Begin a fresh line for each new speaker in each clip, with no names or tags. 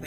ไป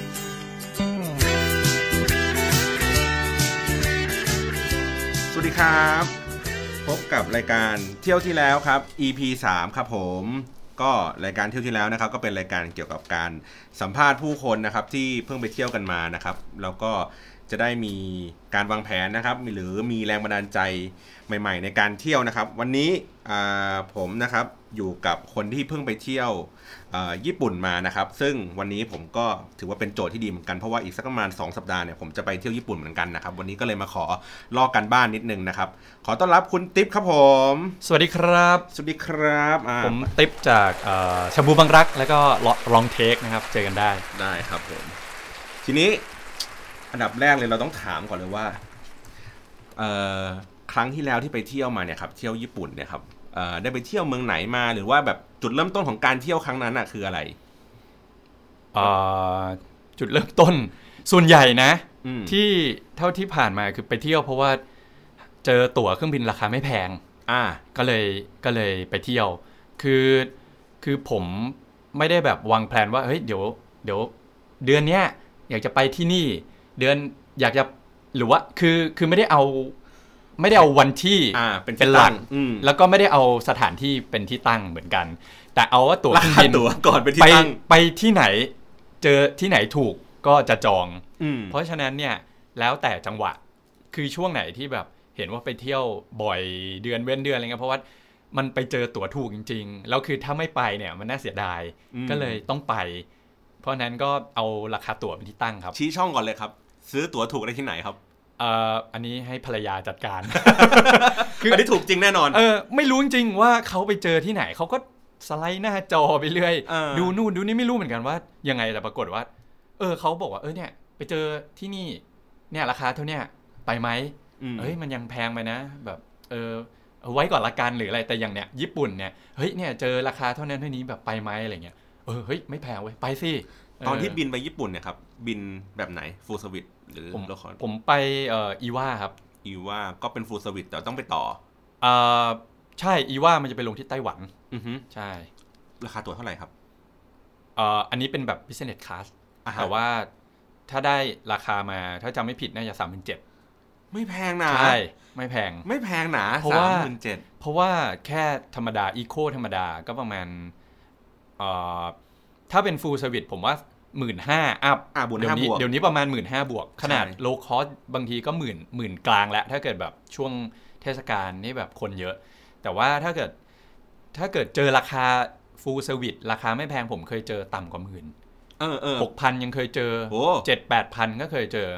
สวัสดีครับ พบกับรายการเที่ยวที่แล้วครับ EP 3ครับผม ก็รายการเที่ยวที่แล้วนะครับ ก็เป็นรายการเกี่ยวกับการสัมภาษณ์ผู้คนนะครับ ที่เพิ่งไปเที่ยวกันมานะครับ แล้วก็จะได้มีการวางแผนนะครับ หรือมีแรงบันดาลใจใหม่ ๆ ในการเที่ยวนะครับ วันนี้อ่าผมนะครับอยู่กับคนที่เพิ่งไปเที่ยวเอ่อญี่ปุ่นมานะครับ ซึ่งวันนี้ผมก็ถือว่าเป็นโจทย์ที่ดีเหมือนกันเพราะว่าอีกสักประมาณ 2 สัปดาห์เนี่ยผมจะไปเที่ยวญี่ปุ่นเหมือนกันนะครับ วันนี้ก็เลยมาขอลอกกันบ้านนิดนึงนะครับ ขอต้อนรับคุณติ๊บครับผม
สวัสดีครับ
สวัสดีครับอ่า
ผมติ๊บจากเอ่อชมพูบางรัก แล้วก็ลองเทคนะครับ เจอกันได้
ได้ครับผม ทีนี้อันดับแรกเลยเราต้องถามก่อนเลยว่าเอ่อครั้งที่แล้วที่ไปเที่ยวมาเนี่ยครับ เที่ยวญี่ปุ่นเนี่ยครับเอ่อได้ไปเที่ยวเมืองไหนมาหรือว่าแบบจุดเริ่มต้นของการเที่ยวครั้งนั้นอะคืออะไร
เอ่อจุดเริ่มต้นส่วนใหญ่นะ
อืม
ที่เท่าที่ผ่านมาคือไปเที่ยวเพราะว่าเจอตั๋วเครื่องบินราคาไม่แพง
อ่า
ก็เลยก็เลยไปเที่ยว คือคือผมไม่ได้แบบวางแผนว่าเฮ้ยเดี๋ยวเดี๋ยวเดือนเนี้ยอยากจะไปที่นี่ เดือนอยากจะหรือว่าคือคือไม่ได้เอาไม่ได้เอาวันที่
อ่าเป็นที่
หลั
ตั้
ก
งอืม
แล้วก็ไม่ได้เอาสถานที่เป็นที่ตั้งเหมือนกัน แต่เอาว่าตั๋ว
รา
เครื่อง
คา
บิน
ตั๋วก่อนไปนที่
ไป
ตั้ง
ไปที่ไหน เจอที่ไหนถูกก็จะจอง
อืม
เพราะฉะนั้นเนี่ยแล้วแต่จังหวะคือช่วงไหนที่แบบเห็นว่าไปเที่ยวบ่อยเดือนเว้นเดือนอะไรเงี้ยเพราะว่ามันไปเจอตั๋วถูกจริง ๆ แล้วคือถ้าไม่ไปเนี่ยมันน่าเสียดายก็เลยต้องไป เพราะฉะนั้นก็เอาราคาตั๋วเป็นที่ตั้งครับ
ชี้ช่องก่อนเลยครับ ซื้อตั๋วถูกได้ที่ไหนครับ
เอ่ออันนี้ให้ภรรยาจัด การ
อันนี้ถูกจริงแน่นอน
เออไม่รู้จริงๆว่าเขาไปเจอที่ไหนเขาก็สไลด์หน้าจอไปเรื่อย
เออ
ดูนู่นดูนี่ไม่รู้เหมือนกันว่ายังไงแต่ปรากฏว่า เออเขาบอกว่าเออเนี่ย ไปเจอที่นี่เนี่ยราคาเท่าเนี้ยไปไหม
ม
เฮ้ยมันยังแพงไปนะ แบบเออเอาไว้ก่อนละกันหรืออะไรแต่อย่างเนี้ยญี่ปุ่นเนี่ยเฮ้ยเนี่ยเจอราคาเท่านั้นเท่านี้แบบไปไหมอะไรเงี้ยเออเฮ้ยไม่แพงเว้ยไปสิ
ตอนที่
เ
บินไปญี่ปุ่นเนี่ยครับ บินแบบไหนฟูลสวิตหรือ
ผม
ละคร
ผมไปเอ่ออีว่าครับ
อีว่าก็เป็นฟูลสวิตแต่ต้องไปต่อ
เอ่อใช่อีว่ามันจะไปลงที่ไต้หวัน
อือฮึ
ใช่
ราคาตั๋วเท่าไหร่ครับ
เอ่ออันนี้เป็นแบบ business class
อ่าฮะ
แต่ว่าถ้าได้ราคามาถ้าจำไม่ผิดน่าจะสามพันเจ็ด
ไม่แพงนะ
ใช่ไม่แพง
ไม่แพงนะ
เพราะ
สา
ว่า
มหมื่นเจ็ด
เพราะว่าแค่ธรรมดาอีโคธรรมดาก็ประมาณเอ่อถ้าเป็นฟูลเซอร์วิสผมว่าหมื่นห้าอัพ
อ่ะบวก
เดี๋ย
ห้าว
นี้
บวก
เดี๋ยวนี้ประมาณหมื่นห้าบวก ขนาด
ใช่
โลคอสบางทีก็หมื่นหมื่นกลางแล้ว ถ้าเกิดแบบช่วงเทศกาลนี่แบบคนเยอะ แต่ว่าถ้าเกิดถ้าเกิดเจอราคาฟูลเซอร์วิสราคาไม่แพงผมเคยเจอต่ำกว่าหมื่น
เออเออ
หกพันยังเคยเจอ
โอ้
เจ็ดแปดพันก็เคยเจอ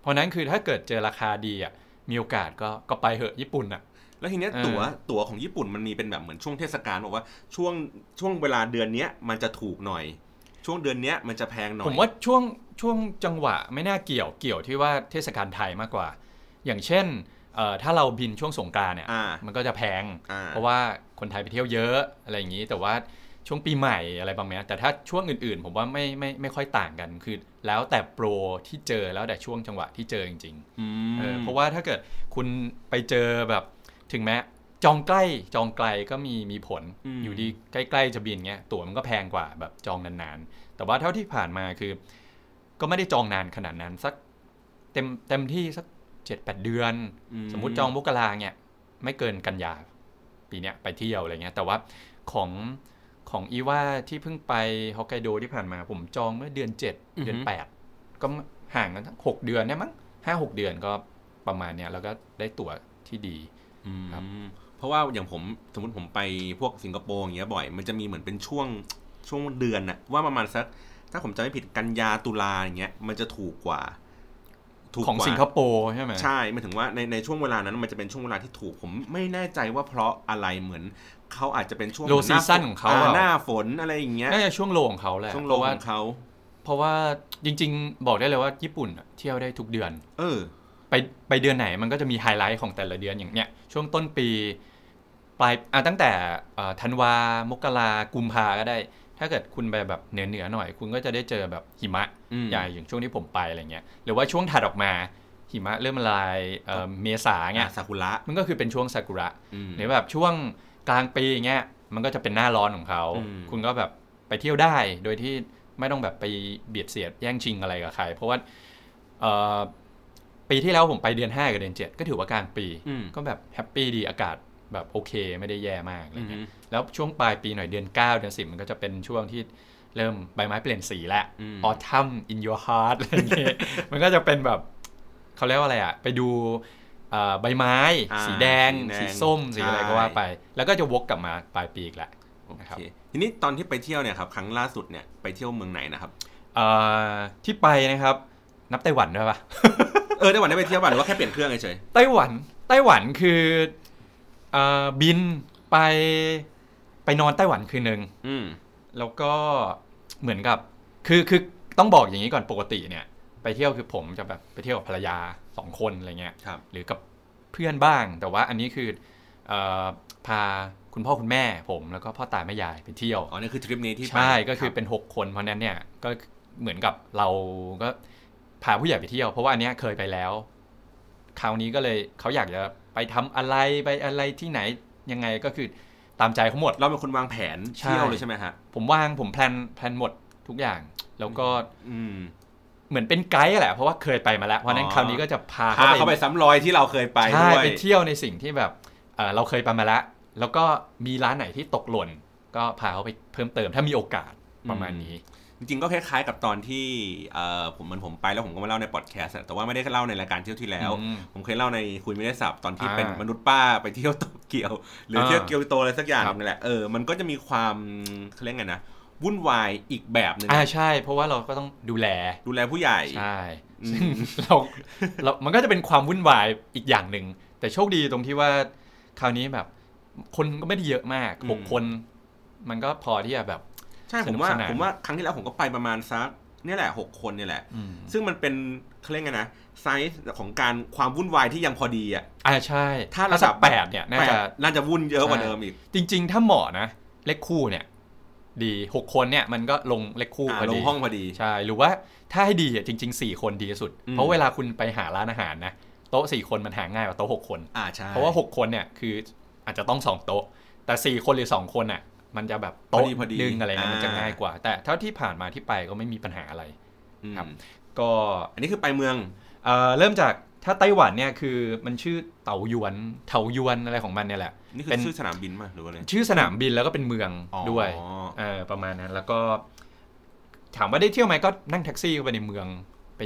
เพราะนั้นคือถ้าเกิดเจอราคาดีอ่ะมีโอกาสก็ก็ไปเหอะญี่ปุ่นอ่ะ
แล้วทีเนี้ย
เออ
ตั๋วตั๋วของญี่ปุ่นมันมีเป็นแบบเหมือนช่วงเทศกาลบอกว่าช่วงช่วงเวลาเดือนเนี้ยมันจะถูกหน่อย ช่วงเดือนเนี้ยมันจะแพงหน่อย
ผมว่าช่วงช่วงจังหวะไม่น่าเกี่ยวเกี่ยวที่ว่าเทศกาลไทยมากกว่า อย่างเช่นเอ่อถ้าเราบินช่วงสงกรานต์เนี่ย
อ่า
มันก็จะแพง
อ่า
เพราะว่าคนไทยไปเที่ยวเยอะอะไรอย่างนี้ แต่ว่าช่วงปีใหม่อะไรประมาณนี้แต่ถ้าช่วงอื่นๆ ผมว่าไม่ไม่ไม่ค่อยต่างกันคือ แล้วแต่โปรที่เจอแล้วแต่ช่วงจังหวะที่เจอจริง
อื
ๆเออ
ม
เพราะว่าถ้าเกิดคุณไปเจอแบบถึงแม้จองใกล้จองไกลก็มีมีผลอยู่ดีใกล้ๆจะบินเงี้ยตั๋วมันก็แพงกว่าแบบจองนานๆ แต่ว่าเท่าที่ผ่านมาคือ ก็ไม่ได้จองนานขนาดนั้นสักเต็มเต็มที่สักเจ็ดแปดเดือน
อื
สมมุติจองมกราเนี่ยไม่เกินกันยาปีเนี้ยไปเที่ยวอะไรเงี้ยแต่ว่าของของอีว่าที่เพิ่งไปฮอกไกโดที่ผ่านมาผมจองเมื่อเดือน 7 เดือน 8 ก็ห่างกันทั้งหกเดือนเนี่ยมั้งห้าหกเดือนก็ประมาณเนี้ยแล้วก็ได้ตั๋วที่ดี
อืม
ครับ
เพราะว่าอย่างผมสมมติผมไปพวกสิงคโปร์อย่างเงี้ยบ่อย มันจะมีเหมือนเป็นช่วงช่วงเดือนนะว่าประมาณสัก ถ้าผมจำไม่ผิดกันยาตุลาอย่างเงี้ยมันจะถูกกว่า ถูก
ของ
กว่า
สิงคโปร์ใช่ไหม
ใช่หมายถึงว่าในในช่วงเวลานั้นมันจะเป็นช่วงเวลาที่ถูกผมไม่แน่ใจว่าเพราะอะไรเหมือนเขาอาจจะเป็นช่วง
Low
หน้า
season
ฝ
ของเขา
อ่
อะ
หน้าฝนอะไรอย่างเงี้ย
น่าจะช่วงโลของเขาแหละ
ช่วง
เพ
โล
ราะว่า
ของเขา
เพราะว่าจริง ๆ บอกได้เลยว่าญี่ปุ่นอะเที่ยวได้ทุกเดือน
เออ
ไปไปเดือนไหนมันก็จะมีไฮไลท์ของแต่ละเดือนอย่างเนี้ยช่วงต้นปีปลายอ่ะตั้งแต่เอ่อธันวามกรากุมภาก็ได้ ถ้าเกิดคุณไปแบบเหนือเหนือๆหน่อย คุณก็จะได้เจอแบบหิมะ
อืม
ใหญ่อย่างช่วงที่ผมไปอะไรเงี้ยหรือว่าช่วงถัดออกมาหิมะเริ่มละลายเอ่อเมษาเงี้ย
ซากุระ
มันก็คือเป็นช่วงซากุระ
อืม
หรือแบบช่วงกลางปีอย่างเงี้ยมันก็จะเป็นหน้าร้อนของเขา
อืม
คุณก็แบบไปเที่ยวได้ โดยที่ไม่ต้องแบบไปเบียดเสียดแย่งชิงอะไรกับใคร เพราะว่าเอ่อปีที่แล้วผมไปเดือน 5 กับเดือน 7 ก็ถือว่ากลางปี
อืม
ก็แบบแฮปปี้ดีอากาศแบบโอเค ไม่ได้แย่มากอะไร
อืม
เงี้ยแล้วช่วงปลายปีหน่อยเดือน 9 เดือน 10 มันก็จะเป็นช่วงที่เริ่มใบไม้เปลี่ยนสีแล้ว
อืม
autumn in your heart อะไรอย่าง เงี้ย มันก็จะเป็นแบบเขาเรียกว่าอะไรอ่ะ ไปดูเอ่อใบไม้
อ่า
สีแดง
สีแดง
สีส้ม สีอะไร
ใช่
ก็ว่าไป แล้วก็จะวกกลับมาปลายปีอีกแหละ
โอ
นะ
เค
ครับ
ทีนี้ตอนที่ไปเที่ยวเนี่ยครับครั้งล่าสุดเนี่ยไปเที่ยวเมืองไหนนะครับ
เอ่อที่ไปนะครับ นับไต้หวันด้วยปะ
เออไต้หวันได้ไปเที่ยวป่ะหรือว่าแค่เปลี่ยนเครื่องเฉย
ไต้หวัน ไต้หวันคือเอ่อบินไปไปนอนไต้หวันคืนหนึ่ง
ๆอืม
แล้วก็เหมือนกับ คือคือต้องบอกอย่างนี้ก่อนปกติเนี่ย ไปเที่ยวคือผมจะแบบไปเที่ยวกับภรรยาสองคนอะไรเงี้ย
ครับ
หรือกับเพื่อนบ้าง แต่ว่าอันนี้คือเออพาคุณพ่อคุณแม่ผมแล้วก็พ่อตาแม่ยายไปเที่ยว
อ๋อนี่คือทริปนี้ที่ไป
ใช่ก็คือ
รับ
เป็น 6 คนเพราะฉะนั้นเนี่ยก็เหมือนกับเราก็พาผู้ใหญ่ไปเที่ยว เพราะว่าอันเนี้ยเคยไปแล้ว คราวนี้ก็เลยเขาอยากจะไปทำอะไรไปอะไรที่ไหนยังไงก็คือตามใจเขาหมด
เราเป็นคนวางแผน
ใช่
เที่ยวเลยใช่ไหมฮะ
ผมว่างผมแพลนแพลนหมดทุกอย่าง แล้วก็
อืม
เหมือนเป็นไกด์แหละเพราะว่าเคยไปมาแล้วเพราะฉะนั้น
อ๋อ
คราวนี้ก็จะพา
พาเขาไปซ้ำรอยที่เราเคยไปด้
ใช่
วย
ไปเที่ยวในสิ่งที่แบบเอ่อเราเคยไปมาแล้ว แล้วก็มีร้านไหนที่ตกหล่น ก็พาเขาไปเพิ่มเติมถ้ามีโอกาสประมาณนี้
จริงๆก็คล้ายๆกับตอนที่เอ่อผมเหมันผมไปแล้วผมก็มาเล่าในพอดแคสต์อะแต่ว่าไม่ได้เล่าในรายการเที่ยวที่แล้ว
อืม
ผมเคยเล่าในคุยไม่ได้สับตอนที่
อ่า
เป็นมนุษย์ป้าไปเที่ยวโตเกียว หรือเที่ยวเกียวโตอะไรสักอย่าง
ครับ
นั่นแหละเออมันก็จะมีความเขาเรียกไงนะวุ่นวายอีกแบบหนึ่ง
อ่าใช่ เพราะว่าเราก็ต้องดูแล
ดูแลผู้ใหญ่
ใช่
อืม
ซึ่งเราเรามันก็จะเป็นความวุ่นวายอีกอย่างหนึ่ง แต่โชคดีตรงที่ว่าคราวนี้แบบ คนก็ไม่ได้เยอะมากหกคน มันก็พอที่จะแบบ
ใช่
ส
ผ
นุ
ม
ก
ว่า
สนาน
ผมว่าครั้งที่แล้วผมก็ไปประมาณสักเนี่ยแหละหกคนเนี่ยแหละ
อืม
ซึ่งมันเป็นเขาเรียกไงนะไซส์ของการความวุ่นวายที่ยังพอดีอ่ะ
อ่าใช่
ถ้า
ระ
ระดั
ดับบ แปดเนี่ยน่าจะ
แปดน่าจะวุ่นเยอะกว่าเดิมอีก
จริงๆ ถ้าเหมาะนะ เลขคู่เนี่ย ดีหกคนเนี่ย มันก็ลงเลขคู่
อ่า
พอ
ล
ดี
งห้องพอดี
ใช่ หรือว่าถ้าให้ดีอ่ะจริง ๆ 4 คนดีที่สุด
อืม
เพราะเวลาคุณไปหาร้านอาหารนะ โต๊ะ 4 คนมันหาง่ายกว่าโต๊ะ 6 คน
อ่าใช่
เพราะว่า 6 คนเนี่ย คืออาจจะต้อง 2 โต๊ะ แต่ 4 คนหรือ 2 คนอ่ะ มันจะแบบโต๊ะดึงอะไรเงี้ยมันจะง่ายกว่า แต่เท่าที่ผ่านมาที่ไปก็ไม่มีปัญหาอะไร
อืม
ครับ ก็
อันนี้คือไปเมือง
เอ่อเริ่มจากถ้าไต้หวันเนี่ยคือมันชื่อเตาหยวนเถาหยวนอะไรของมันเนี่ยแหละ
นี่คื
เป็
อน ชื่อสนามบินมาหรือว่าอะไร
ชื่อสนามบินแล้วก็เป็นเมือง
อ๋อ
ด้วย เออประมาณนั้นแล้วก็ ถามว่าได้เที่ยวไหมก็นั่งแท็กซี่เข้าไปในเมือง ไป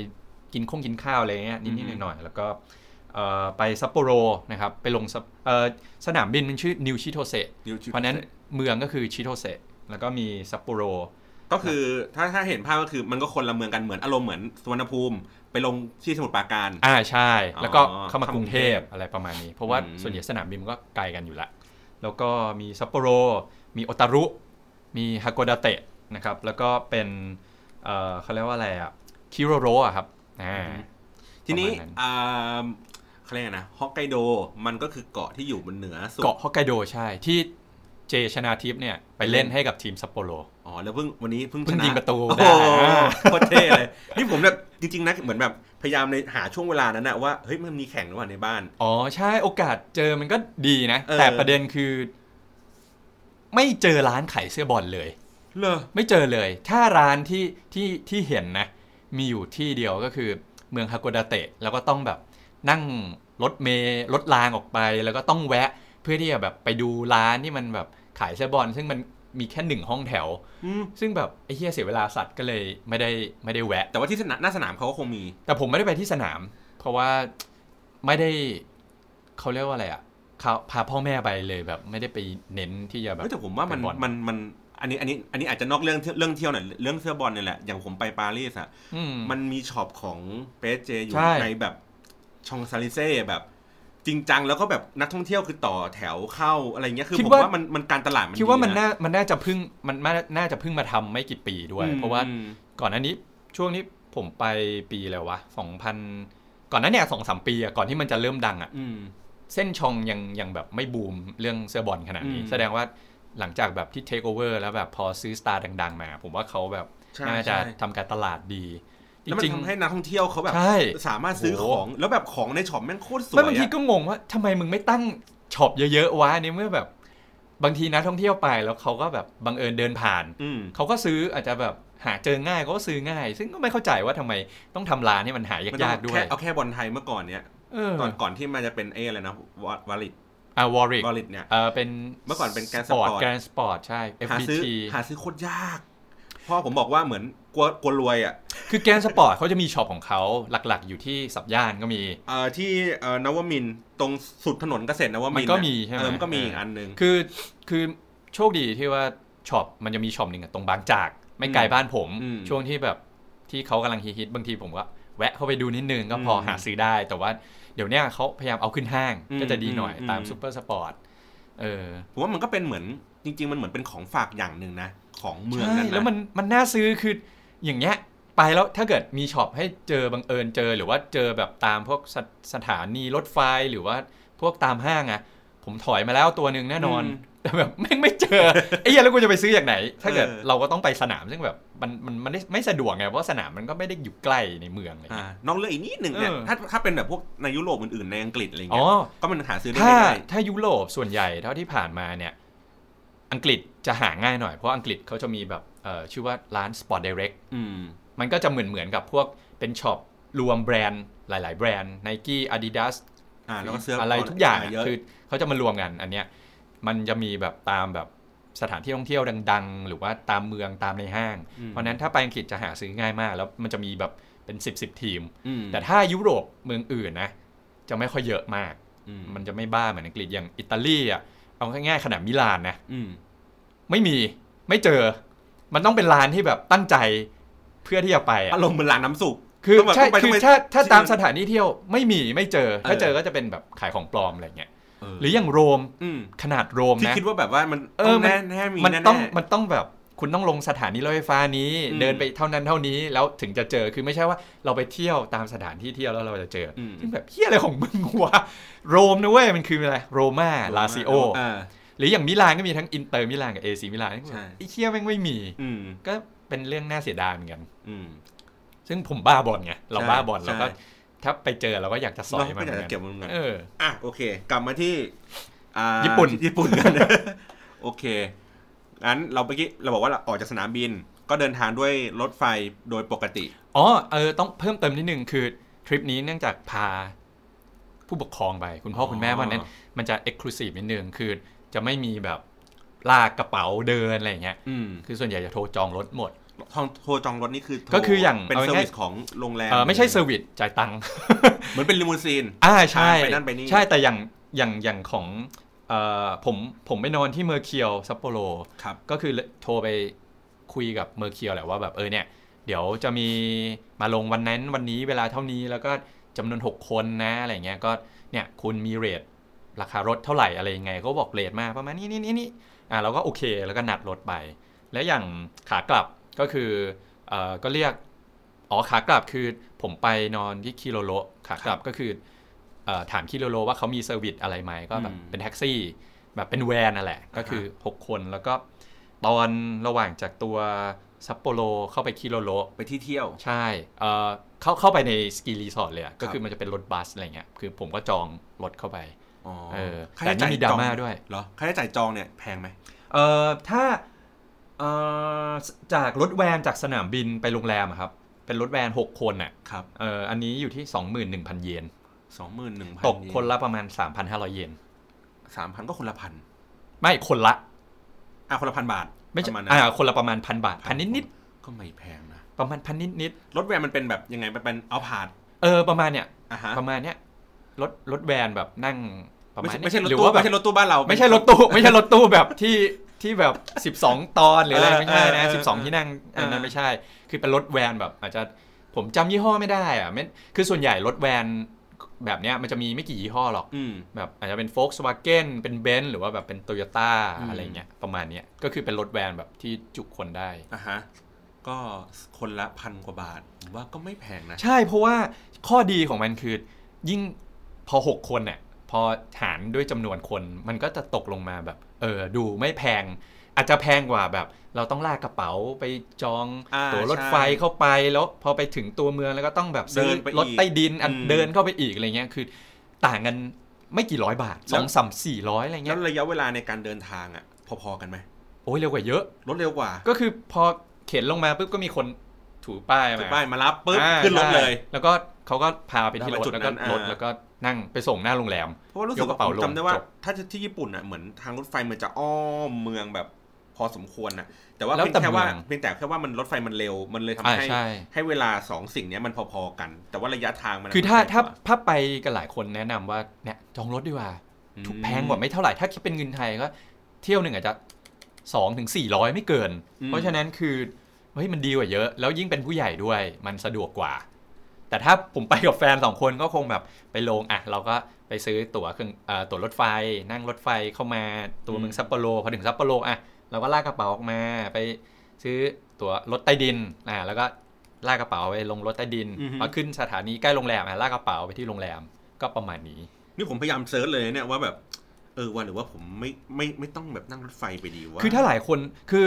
กินคงกินข้าวอะไรเงี้ยนิดๆหน่อยๆแล้วก็เอ่อไปซัปโปโรนะครับ ไปลงซัปเอ่อสนามบินมันชื่อนิวชิโตเซ
นิวชิ
เพราะฉะนั้นเมืองก็คือชิโตเซแล้วก็มีซัปโปโร
ก็คือถ้าถ้าเห็นภาพก็คือมันก็คนละเมืองกันเหมือนอารมณ์เหมือนสุวรรณภูมิไปลงที่สมุทรปราการ
อ่าใช่
อ๋อ
แล้วก็เข้ามากรุงเทพอะไรประมาณนี้ เพราะว่า
อืม
ส่วนใหญ่สนามบินมันก็ไกลกันอยู่ละ แล้วก็มีซัปโปโร มีโอตารุ มีฮาโกดาเตะนะครับ แล้วก็เป็นเอ่อเขาเรียกว่าอะไรอ่ะคิโรโรอะครับอ่า
ทีนี้
ประมาณนั้น
อ่าเขาเรียกไงนะฮอกไกโดมันก็คือเกาะที่อยู่บนเหนือสุด
เกาะฮอกไกโดใช่ ที่เจชนาทิพย์เนี่ยไปเล่นให้กับทีมซัปโปโร
อ๋อแล้วเพิ่งวันนี้เพิ่ง
เพิ่
ช
ง
น
ยิงประตู
โอ้
ได้
โห
อ่า
โคตรเท่เลยนี่ผมแบบจริงๆนะเหมือนแบบพยายามในหาช่วงเวลานั้นนะว่าเฮ้ยมันมีแข่งหรือเปล่าในบ้าน
อ๋อใช่โอกาสเจอมันก็ดีนะ
เออ
แต่ประเด็นคือ ไม่เจอร้านขายเสื้อบอลเลย
เลอ
ไม่เจอเลย ถ้าร้านที่ที่ที่เห็นนะ มีอยู่ที่เดียวก็คือเมืองฮาโกดาเตะ แล้วก็ต้องแบบนั่งรถเมล์รถรางออกไป แล้วก็ต้องแวะเพื่อที่จะแบบไปดูร้านที่มันแบบขายเสื้อบอล ซึ่งมันมีแค่หนึ่งห้องแถว
อืม
ซึ่งแบบไอ้เหี้ยเสียเวลาสัตว์ก็เลยไม่ได้ไม่ได้แวะ
แต่ว่าที่สนามหน้าสนามเขาก็คงมี
แต่ผมไม่ได้ไปที่สนาม เพราะว่าไม่ได้เขาเรียกว่าอะไรอะเขาพาพ่อแม่ไปเลยแบบไม่ได้ไปเน้นที่จะแบบ
เฮ้ยแต่ผมว่ามัน
เป็นบอล
มันมันอันนี้อันนี้อันนี้อาจจะนอกเรื่องเรื่องเที่ยวหน่อยเรื่องเสื้อบอลเนี่ยแหละอย่างผมไปปารีสอ่ะ
อืม
มันมีช็อปของเปเจอยู่
ใช่
ในแบบชองซาลิเซ่แบบ จริงจังแล้วก็แบบนักท่องเที่ยวคือต่อแถวเข้าอะไรเงี้ยคือผมว่ามันมันการตลาดมัน
คิดว่ามัน
ดีะ
น่ามันน่าจะเพึ่งมันน่าน่าจะเพึ่งมาทำไม่กี่ปีด้วย
อืม
เพราะว่า
อืม
ก่อนหน้านี้ช่วงนี้ผมไปปีอะไรวะสองพัน ก่อนหนั้นเนี่ยสองสามปีอะก่อนที่มันจะเริ่มดังอะ
อืม
เส้นชองยังยังแบบไม่บูมเรื่องเสื้อบอลขนาดนี้
อืม
แสดงว่าหลังจากแบบที่เทคโอเวอร์แล้วแบบพอซื้อสตาร์ดัง ๆ มา ผมว่าเขาแบบ
ใช่
น่าจะ
ใช่
ทำการตลาดดี จ
แล้วมัน
ริง
ทำให้นักท่องเที่ยวเขาแบบ
ใช่
สามารถซื้อของแล้วแบบของในช็อปแม่งโคตรสวย
ไม่บางที
อะ
ก็งงว่าทำไมมึงไม่ตั้งช็อปเยอะๆวะในเมื่อแบบบางทีนะท่องเที่ยวไปแล้วเขาก็แบบบังเอิญเดินผ่าน
อืม
เขาก็ซื้ออาจจะแบบหาเจอง่ายเขาก็ซื้อง่าย ซึ่งก็ไม่เข้าใจว่าทำไมต้องทำร้านให้มันหาย
มันต้อย
าก
ง
ๆด้ว
แค่
ย
เอาแค่บอลไทยเมื่อก่อนเนี้ย
เออ
ก่อนก่อนที่มันจะเป็นเออะไรนะวอลวอลลิต
อ่าวอริก
วอลลิตเนี่ย
เออเป็น
เมื่อก่อนเป็น Grand
สปอร์ต
Sport
แกรนสปอร์ตใช่
หาซื้อ
FPT
หาซื้อโคตรยาก พ่อผมบอกว่าเหมือนกลัวกลัวรวยอ่ะ
คือแกรนสปอร์ตเขาจะมีช็อปของเขาหลักๆ อยู่ที่สับย่านก็มี
เอ่อที่เอ่อนวมินทร์ตรงสุดถนนเกษตรนวมินทร์
มันก็
อะ
มีใช่ไหม
เออมันก็มี
เออ
อี
อี
กอันหนึง
คือคือโชคดีที่ว่าช็อปมันจะมีช็อปหนึ่งอะตรงบางจาก ไม่ไกล
อืม
บ้านผม
อืม
ช่วงที่แบบที่เขากำลังฮิตๆบางทีผมก็แวะเข้าไปดูนิดนึงก็พออ
ม
หาซื้อได้แต่ว่าเดี๋ยวเนี้ยเขาพยายามเอาขึ้นห้าง
อืม
ก็จะดีหน่อย
อืม
ตาม
อืม
ซูเปอร์สปอร์ตเออ
ผมว่ามันก็เป็นเหมือนจริง ๆ มันเหมือนเป็นของฝากอย่างหนึ่งนะ ของเมืองนั้น
ใช่
นะ
แล้วมันมันน่าซื้อคืออย่างเงี้ยไปแล้วถ้าเกิดมีช็อปให้เจอบังเอิญเจอหรือว่าเจอแบบตามพวกสถสถานีรถไฟหรือว่าพวกตามห้างอะผมถอยมาแล้วตัวหนึ่งแน่นอน
อืม
แต่แบบ แม่งไม่เจอ ไอ้เหี้ยแล้วกูจะไปซื้ออย่างไหน ถ้าเกิด
เออ
เราก็ต้องไปสนามซึ่งแบบมันมันมันไม่ไม่สะดวกไงเพราะสนามมันก็ไม่ได้อยู่ใกล้ในเมืองอะไร
อ่า
เงี้ย
นอกเรื่องอีกนิดหนึ่งเนี่ย
เออ
ถ้าถ้าเป็นแบบพวกในยุโรปอื่นๆในอังกฤษอะไร
อ๋
เงี้
อ
ยก็มันหาซื้อได้
ถ้า
ง่าย
ถ้ายุโรปส่วนใหญ่เท่าที่ผ่านมาเนี่ยอังกฤษจะหาง่ายหน่อยเพราะอังกฤษเขาจะมีแบบเอ่อชื่อว่าร้าน Sport Direct
อืม
มันก็จะเหมือนเหมือนๆกับพวกเป็นช็อปรวมแบรนด์หลาย ๆ แบรนด์ Nike Adidas
อ่าแล้วก็เสื้อ
อะ
อะไร
ทุกอย่างอะ
เยอะ
คือเขาจะมารวมกันอันเนี้ยมันจะมีแบบตามแบบสถานที่ท่องเที่ยวดัง ๆ หรือว่าตามเมืองตามในห้าง
ม
เพราะฉะนั้นถ้าไปอังกฤษจะหาซื้อง่ายมาก แล้วมันจะมีแบบเป็น 10บสทีม
อืม
แต่ถ้ายุโรปเมืองอื่นนะจะไม่ค่อยเยอะมาก
อืม
มันจะไม่บ้าเหมือนอังกฤษอย่างอิตาลีอ่ะเอาง่ายๆขนาดมิลานนะ
อืม
ไม่มีไม่เจอ มันต้องเป็นร้านที่แบบตั้งใจเพื่อที่จะไปอะ
อารมณ์เหมือนร้านน้ำสุก
คือ
ต้องแบบ
ใช่
ต้องไป
คื
ต้
อ
องไป
ถ้าถ้าตามสถานที่เที่ยวไม่มีไม่เจอ ถ้า
เออ
เจอก็จะเป็นแบบขายของปลอมอะไรเงี้ย
เห
รืออย่างโรม
อืม
ขนาดโรม
ที่
นะ
คิดว่าแบบว่ามัน
เอ
ต้
อ
อง
มัน
แน่แน่มี
มัน
แน่
ต้อง
แน่
มันต้องแบบคุณต้องลงสถานีรถไฟฟ้านี้
อืม
เดินไปเท่านั้นเท่านี้แล้วถึงจะเจอคือไม่ใช่ว่าเราไปเที่ยวตามสถานที่เที่ยวแล้วเราจะเจออ
อืม
ซึ่งแบบเฮียอะไรของมึงวะโรมนะเว้ยมันคืออะไรโรมาลาซิโอ
เอ
หรืออย่างมิลานก็มีทั้งอินเตอร์มิลานกับเอซีมิลาน
ใช่
ไอ้เฮียแม่งไม่มี
อืม
ก็เป็นเรื่องน่าเสียดายเหมือนกัน
อืม
ซึ่งผมบ้าบอลไงเราบ้าบอลเราก็
ใช่
ถ้าไปเจอเราก็อยากจะสอ
เรา
ย
ก็
มัน
อ
เห
ยาก
มือ
จะ
นกัน
เก็บมันเหมือน
เอ
กัน
อ
อ่ะโอเค กลับมาที่อ่า
ญี่ปุ่น
ญี่ปุ่น กัน โอเคงั้นเราเมื่อกี้เราบอกว่าเราออกจากสนามบิน ก็เดินทางด้วยรถไฟโดยปกติ
อ๋อ เออ ต้องเพิ่มเติมนิดนึงคือทริปนี้เนื่องจากพาผู้ปกครองไป คุณพ่อ
อ๋อ
คุณแม่วันนั้น มันจะเอ็กซ์คลูซีฟนิดนึง คือจะไม่มีแบบลากกระเป๋าเดินอะไรอย่างเงี้ย
อืม
คือส่วนใหญ่จะโทรจองรถหมด
ทองโทรจองรถนี่คือโทร
ก็คืออย่าง
เป็น
เอา
เซอร์
ง่ายๆ
วิสของโรงแรม
เออไม่ใช่เซอร์วิสจ่ายตังค์
เหมือนเป็นลิมูซีน
อ่าใช่
ไปนั่นไปนี่
ใช่แต่อย่างอย่างอย่างของเออผมผมไปนอนที่เมอร์เคียวซัปโปโร
ครับ
ก็คือโทรไปคุยกับเมอร์เคียวแหละว่าแบบเออเนี่ยเดี๋ยวจะมีมาลงวันนั้นวันนี้เวลาเท่านี้แล้วก็จำนวน 6 คนนะอะไรเงี้ยก็เนี่ยคุณมีเรทราคารถเท่าไหร่อะไรยังไงเขาบอกเรทมาประมาณนี้นี่นี่นี่อ่าเราก็โอเคแล้วก็นัดรถไป แล้วอย่างขากลับก็คือเอ่อก็เรียกอ๋อขากลับคือผมไปนอนที่คิโรโลขากลับก็คือเอ่อถามคิโรโลว่าเขามีเซอร์วิสอะไรไหมก็แบบ
อืม
เป็นแท็กซี่ แบบเป็นแวนนั่นแหละ ก็คือ 6 คนแล้วก็ ตอนระหว่างจากตัวซัปโปโรเข้าไปคิโรโร
ไปที่เที่ยว
ใช่เอ่อเข้าเข้าไปในสกีรีสอร์ทเลยอะก็
ครับ
คือมันจะเป็นรถบัสอะไรเงี้ยคือผมก็จองรถเข้าไป
อ๋อ
เออ
ค่ใช้
แต่นี่มี
จ่
ดราม่า
จอง
ด้วย
เหรอค่าใช้จ่ายจองเนี่ยแพงไหม
เอ่อถ้าเอ่อจากรถแวนจากสนามบินไปโรงแรมอะครับ เป็นรถแวน 6 คนอ่ะ
ครับ
เอ่ออันนี้อยู่ที่ 21,000 เยน
สองหมื่นหนึ่งพัน
ตกคนละประมาณ 3,500 เยน
สามพันก็คนละพัน
ไม่คนละ
อ่ะคนละพันบาท
ไม่ใช่
ประาณนั้น
อ่าคนละประมาณพันบาทพันนิด
ก็ไม่แพงนะ
ๆประมาณพันนิด
รถแวนมันเป็นแบบยังไงมันเป็นเอาผาด
ๆเออประมาณเนี่ย
อ่ะฮะ
ประมาณเนี้ยรถรถแวนแบบนั่งประ
ไม่
มาณ
ใช่
เนี้ย
ไม่ใช่รถ
หรือ
ตู้
ว่าแบบ
ไม่ใช่รถตู้บ้านเรา
ไม่ใช่รถตู้ ไม่ใช่รถตู้แบบที่ที่แบบ 12 ตอนหรืออะไร
เออ
ไม่ใช่นะ
เออเออ
12 ที่นั่งอันนั้
เอ
น
อ
ไม่ใช่ คือเป็นรถแวนแบบอาจจะผมจำยี่ห้อไม่ได้อะไม่คือส่วนใหญ่รถแวนแบบเนี้ยมันจะมีไม่กี่ยี่ห้อหรอก
อืม
แบบอาจจะเป็น v o l k s w a g e n เป็นเบนซ์หรือว่าแบบเป็น t o y ยต้า
อืม
อะไรเงี้ยประมาณเนี้ยก็คือเป็นรถแวนแบบที่จุคนได้
อ่ะฮะ ก็คนละพันกว่าบาทผมว่าก็ไม่แพงนะ
ใช่เพราะว่าข้อดีของมันคือ ยิ่งพอ 6 คนเนี่ยพอหารด้วยจำนวนคนมันก็จะตกลงมาแบบ เออดูไม่แพง อาจจะแพงกว่าแบบ เราต้องลากกระเป๋าไปจอง
อ่า
ตั๋วรถ
ใช่
ไฟเข้าไปแล้วพอไปถึงตัวเมืองแล้วก็ต้องแบบซื้อ
เดินไปอีก
รถใต้ดินอ่ะ
อืม
เดินเข้าไปอีกอะไรเงี้ยคือ ต่างกันไม่กี่ร้อยบาท
แล้
ส
ว
องสามสี่ร้อยอะไร
แล้
เงี้
วย ระยะเวลาในการเดินทางอ่ะ พอๆกันไหม
โอ้ยเร็วกว่าเยอะ
รถเร็วกว่า
ก็คือพอเข็นลงมาปุ๊บก็มีคนถูป้ายมา
ถือป้ายมารับปุ๊บ
อ่า
ขึ้นรถเลย
ใช่แล้วก็เขาก็พาไปที่ร
พา
ถ
ไปจุด
แล้วก็
นั้นอ่า
รถแล้วก็นั่งไปส่งหน้าโรงแรม
เพราะว่ารู้สึก
ยกก
ว่า
ระเป๋า
ผม
ลง
จำได้ว่า
จบ
ถ้าที่ญี่ปุ่นอ่ะเหมือนทางรถไฟมันจะอ้อมเมืองแบบพอสมควรน่ะ แต่ว่า
แล้ว
เพียง
แต่
แค่ว่า
เมือง
เพียงแต่แค่ว่ามันรถไฟมันเร็วมันเลยทำ
อ่า
ให้
ใช่
ให้เวลาสองสิ่งเนี้ยมันพอๆกัน แต่ว่าระยะทางมัน
คือถ้า
มันไกล
ถ้าก
ว่
ถ้าไปกันหลายคนแนะนำว่าเนี่ยจองรถดีกว่าถูกแพงกว่าไม่เท่าไหร่ถ้าคิดเป็นเงินไทยก็ เที่ยวหนึ่งอาจจะสองถึงสี่ร้อยไม่เกิน เพราะฉะนั้นคือเฮ้ยมันดีกว่าเยอะ แล้วยิ่งเป็นผู้ใหญ่ด้วยมันสะดวกกว่า แต่ถ้าผมไปกับแฟนสองคนก็คงแบบไปลงอ่ะเราก็ไปซื้อตั๋วเครื่องเอ่อตั๋วรถไฟ นั่งรถไฟเข้ามาตัวเมืองซัปโปโรพอถึงซัปโปโรอ่ะเราก็ลากกระเป๋าออกมา ไปซื้อตั๋วรถใต้ดินอ่ะแล้วก็ลากกระเป๋าไปลงรถใต้ดิน
อือฮึ
พอขึ้นสถานีใกล้โรงแรมอ่ะลากกระเป๋าไปที่โรงแรมก็ประมาณนี้
นี่ผมพยายามเซิร์ชเลยเนี่ยว่าแบบเออว่าหรือว่าผมไม่ไม่ไม่ต้องแบบนั่งรถไฟไปดีวะ
คือถ้าหลายคนคือ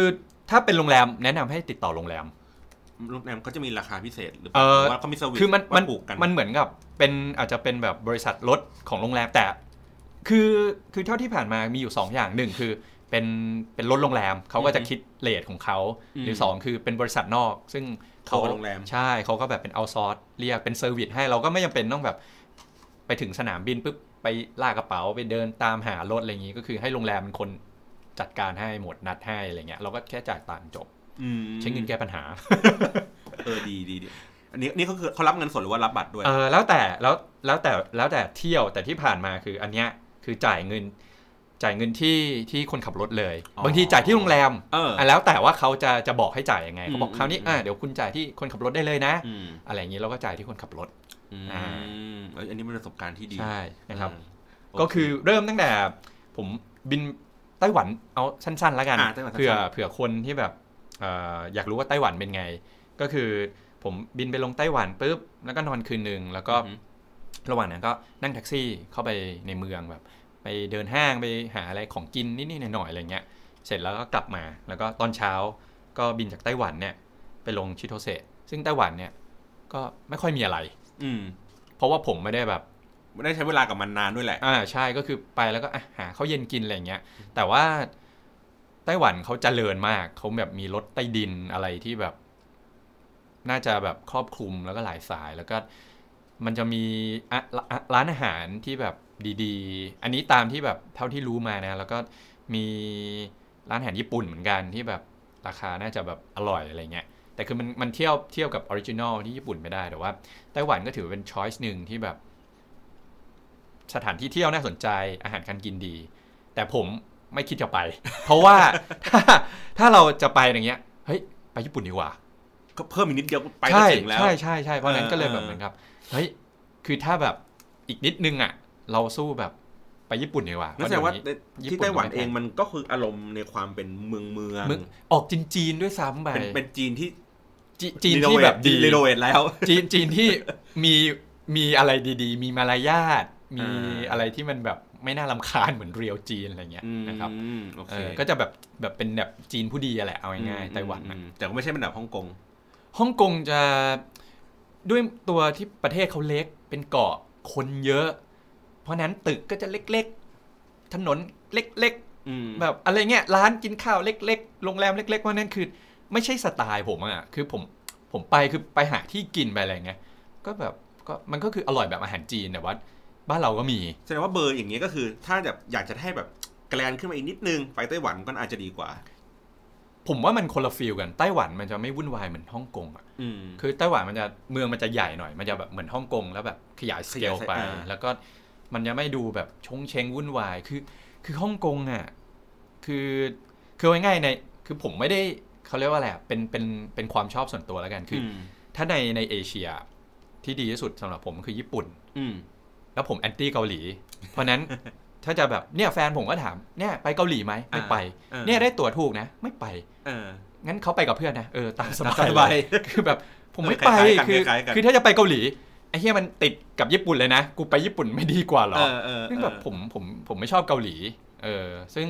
ถ้าเป็นโรงแรมแนะนำให้ติดต่อโรงแรม
โรงแรมก็จะมีราคาพิเศษหรือเป
เอ่
ล่าหรือ
อ
ว่าเขามีเซอร์วิส
คือมัน
ว่า
มัน
ถูกกัน
มันเหมือนกับเป็นอาจจะเป็นแบบบริษัทรถของโรงแรมแต่ คือคือเท่าที่ผ่านมามีอยู่ 2 อย่างหนึ่งคือเป็นเป็นรถโรงแรมเขาก็จะ
อือฮึ
คิดเลทของเขา
อืม
หรือ 2 คือเป็นบริษัทนอก ซึ่ง
เข้ากับโรงแรม
ใช่เขาก็แบบเป็นเอาซอร์สเรียกเป็นเซอร์วิสให้เราก็ไม่จำเป็นต้องแบบ ไปถึงสนามบินปุ๊บไปลากกระเป๋าไปเดินตามหารถอะไรอย่างนี้ก็คือให้โรงแรมเป็นคนจัดการให้หมดนัดให้อะไรเงี้ยเราก็แค่จ่ายตังค์จบ
อืม
ใช้เงินแก้ปัญหา
เออดีดีดีอันนี้นี่เขาคือเขารับเงินสดหรือว่ารับบัตรด้วย
เออแล้วแต่แล้วแล้วแต่แล้วแต่เที่ยวแต่ที่ผ่านมาคืออันเนี้ยคือจ่ายเงิน จ่ายเงินที่ที่คนขับรถเลย
อ๋อบ
างทีจ่ายที่โรงแรม
เอออ่
ะแล้วแต่ว่าเขาจะจะบอกให้จ่ายยังไงเขาบอก
อืม
คราวนี้
อืม
อ่ะเดี๋ยวคุณจ่ายที่คนขับรถได้เลยนะ
อืม
อะไรอย่างนี้เราก็จ่ายที่คนขับรถ
อื
อ่า
มเอ้ยอันนี้เป็นประสบการณ์ที่ดี
ใช่นะครับ
เออ
ก็
โเ
คือเริ่มตั้งแต่ผมบินไต้หวันเอาสั้นๆแล้วกัน
อ่าไต้หวันสั้นๆ
เผื่อเผื่อคนที่แบบเอ่ออยากรู้ว่าไต้หวันเป็นไง ก็คือผมบินไปลงไต้หวันปุ๊บแล้วก็นอนคืนหนึ่งแล้วก็
อืม
ระหว่างนั้นก็นั่งแท็กซี่เข้าไปในเมืองแบบ ไปเดินห้างไปหาอะไรของกินนิดๆหน่อยๆอะไรเงี้ยเสร็จแล้วก็กลับมาแล้วก็ตอนเช้าก็บินจากไต้หวันเนี่ยไปลงชิโทเซะซึ่งไต้หวันเนี่ยก็ไม่ค่อยมีอะไร
อืม
เพราะว่าผมไม่ได้แบบ
ไม่ได้ใช้เวลากับมันนานด้วยแหละ
อ่าใช่ก็คือไปแล้วก็อ่ะหาข้าวเย็นกินอะไรอย่างเงี้ย แต่ว่าไต้หวันเขาเจริญมากเขาแบบมีรถใต้ดินอะไรที่แบบ น่าจะแบบครอบคลุมแล้วก็หลายสายแล้วก็มันจะมีอ่ะร้าร้านอาหารที่แบบดีๆ อันนี้ตามที่แบบเท่าที่รู้มานะ แล้วก็มีร้านอาหารญี่ปุ่นเหมือนกันที่แบบราคาน่าจะแบบอร่อยอะไรเงี้ยแต่คือมันมันเที่ยวเที่ยวกับออริจินอลที่ญี่ปุ่นไม่ได้แต่ว่าไต้หวันก็ถือเป็นช้อยส์หนึ่งที่แบบ สถานที่เที่ยวน่าสนใจอาหารการกินดี แต่ผมไม่คิดจะไป เพราะว่าถ้าถ้าเราจะไปอย่างเงี้ยเฮ้ยไปญี่ปุ่นดีกว่า
ก็เพิ่มอีกนิดเดียวก็ไปก็
ใช่
ถึงแล้ว
ใช่ใช่ใช่เพราะฉะนั้น
เออ
ก็เลยแบ
เอ
บ
อ
เหมือนกับเฮ้ยคือถ้าแบบอีกนิดนึงอ่ะ เราสู้แบบไปญี่ปุ่นดีกว่า
นั่นแสดงว่า
เพระเดี๋ย ญี่ปุ่
ที่
น
ไต้หวันเองมันก็คืออารมณ์ในความเป็นเมืองเมือง
มึงออกจีนจีนๆด้วยซ้ำไป
เป็นเป็นจีนที่
จีจีนที่แบบดี
รีโนเวทแล้ว
จีนจีนที่มีมีอะไรดีๆ มีมารยาทมี
อ่า
อะไรที่มันแบบไม่น่ารำคาญเหมือนเรียวจีนอะไรเงี้ยนะครับ
อืมโอ
เอ
เค
อก็จะแบบแบบเป็นแบบจีนผู้ดีอะแหละเอาง่ายๆไต้หวัน
อื
น่ะ
มแต่ก็ไม่ใช่เป็นแบบฮ่องกง
ฮ่องกงจะด้วยตัวที่ประเทศเขาเล็กเป็นเกาะคนเยอะ เพราะฉะนั้นตึกก็จะเล็กๆ ถนนเล็ก
อืม
ๆ แบบอะไรเงี้ยร้านกินข้าวเล็กๆโรงแรมเล็กๆเพราะฉะนั้นคือไม่ใช่สไตล์ผมอะคือผมผมไปคือไปหาที่กินไปอะไรเงี้ยก็แบบก็มันก็คืออร่อยแบบอาหารจีนแต่ว่าบ้านเราก็มี
แสดงว่าเบอร์อย่างเงี้ยก็คือ ถ้าแบบอยากจะให้แบบแกลนขึ้นมาอีกนิดนึงไปไต้หวันก็อาจจะดีกว่า
ผมว่ามันคนละฟีลกันไต้หวันมันจะไม่วุ่นวายเหมือนฮ่องกงอะ
อืม
คือไต้หวันมันจะเมืองมันจะใหญ่หน่อย มันจะแบบเหมือนฮ่องกงแล้วแบบขยายสเกล
ขยาย
ไป
อ่า
แล้วก็มันจะไม่ดูแบบชงเชงวุ่นวายคือ คือฮ่องกงอ่ะคือคือเอาง่ายๆในคือผมไม่ได้เขาเรียกว่าอะไรอะเป็นเป็นเป็นความชอบส่วนตัวแล้วกันคืออ
ม
ถ้าในในเอเชียที่ดีที่สุดสำหรับผมคือญี่ปุ่น
อืม
แล้วผมแอนตี้เกาหลี เพราะฉะนั้น ถ้าจะแบบเนี่ยแฟนผมก็ถามเนี่ยไปเกาหลีไหมไม่ไป
อ่า
เนี่ยได้ตั๋วถูกนะ ไม่ไป
เออ
งั้นเขาไปกับเพื่อนนะเออตามสบา
ตาม
ย
สบาย
เลยคือแบบผมไม่
เออ
ไป
คล้ายๆกัน
คือ
คล้ายๆกัน
คือถ้าจะไปเกาหลีไอ้เฮียมันติดกับญี่ปุ่นเลยนะ กูไปญี่ปุ่นไม่ดีกว่าเหร
เอ
อ
อเออ
ซึ่งแบบ
เออ
ผมผมผมไม่ชอบเกาหลี เออ ซึ่ง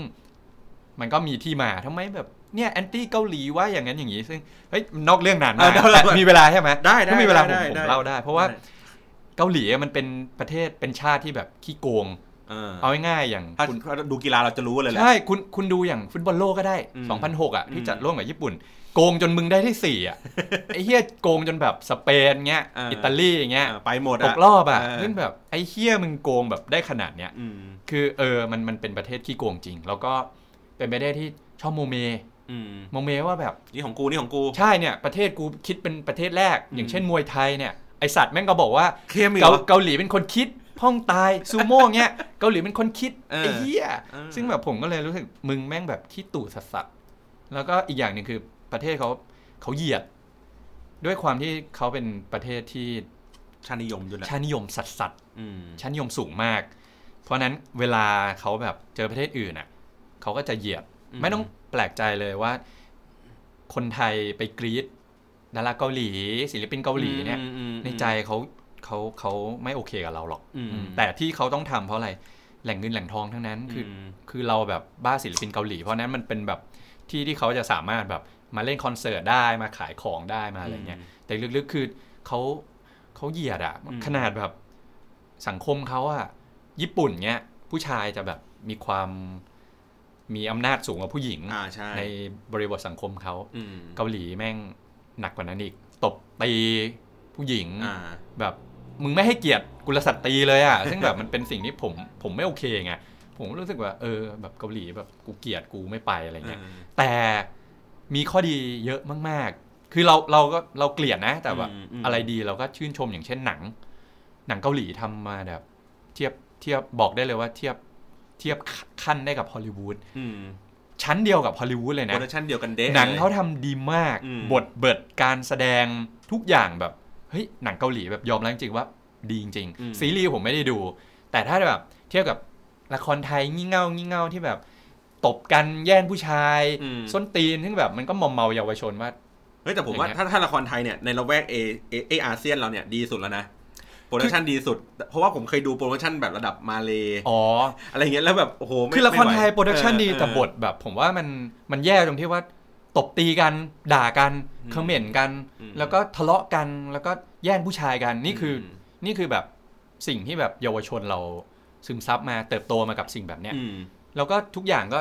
มันก็มีที่มาทำไมแบบเนี่ยแอนตี้เกาหลีว่าอย่างนั้นอย่างนี้ ซึ่งเฮ้ยนอกเรื่องนานมา
เออกได้ได้
แต่มีเวลาใช่ไหม
ได้ได้
ถ้ามีเวลาผม
ได้
ผม
ได้
เล่าได้ เพราะว่า
ได้
เกาหลีมันเป็นประเทศเป็นชาติที่แบบขี้โกง
เออ
เอาง่ายๆอย่าง
ถ้า
คุณ
ถ้าดูกีฬาเราจะรู้เลยแหละ
ใช่คุณคุณดูอย่างฟุตบอลโลกก็ได้
อืม
2006 อ่ะ
อืม
ที่จัดร่วมกับญี่ปุ่น โกงจนมึงได้ที่สี่ อ่ะ ไอ้เฮียโกงจนแบบสเปนเงี้ยอิตาลีเงี้ย
อ่าไปหมด
ต
อ่ะ
กรอบอ่ะ
เออ
ซึ่งแบบไอ้เฮียมึงโกงแบบได้ขนาดเนี้ย
อืม
คือเออ มัน มันเป็นประเทศขี้โกงจริง แล้วก็เป็นไปได้ที่ชอบโมเม
อืม
โมเมว่าแบบ
นี่ของกูนี่ของกู
ใช่เนี่ย ประเทศกูคิดเป็นประเทศแรก
อืม
อย่างเช่นมวยไทยเนี่ย ไอสัตว์แม่งก็บอกว่า
เข้มอีก
เกา
เหรอ
เกาหลีเป็นคนคิดพ้องตายซูโม่เงี้ย เกาหลีเป็นคนคิด
เออ
ไอ้เหี้ย
เออ
ซึ่งแบบผมก็เลยรู้สึกมึงแม่งแบบขี้ตู่สัสสัแล้วก็อีกอย่างหนึ่งคือประเทศเขาเขาเหยียด ด้วยความที่เขาเป็นประเทศที่
ชาตินิยมด้วยแหละ
ชาตินิยมสัสสั
อืม
ชั้นนิยมสูงมาก เพราะฉะนั้นเวลาเขาแบบเจอประเทศอื่นอ่ะเขาก็จะเหยียด ไม่ต้องแปลกใจเลยว่า คนไทยไปกรีดดาราเกาหลี ศิลปินเกาหลีเนี่ย
อืมอืมอืม
ในใจเขาเขาเขาไม่โอเคกับเราหรอก
อืม
อืมแต่ที่เขาต้องทำเพราะอะไรแหล่งเงินแหล่งทองทั้งนั้น คืออ
ม
คือเราแบบบ้าศิลปินเกาหลี เพราะฉะนั้นมันเป็นแบบที่ที่เขาจะสามารถแบบมาเล่นคอนเสิร์ตได้มาขายของได้มาอะไรเงี้ย แต่ลึกๆ คือเขาเขาเหยียดอะ
อืม
ขนาดแบบสังคมเขาอะญี่ปุ่นเนี้ยผู้ชายจะแบบมีความมีอำนาจสูงกว่าผู้หญิง
อ่าใช่
ในบริบทสังคมเขา
อืม
เกาหลีแม่งหนักกว่านั้นอีก ตบตีผู้หญิง
อ่า
แบบมึงไม่ให้เกียรติกุลสตรีเลยอะ ซึ่งแบบมันเป็นสิ่งที่ผมผมไม่โอเคไงผมรู้สึกว่าเออแบบเกาหลีแบบกูเกลียดกูไม่ไปอะไรเงี้ย แต่มีข้อดีเยอะมาก ๆ คือเราเราก็เราเกลียดนะ แต่แบบ
อืมอืม
อะไรดีเราก็ชื่นชมอย่างเช่นหนัง หนังเกาหลีทำมาแบบ เทียบเทียบบอกได้เลยว่าเทียบเทียบขั้นได้กับฮอลลีวูด
อืม
ชั้นเดียวกับฮอลลีวูดเลย
โป
นะ
รดักชันเดียวกันเด้
หนังเขาทำดีมาก
อืม
บทเบิดการแสดงทุกอย่างแบบเฮ้ยหนังเกาหลีแบบยอมรับจริงๆว่าดีจริงๆซีรีส์ผมไม่ได้ดู แต่ถ้าแบบเทียบกับละครไทยงี่เง่างี่เง่าที่แบบตบกันแย่งผู้ชาย
อืม
ส้นตีนซึ่งแบบมันก็มอมเมาเยาวชนว่า
เฮ้ยแต่ผมว่า
อย่างเงี้ย
ถ้าถ้าละครไทยเนี่ยในละแวกเอเออาเซียนเราเนี่ยดีสุดแล้วนะโปรดักชันดีสุด เพราะว่าผมเคยดูโปรดักชันแบบระดับมาเล
อ๋อ
อะไรเงี้ยแล้วแบบโอ้โหไม่
คือละครไทย
ม่หว
โปรดักชัน
เออ
ดี
เออ
แต่บทแบบ ผมว่ามันมันแย่ตรงที่ว่าตบตีกัน ด่ากัน
อืม
เขม่นกัน
อืม
แล้วก็ทะเลาะกันแล้วก็แย่งผู้ชายกันนี่คืออ
ม
นี่คือแบบสิ่งที่แบบเยาวชนเราซึมซับมาเติบโตมากับสิ่งแบบเนี้ย
อืม
แล้วก็ทุกอย่างก็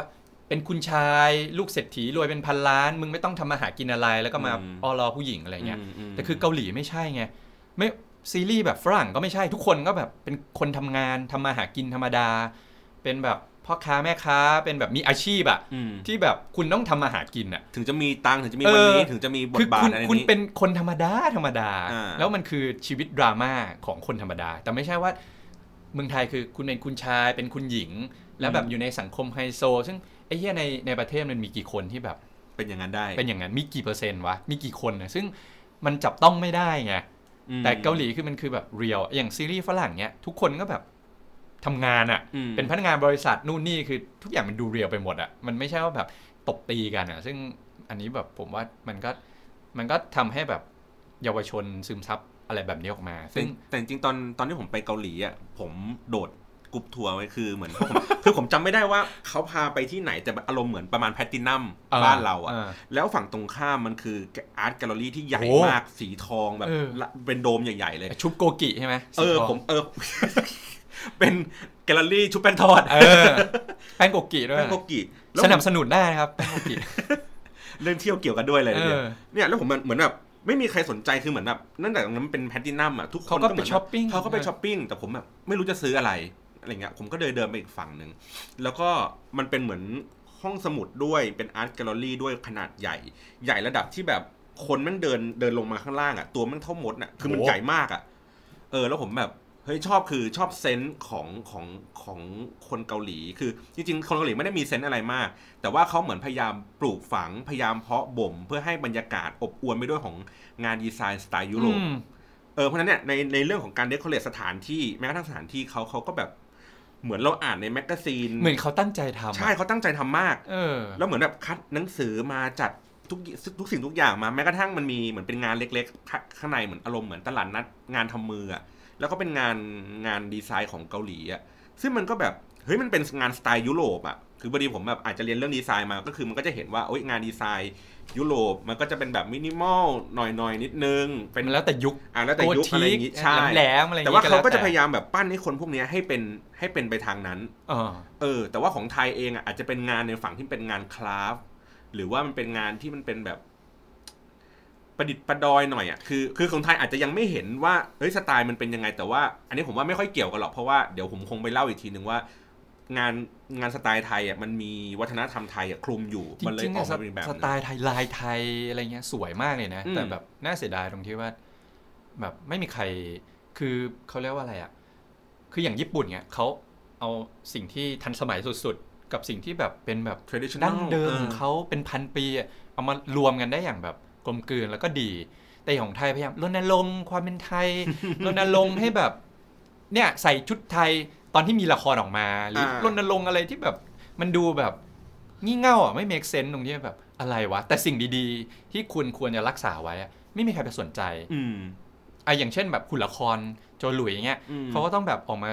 เป็นคุณชายลูกเศรษฐีรวยเป็นพันล้าน มึงไม่ต้องทำมาหากินอะไร แล้วก็มา
อืม
อ้อรอผู้หญิงอะไรเงี้ย
มม
แต่คือเกาหลีไม่ใช่ไงไม่ซีรีส์แบบฝรั่งก็ไม่ใช่ทุกคนก็แบบเป็นคนทำงานทำมาหากินธรรมดา เป็นแบบพ่อค้าแม่ค้าเป็นแบบมีอาชีพอะ
อืม
ที่แบบคุณต้องทำมาหากินอะ
ถึงจะมีตังค์ถึงจะมีวันนี้
เออ
ถึงจะมีบท
คื
บาท
คุณ
อะไร
คุณ
นี้
เป็นคนธรรมดาธรรมดา
อ่า
แล้วมันคือชีวิตดราม่าของคนธรรมดา แต่ไม่ใช่ว่าเมืองไทยคือคุณเป็นคุณชายเป็นคุณหญิง แล้วแบบอยู่ในสังคมไฮโซ ซึ่งไอ้เหี้ยในในประเทศมันมีกี่คนที่แบบ
เป็นอย่างนั้นได้
เป็นอย่างนั้นมีกี่เปอร์เซ็นต์วะมีกี่คนนะซึ่งมันจับต้องไม่ได้ไง
อืม
แต่เกาหลีคือมันคือแบบเรียลอย่างซีรีส์ฝรั่งเนี้ยทุกคนก็แบบทำงานอะ่ะ
อืม
เป็นพนักงานบริษัทนู่นนี่คือทุกอย่างมันดูเรียลไปหมดอะ่ะมันไม่ใช่ว่าแบบตบตีกันอะ่ะ ซึ่งอันนี้แบบผมว่ามันก็มันก็ทำให้แบบเยาวชนซึมซับอะไรแบบนี้ออกมา
แต่
ซึ่ง
แต่จริงๆตอนตอนที่ผมไปเกาหลีอ่ะผมโดดกรุ๊ปทัวร์ไว้คือเหมือน ผมคือผมจำไม่ได้ว่าเขาพาไปที่ไหนแต่อารมณ์เหมือนประมาณแพลตตินัม
อ่า
บ้านเราอ่ะ
อ่า
แล้วฝั่งตรงข้ามมันคืออาร์ตแกลเลอรี่ที่ใหญ่
โอ้
มากสีทองแบบ
เออ
ละเป็นโดมใหญ่ ๆ เลย
ชุบโกกิใช่ไหม
เอ
สี
อ
ทง
ผมเอ อ เป็นแกลเลอรี่ชุบแป้งทอด
เอ อแป้งโกกิด้วย
แป้งโกกิแล้วผ
ส
ม
นับสนุนได้นะครับแป้งโกกิ
เรื่องเที่ยวเกี่ยวกันด้วยเลยนะเนี่ย
เออ
เนี่ยแล้วผมมันเหมือนแบบไม่มีใครสนใจคือเหมือนแบบนั่นแต่นั้นมันเป็นแพลตตินัมอ่ะทุกคน
เขาก็
เห
ไป
มืนแบบ
ช้อปปิ้ง
เขาก็ไปช้อปปิ้งแต่ผมแบบไม่รู้จะซื้ออะไรอะไรเงี้ยผมก็เดินเดินไปอีกฝั่งหนึ่ง แล้วก็มันเป็นเหมือนห้องสมุดด้วยเป็นอาร์ตแกลเลอรี่ด้วยขนาดใหญ่ ใหญ่ระดับที่แบบคนแม่งเดินเดินลงมาข้างล่างอะ่ะตัวแม่งเท่ามดน่ะคือมัน
โอ้
ใหญ่มากอะ่ะเออแล้วผมแบบเฮ้ยชอบคือชอบเซนส์ของของของคนเกาหลี คือจริงๆคนเกาหลีไม่ได้มีเซนส์อะไรมาก แต่ว่าเขาเหมือนพยายามปลูกฝังพยายามเพาะบ่ม เพื่อให้บรรยากาศอบอวลไปด้วยของงานดีไซน์สไตล์ยุโรป
อืม
เออเพราะฉะนั้นเนี่ยในในเรื่องของการเดคอเรทสถานที่แม้กระทั่งสถานที่เขาเขาก็แบบ เหมือนเราอ่านในแมกกาซีน
เหมือนเขาตั้งใจทำอะ
ใช่เขาตั้งใจทำมาก
เออ
แล้วเหมือนแบบคัดหนังสือมาจัดทุกทุกสิ่งทุกอย่างมาแม้กระทั่งมันมีเหมือนเป็นงานเล็กๆข้าข้างในเหมือนอารมณ์เหมือนตลาดนัดงานทำมืออะแล้วก็เป็นงานงานดีไซน์ของเกาหลีอะซึ่งมันก็แบบเฮ้ยมันเป็นงานสไตล์ยุโรปอะคือพอดีผมแบบอาจจะเรียนเรื่องดีไซน์มาก็คือมันก็จะเห็นว่าโอ๊ยงานดีไซน์ยุโรปมันก็จะเป็นแบบมินิมอลหน่อยๆนิดนึงเป็
เป็น
น
แล้วแต่ยุค
อ่ะแล้วแต่ยุคอะไรอย่างงี้
โกธิก
ใช่
แหลมๆอะไรอย่ง
แต่
งี้
ว่าเขาก็จะ
แล้
พยายามแบบปั้นให้คนพวกเนี้ยให้เป็นให้เป็นไปทางนั้น
เออ
เออแต่ว่าของไทยเองอ่ะอาจจะเป็นงานในฝั่งที่เป็นงานคราฟต์หรือว่ามันเป็นงานที่มันเป็นแบบ ประดิษฐ์ประดอยหน่อยอ่ะคือคือของไทยอาจจะยังไม่เห็นว่าเฮ้ยสไตล์มันเป็นยังไง แต่ว่า อันนี้ผมว่าไม่ค่อยเกี่ยวกันหรอกเพราะว่าเดี๋ยวผมคงไปเล่าอีกทีนึงว่า งานงานสไตล์ไทยอ่ะมันมีวัฒนธรรมไทยอ่ะคลุมอยู่
จ
มันเลย
ริงๆ
ออ
อะ
ก
ส
มาเป็นแบบ
ส
นั้น
ไตล์ไทยลายไทยอะไรเงี้ยสวยมากเลยนะ
อืม
แต่แบบน่าเสียดายตรงที่ว่า แบบไม่มีใครคือเขาเรียกว่าอะไรอ่ะ คืออย่างญี่ปุ่นเนี่ยเขาเอาสิ่งที่ทันสมัยสุดๆ กับสิ่งที่แบบเป็นแบบ
traditional
ดั้งเดิ
อ
ม
อ
ของเขาเป็นพันปีอะเอามารวมกันได้อย่างแบบกลมกลืนแล้วก็ดี แต่ของไทยพยายามรณรงค์ความเป็นไท ย รณรงค์ให้แบบ เนี่ยใส่ชุดไทยตอนที่มีละครออกมา หรือ
อ่าร ร
ณรงค์อะไรที่แบบ มันดูแบบงี่เง่าอ่ะไม่ make sense ตรงที่แบบอะไรวะ แต่สิ่งดีๆ ที่ควรควรจะรักษาไว้อะไม่มีใครไปสนใจ
อืม
อ่ะอย่างเช่นแบบหุ่นละครโจหลุยอย่างเงี้ย
อืม
เขาก็ต้องแบบออกมา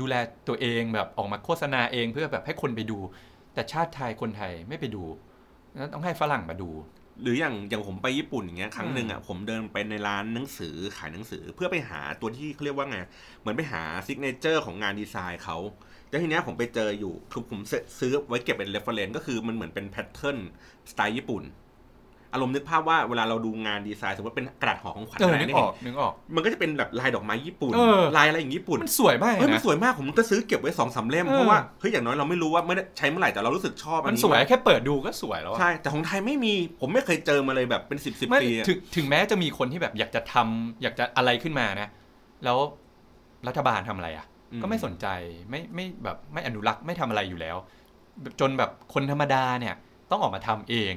ดูแลตัวเองแบบออกมาโฆษณาเองเพื่อแบบให้คนไปดู แต่ชาติไทยคนไทยไม่ไปดูนั้นต้องให้ฝรั่งมาดู
หรืออย่างอย่างผมไปญี่ปุ่นอย่างเงี้ยครั้งหนึ่งอ่ะผมเดินไปในร้านหนังสือขายหนังสือเพื่อไปหาตัวที่เขาเรียกว่าไง เหมือนไปหาซิกเนเจอร์ของงานดีไซน์เขาแล้วทีเนี้ยผมไปเจออยู่ คือผมซื้อซื้อไว้เก็บเป็นเรฟเฟรนซ์ก็คือมันเหมือนเป็นแพทเทิร์นสไตล์ญี่ปุ่น อารมณ์นึกภาพว่าเวลาเราดูงานดีไซน์สมมติเป็นกระดาษห่อของขวัญ
เออ
ไร
นึก
เนี่ย
ออก นึกออก
มันก็จะเป็นแบบลายดอกไม้ญี่ปุ่น
เออ
ลายอะไรอย่างญี่ปุ่น
มันสวยมากเล
เฮ้
ย
ยมัน
นะ
สวยมากผมก็ซื้อเก็บไว้สองสามเล่ม
เออ
เพราะว่าเฮ้ยอย่างน้อยเราไม่รู้ว่าไม่ได้ใช้เมื่อไหร่แต่เรารู้สึกชอบอั
มัน น
นี้
สวยแค่เปิดดูก็สวยแล้วอะ
ใช่แต่ของไทยไม่มีผมไม่เคยเจอมาเลยแบบเป็นสิบสิบ
ไม่
ปีอะ
ถึงถึงแม้จะมีคนที่แบบอยากจะทำอยากจะอะไรขึ้นมานะ แล้วรัฐบาลทำอะไรอ่ะ
อืม
ก็ไม่สนใจไม่ไม่แบบไม่อนุรักษ์ไม่ทำอะไรอยู่แล้ว จนแบบคนธรรมดาเนี่ย ต้องออกมาทำเอง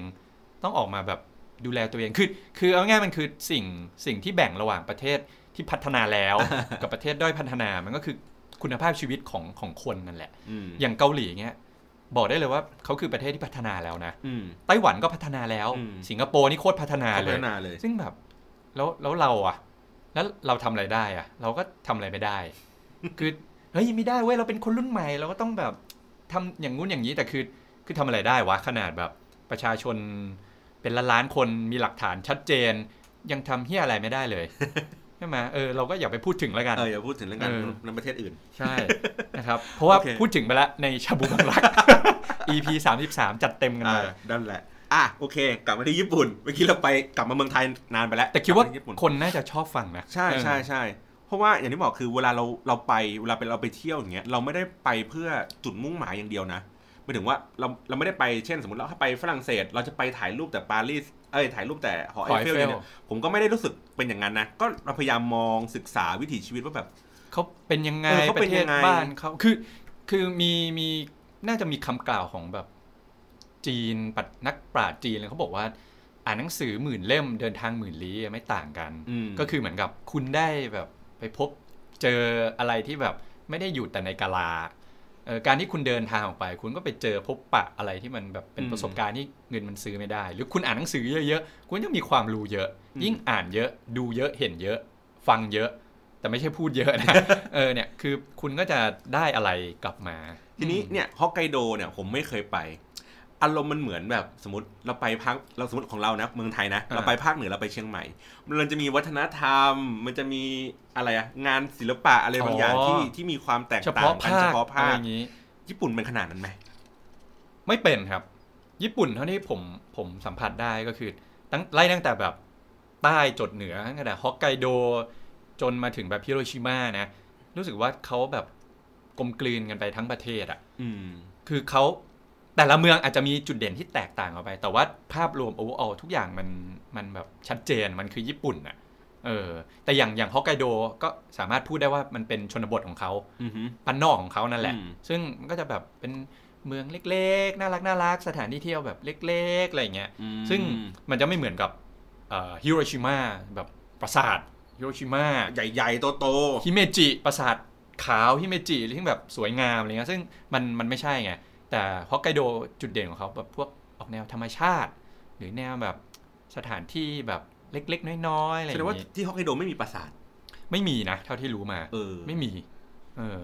ต้องออกมาแบบดูแลตัวเองคือคือเอาง่ายๆมันคือสิ่งสิ่งที่แบ่งระหว่างประเทศที่พัฒนาแล้ว กับประเทศด้อยพัฒนามันก็คือคุณภาพชีวิตของของคนนั่นแหละ
อืม
อย่างเกาหลีเงี้ยบอกได้เลยว่าเขาคือประเทศที่พัฒนาแล้วนะ
อืม
ไต้หวันก็พัฒนาแล้ว
อืม
สิงคโปร์นี่โคตรพัฒนา
เขา
เล
พั
ย
ฒนาเลย
ซึ่งแบบแล้วแล้วเราอะแล้วเราทำอะไรได้อะเราก็ทำอะไรไม่ได้ คือเฮ้ยไม่ได้เว้ยเราเป็นคนรุ่นใหม่เราก็ต้องแบบทำอย่างงู้นอย่างนี้แต่คือคือทำอะไรได้วะขนาดแบบประชาชนเป็นล้านล้านๆคนมีหลักฐานชัดเจน ยังทำเฮียอะไรไม่ได้เลย ใช่ไหมเออเราก็อย่าไปพูดถึงแล้วกัน
เอออย่าพูดถึงเรื่องการ
เออ
นำประเทศอื่น
ใช่นะครับ เพราะว่า
โอเค
พูดถึงไปแล้วในชาบูบังรัก EP 33 จัดเต็มกัน
อ่า
ไป
นั่นแหละ อ่ะโอเค กลับมาที่ญี่ปุ่น เมื่อกี้เราไปกลับมาเมืองไทยนานไปแล้ว
แต่คิดว่าก
ลับมที่ญี่ปุ่น
คนน่าจะชอบฟังนะ
ใช่ใช่ใช่เพราะว่าอย่างที่บอกคือเวลาเราเราไปเวลาไปเราไปเที่ยวอย่างเงี้ยเราไม่ได้ไปเพื่อจุดมุ่งหมายอย่างเดียวนะหมายถึงว่าเราเราไม่ได้ไปเช่นสมมติเราถ้าไปฝรั่งเศส เราจะไปถ่ายรูปแต่ปารีสเอ้ยถ่ายรูปแต่หอ
เออ
ไอ
ขอไอ
เฟ
เฟ
ล
ล
เนี่ยผมก็ไม่ได้รู้สึกเป็นอย่างนั้นนะก็เราพยายามมองศึกษาวิถีชีวิตว่าแบบ
เขาเป็นยังไง
เออเขา
ป
เป็น
ระเท
ยั
ศ
งไง
บ้านเขาคือคือมีมีน่าจะมีคำกล่าวของแบบจีนปัดนักปราชญ์จีนเลยเขาบอกว่า อ่านหนังสือหมื่นเล่มเดินทางหมื่นลี้ไม่ต่างกัน
อืม
ก็คือเหมือนกับคุณได้แบบไปพบเจออะไรที่แบบไม่ได้อยู่แต่ในกาลาเอ่อการที่คุณเดินทางออกไป คุณก็ไปเจอพบปะอะไรที่มันแบบเป็น
อืม
ประสบการณ์ที่เงินมันซื้อไม่ได้ หรือคุณอ่านหนังสือเยอะๆคุณจะมีความรู้เยอะ
อืม
ยิ่งอ่านเยอะดูเยอะเห็นเยอะ ฟังเยอะ แต่ไม่ใช่พูดเยอะนะ เออเนี่ยคือคุณก็จะได้อะไรกลับมา
ทีนี้
อืม
เนี่ยฮอกไกโดเนี่ยผมไม่เคยไป อารมณ์มันเหมือนแบบสมมติเราไปภาคเราสมมติของเรานะเมืองไทยนะ
อ่า
เราไปภาคเหนือเราไปเชียงใหม่ มันจะมีวัฒนธรรม มันจะมีอะไรอะงานศิลปะอะไรบางอย่างที่ที่มีความแตก
เฉ
ต่า
พาะ
งกัน
ภา
เฉ
ค
พาะ
อะ
ภาค
ไรอย่างนี้
ญี่ปุ่นเป็นขนาดนั้นไหม
ไม่เป็นครับ ญี่ปุ่นเท่าที่ผมผมสัมผัสได้ก็คือตั้งไล่ตั้งแต่แบบใต้จดเหนือตั้งแต่ฮอกไกโด จนมาถึงแบบฮิโรชิมานะ รู้สึกว่าเขาแบบกลมกลืนกันไปทั้งประเทศอะ่ะ
อืม
คือเขาแต่ละเมืองอาจจะมีจุดเด่นที่แตกต่างออกไป แต่ว่าภาพรวมโอเวอร์อทุกอย่างมันมันแบบชัดเจนมันคือญี่ปุ่นอ่ะเออแต่อย่างอย่างฮอกไกโดก็สามารถพูดได้ว่ามันเป็นชนบทของเขา
อือหือ
ปันนอกของเขานั่นแหละ
อืม
ซึ่งมันก็จะแบบเป็นเมืองเล็กๆ น่ารักน่ารักสถานที่เที่ยวแบบเล็กๆ อะไรอย่างเงี้ย
อืม
ซึ่งมันจะไม่เหมือนกับฮิโรชิมาแบบปราสาทฮิโรชิมา
ใหญ่ๆโต
ฮิเมจิปราสาท ขาวฮิเมจิหรือที่แบบสวยงามอะไรเงี้ยซึ่งมันมันไม่ใช่ไง แต่ฮอกไกโดจุดเด่นของเขาแบบพวกออกแนวธรรมชาติ หรือแนวแบบสถานที่แบบเล็กๆ น้อยๆอะไรอ
แสด
ย่า
ง
ง
ว่า
งี้
ที่ฮอกไกโดไม่มีปราสาท
ไม่มีนะ เท่าที่รู้มา
เออ
ไม่มี เออ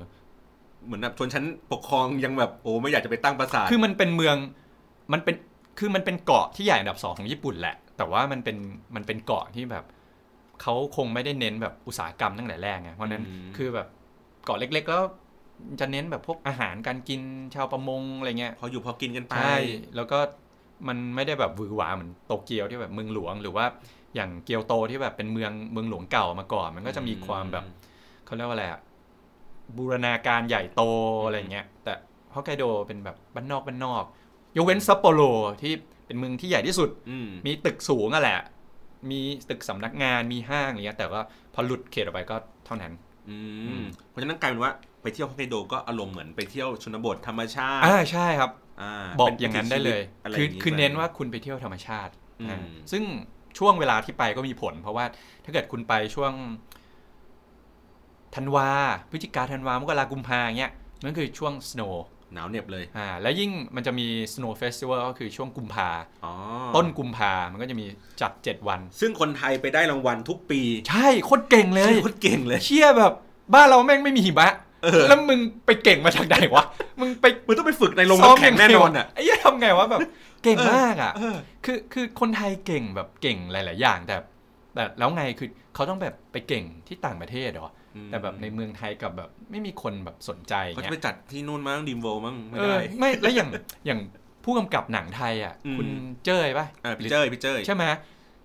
เหมือนแบบชนชั้นปกครองยังแบบโอ้ไม่อยากจะไปตั้งปราสาท
คือมันเป็นเมืองมันเป็นคือมันเป็นเกาะที่ใหญ่อันดับสองของญี่ปุ่นแหละ แต่ว่ามันเป็นมันเป็นเกาะที่แบบเขาคงไม่ได้เน้นแบบอุตสาหกรรมตั้งแต่แรกไงเพราะฉะนั้น
อืม
คือแบบเกาะเล็ก ๆ แล้วจะเน้นแบบพวกอาหารการกินชาวประมงอะไรเงี้ย
พออยู่พอกินกันไป
ใช่แล้วก็มันไม่ได้แบบหวือหวาเหมือนโตเกียวที่แบบเมืองหลวง หรือว่าอย่างเกียวโตที่แบบเป็นเมืองเมืองหลวงเก่ามาก่อน มันก็จะมีความแบบ เขาเรียกว่าอะไรอะบูรณาการใหญ่โตอะไรอย่างเงี้ย แต่ฮอกไกโดเป็นแบบบ้านนอกบ้านนอก ยกเว้นซัปโปโรที่เป็นเมืองที่ใหญ่ที่สุด
อืม
มีตึกสูงอะแหละ มีตึกสำนักงานมีห้างอะไรเงี้ย แต่ว่าพอหลุดเขตออกไปก็เท่านั้น
อื
อื
ม
ม
เพราะฉะนั้นกลายเป็นว่าไปเที่ยวฮอกไกโดก็อารมณ์เหมือนไปเที่ยวชนบทธรรมชาติ
อ่าใช่ครับ
อ่า
บอก
ป็
อย่างนั้น
วิถี
ได้เลย
ชีวิตะไร
คือย่าง
งี้
คือ
ไป
เน้นว่าคุณไปเที่ยวธรรมชาติ
อืม
อ่าซึ่งช่วงเวลาที่ไปก็มีผล เพราะว่าถ้าเกิดคุณไปช่วงธันวาพฤศจิกาธันวามกรากุมภาเงี้ยมันคือช่วง snow
หนาวเหน็บเลย
อ่าแล้วยิ่งมันจะมี Snow Festival ก็คือช่วงกุมภา
อ๋อ
ต้นกุมภามันก็จะมีจัด 7 วัน
ซึ่งคนไทยไปได้รางวัลทุกปี
ใช่โคตรเก่งเลย
ซึ่งโคตรเก่งเลย
เชี่ยแบบ บ้านเราแม่งไม่มีหิมะ
เออ
แล้วมึงไปเก่งมาจากไหนวะ มึงไป
มันต้องไปฝึกในโรงน้ำแข็งแน่นอนอ่ะ
ไอ้เหี้ยทำไงวะแบบ เก่งมากอ่ะ
เออ
คือคือคนไทยเก่งแบบเก่งหลาย ๆ อย่างแต่แต่แล้วไงคือเขาต้องแบบไปเก่งที่ต่างประเทศเหรอแต่แบบในเมืองไทยกับแบบไม่มีคนแบบสนใจ
เขา
เงี้
จะ
ย
ไปจัดที่นู่นมั้งดิมโวมั้งไม่
เออ
ได้
ไม่แล้วอย่างอย่างผู้กำกับหนังไทยอ่ะ
อืม
คุณเจ้ยป่ะ
เออ
หรื
พี่เจ้ยพี่เจ้ย
ใช่ไหม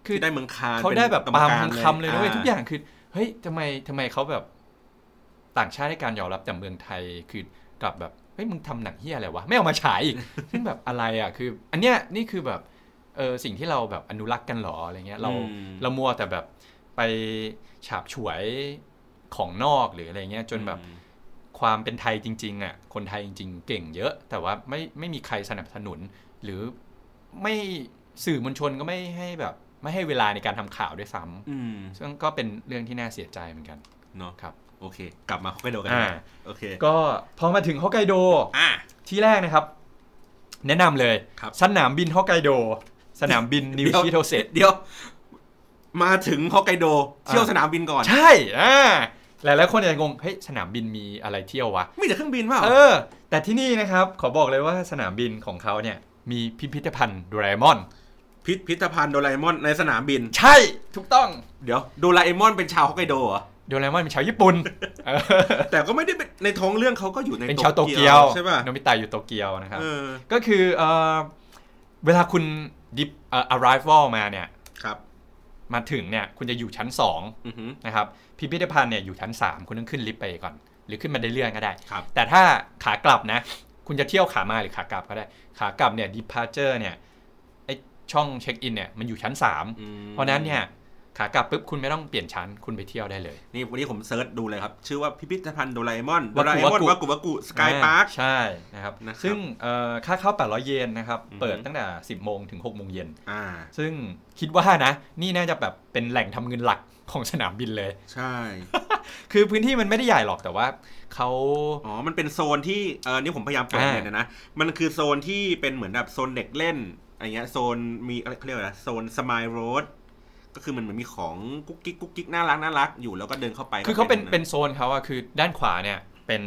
คือ
ที่ได้เมืองคาน
เขาได้แบบ
ป็น
ปาล์ม
กรร
ทอง
ร
คำเลยนะเว้ยทุกอย่างคือเฮ้ยทำไมทำไมเขาแบบต่างชาติให้การยอมรับแต่เมืองไทยคือกลับแบบเฮ้ยมึงทำหนังเฮียอะไรวะไม่เอามาฉาย อีก ซึ่งแบบอะไรอ่ะคือ อันเนี้ยนี่คือแบบเออสิ่งที่เราแบบอนุรักษ์กันหรออะไรเงี้ยเรา
อืม
เรามัวแต่แบบไปฉาบฉวยของนอกหรืออะไรเงี้ยจนแบบ ความเป็นไทยจริง ๆอ่ะคนไทยจริง ๆ เก่งเยอะ แต่ว่าไม่ไม่มีใครสนับสนุน หรือไม่สื่อมวลชนก็ไม่ให้แบบ ไม่ให้เวลาในการทำข่าวด้วยซ้ำ
อืม
ซึ่งก็เป็นเรื่องที่น่าเสียใจเหมือนกัน
เนาะ
ครับ
โอเค กลับมาฮอกไกโดกัน
อ่า
นะโอเค
ก็พอมาถึงฮอกไกโด
อ่ะ
ที่แรกนะครับ แนะนำเลย
ครับ
สนามบินฮอกไกโดสนามบิน นิวชิโตเซะ
เดี๋ยว มาถึงฮอกไกโด เที่ยว
อ่า
สนามบินก่อน
ใช่อ่าหลายๆคนอาจจะงงเฮ้ยสนามบินมีอะไรเที่ยววะ
มีแต่เครื่องบินเปล่า
เออ แต่ที่นี่นะครับขอบอกเลยว่าสนามบินของเขาเนี่ยมีพิพิธภัณฑ์โดราเอมอน
พิพิธภัณฑ์โดราเอมอนในสนามบิน
ใช่ถูกต้อง
เดี๋ยวโดราเอมอนเป็นชาวฮอกไกโดเหรอ
โดราเอมอนเป็นชาวญี่ปุ่ นเออ
แต่ก็ไม่ได้เป็นในท้องเรื่องเขาก็อยู่ใน
เป็นชาวโตเกียว
ใช่ป่ะ
โนมิตะอยู่โตเกียวนะครับ
เออ
ก็คือเอ่อเวลาคุณดิฟเอ่อ arrival มาเนี่ย
ครับ
มาถึงเนี่ยคุณจะอยู่ชั้น
อือหือ
2 นะครับ พิพิธภัณฑ์เนี่ยอยู่ชั้น 3 คุณต้องขึ้นลิฟต์ไปก่อน หรือขึ้นมาได้เรื่อยๆก็ได้
ครับ
แต่ถ้าขากลับนะ คุณจะเที่ยวขามาหรือขากลับก็ได้ ขากลับเนี่ย departure เนี่ยไอช่องเช็คอินเนี่ยมันอยู่ชั้น 3
อืม
เพราะฉะนั้นเนี่ยขากลับปุ๊บคุณไม่ต้องเปลี่ยนชั้นคุณไปเที่ยวได้เลย
นี่วันนี้ผมเซิร์ชดูเลยครับ ชื่อว่าพิพิธภัณฑ์โดราเอมอนโด
วากุ
ราเอมอนวาว
ากุ
กุวากุสกายพาร์ค
อ่ใช่นะครับ
นะครับ
ซึ่งเอ่อค่าเข้า 800 เยนนะครับ
อือฮึ
เปิดตั้งแต่ 10 โมงถึง 6 โมงเย็น
อ่า
ซึ่งคิดว่านะ นี่น่าจะแบบเป็นแหล่งทำเงินหลักของสนามบินเลย
ใช่
คือพื้นที่มันไม่ได้ใหญ่หรอกแต่ว่าเขา
อ๋อ มันเป็นโซนที่ เออนี่ผมพยายามเปิด
อ่า
เนี่ยนะนะ มันคือโซนที่เป็นเหมือนแบบโซนเด็กเล่นอะไรเงี้ย โซนมีอะไรเขาเรียกว่าอะไรโซนสมายโรด ก็คือมันเหมือนมีของกุ๊กกิ๊กกุ๊กกิ๊กน่ารักน่ารักอยู่แล้วก็เดินเข้าไป
คือเขาเป็น
ะ
เป็นโซนเขาอะคือด้านขวาเนี่ยเป็น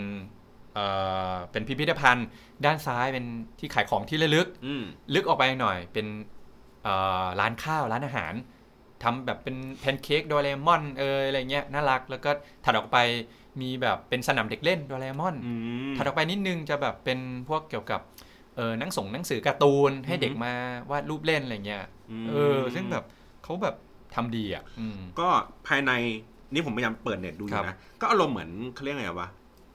เอ่อเป็นพิพิธภัณฑ์ ด้านซ้ายเป็นที่ขายของที่ระลึก
อืม
ลึกออกไปหน่อยเป็นเอ่อร้านข้าวร้านอาหารทำแบบเป็นแพนเค้กโดเรมอนเอยอะไรเงี้ยน่ารักแล้วก็ถัดออกไปมีแบบเป็นสนามเด็กเล่นโดเรมอน
อืม
ถัดออกไปนิดนึงจะแบบเป็นพวกเกี่ยวกับเออหนังส่งหนังสือการ์ตูนให้เด็ก
อือฮึ
มาวาดรูปเล่นอะไรเงี้ย
ม
เออซึ่งแบบเขาแบบทำดีอ่ะอืม
ก็ภายใน นี่ผมพยายามเปิดเน็ตดูอยู่นะ ก็อารมณ์เหมือนเขาเรียกไงวะ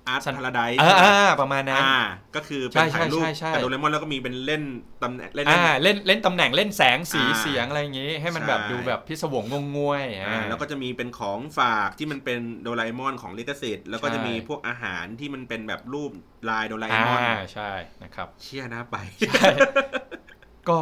อาร์ต
สัน
พาราได
เอออ่าประมาณนั้น
อ่าก็คือเป็น
ใช่
ถ่ายรูป
ใช่ใช่
กับโดเรมอนแล้วก็มีเป็นเล่นตำแหน่งเล่น
อ่าเล่นเล่นตำแหน่งเล่นแสงสี
อ่า
เสียงอะไรอย่างงี้ ให้มันแบบ
ใช่
ดูแบบพิศวงงงงวยอ่า
อ่าแล้วก็จะมีเป็นของฝากที่มันเป็นโดเรมอนของลิขสิทธิ์แล้วก็
ใช่
จะมีพวกอาหารที่มันเป็นแบบรูปลายโดเร
อ่าม
อน
ใช่นะครับ
เชี่ยนะไป
ก็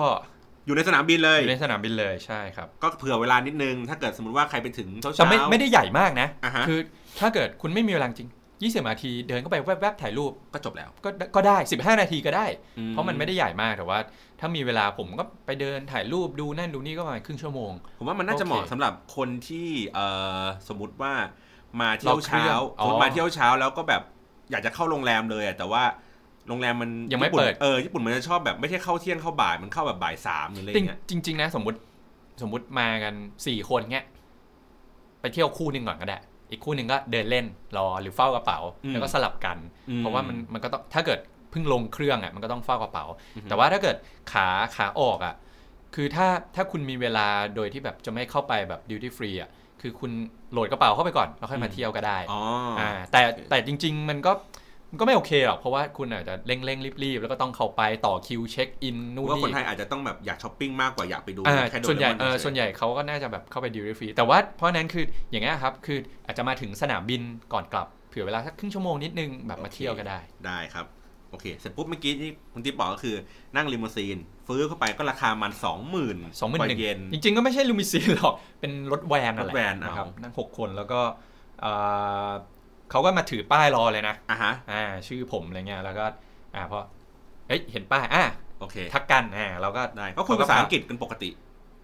อยู่ในสนามบินเล
อย ยู่ในสนามบินเลยใช่ครับ
ก็เผื่อเวลานิดนึง ถ้าเกิดสมมติว่าใครไปถึงเช้า
แต่ไม่
เช้า
ไม่ได้ใหญ่มากนะ
อ่าฮะ
คือถ้าเกิดคุณไม่มีเวลาจริง ยี่สิบนาทีเดินเข้าไปแวบๆถ่ายรูป
ก็จบแล้ว
ก็ก็ได้สิบห้านาทีก็ได้
อื
เพราะมันไม่ได้ใหญ่มากแต่ว่า ถ้ามีเวลาผมก็ไปเดินถ่ายรูปดูนั่นดูนี่ก็ประมาณครึ่งชั่วโมง
ผมว่ามันน่าจะเหมาะ
โอเค
สำหรับคนที่เอ่อสมมติว่ามาเที่ยว
เราเครี
เช้าย
ดอ๋อ
คนมาเที่ยวเช้าแล้วก็แบบอยากจะเข้าโรงแรมเลยอะแต่ว่าโรงแรมมัน
ยังไม่
ญี่ปุ่น
เปิด
เออญี่ปุ่นมันจะชอบแบบไม่ใช่เข้าเที่ยงเข้าบ่ายมันเข้าแบบบ่ายสามหรืออะไรเงี้ย
จริงจริง ๆ นะ สมมติสมมติมากันสี่คนเงี้ยไปเที่ยวคู่หนึ่งก่อนก็ได้ อีกคู่หนึ่งก็เดินเล่นรอหรือเฝ้ากระเป๋าแล้วก็สลับกัน
อื
เพราะว่ามันมันก็ต้องถ้าเกิดเพิ่งลงเครื่องอ่ะมันก็ต้องเฝ้ากระเป๋า
อือฮึ
แต่ว่าถ้าเกิดขาขาออกอ่ะคือถ้าถ้าคุณมีเวลาโดยที่แบบจะไม่เข้าไปแบบดิวตี้ฟรีอ่ะคือคุณโหลดกระเป๋าเข้าไปก่อนแล้วค่อยมาเที่ยวก็ได้
อ๋ออ่
าแต่แต่จริง ๆ มันก็มันก็ไม่โอเคหรอกเพราะว่าคุณอาจจะเร่งเร่งๆรีบๆ แล้วก็ต้องเข้าไปต่อคิวเช็คอินนู่น
ว่า
นี่
คนไทยอาจจะต้องแบบอยากช้อปปิ้งมากกว่าอยากไปดู
อ่า
แค่โด
ส่วนใหญ่
เรม
เออ
ฉยๆ
ส่วนใหญ่เขาก็น่าจะแบบเข้าไปดิวฟรีแต่ว่าเพราะนั้นคืออย่างเงี้ยครับ คืออาจจะมาถึงสนามบินก่อนกลับเผื่อเวลาสักครึ่งชั่วโมงนิดนึงแบบมาเที่ยวก็ได้
ได้ครับ โอเค เสร็จปุ๊บเมื่อกี้ที่คุณติ๊บบอกก็คือนั่งลิมูซีน ฟื้อเข้าไปก็ราคามันสองหมื่น
สองหมื่นหนึ่ง
เยน
จริงๆก็ไม่ใช่ลูมิซีหรอก เป็นรถแวนอะไร
รถแวนนะครับ
เอานั่งหกคนแล้วก็เอ่อเขาก็มาถือป้ายรอเลยนะ
อ่ะฮะ
อ่าชื่อผมอะไรเงี้ยแล้วก็อ่าพอเอ้ยเห็นป้ายอ่ะ
โอเค
ทักกันอ่าเราก็
ได้ก็คุยภาษาอังกฤษกันปกติ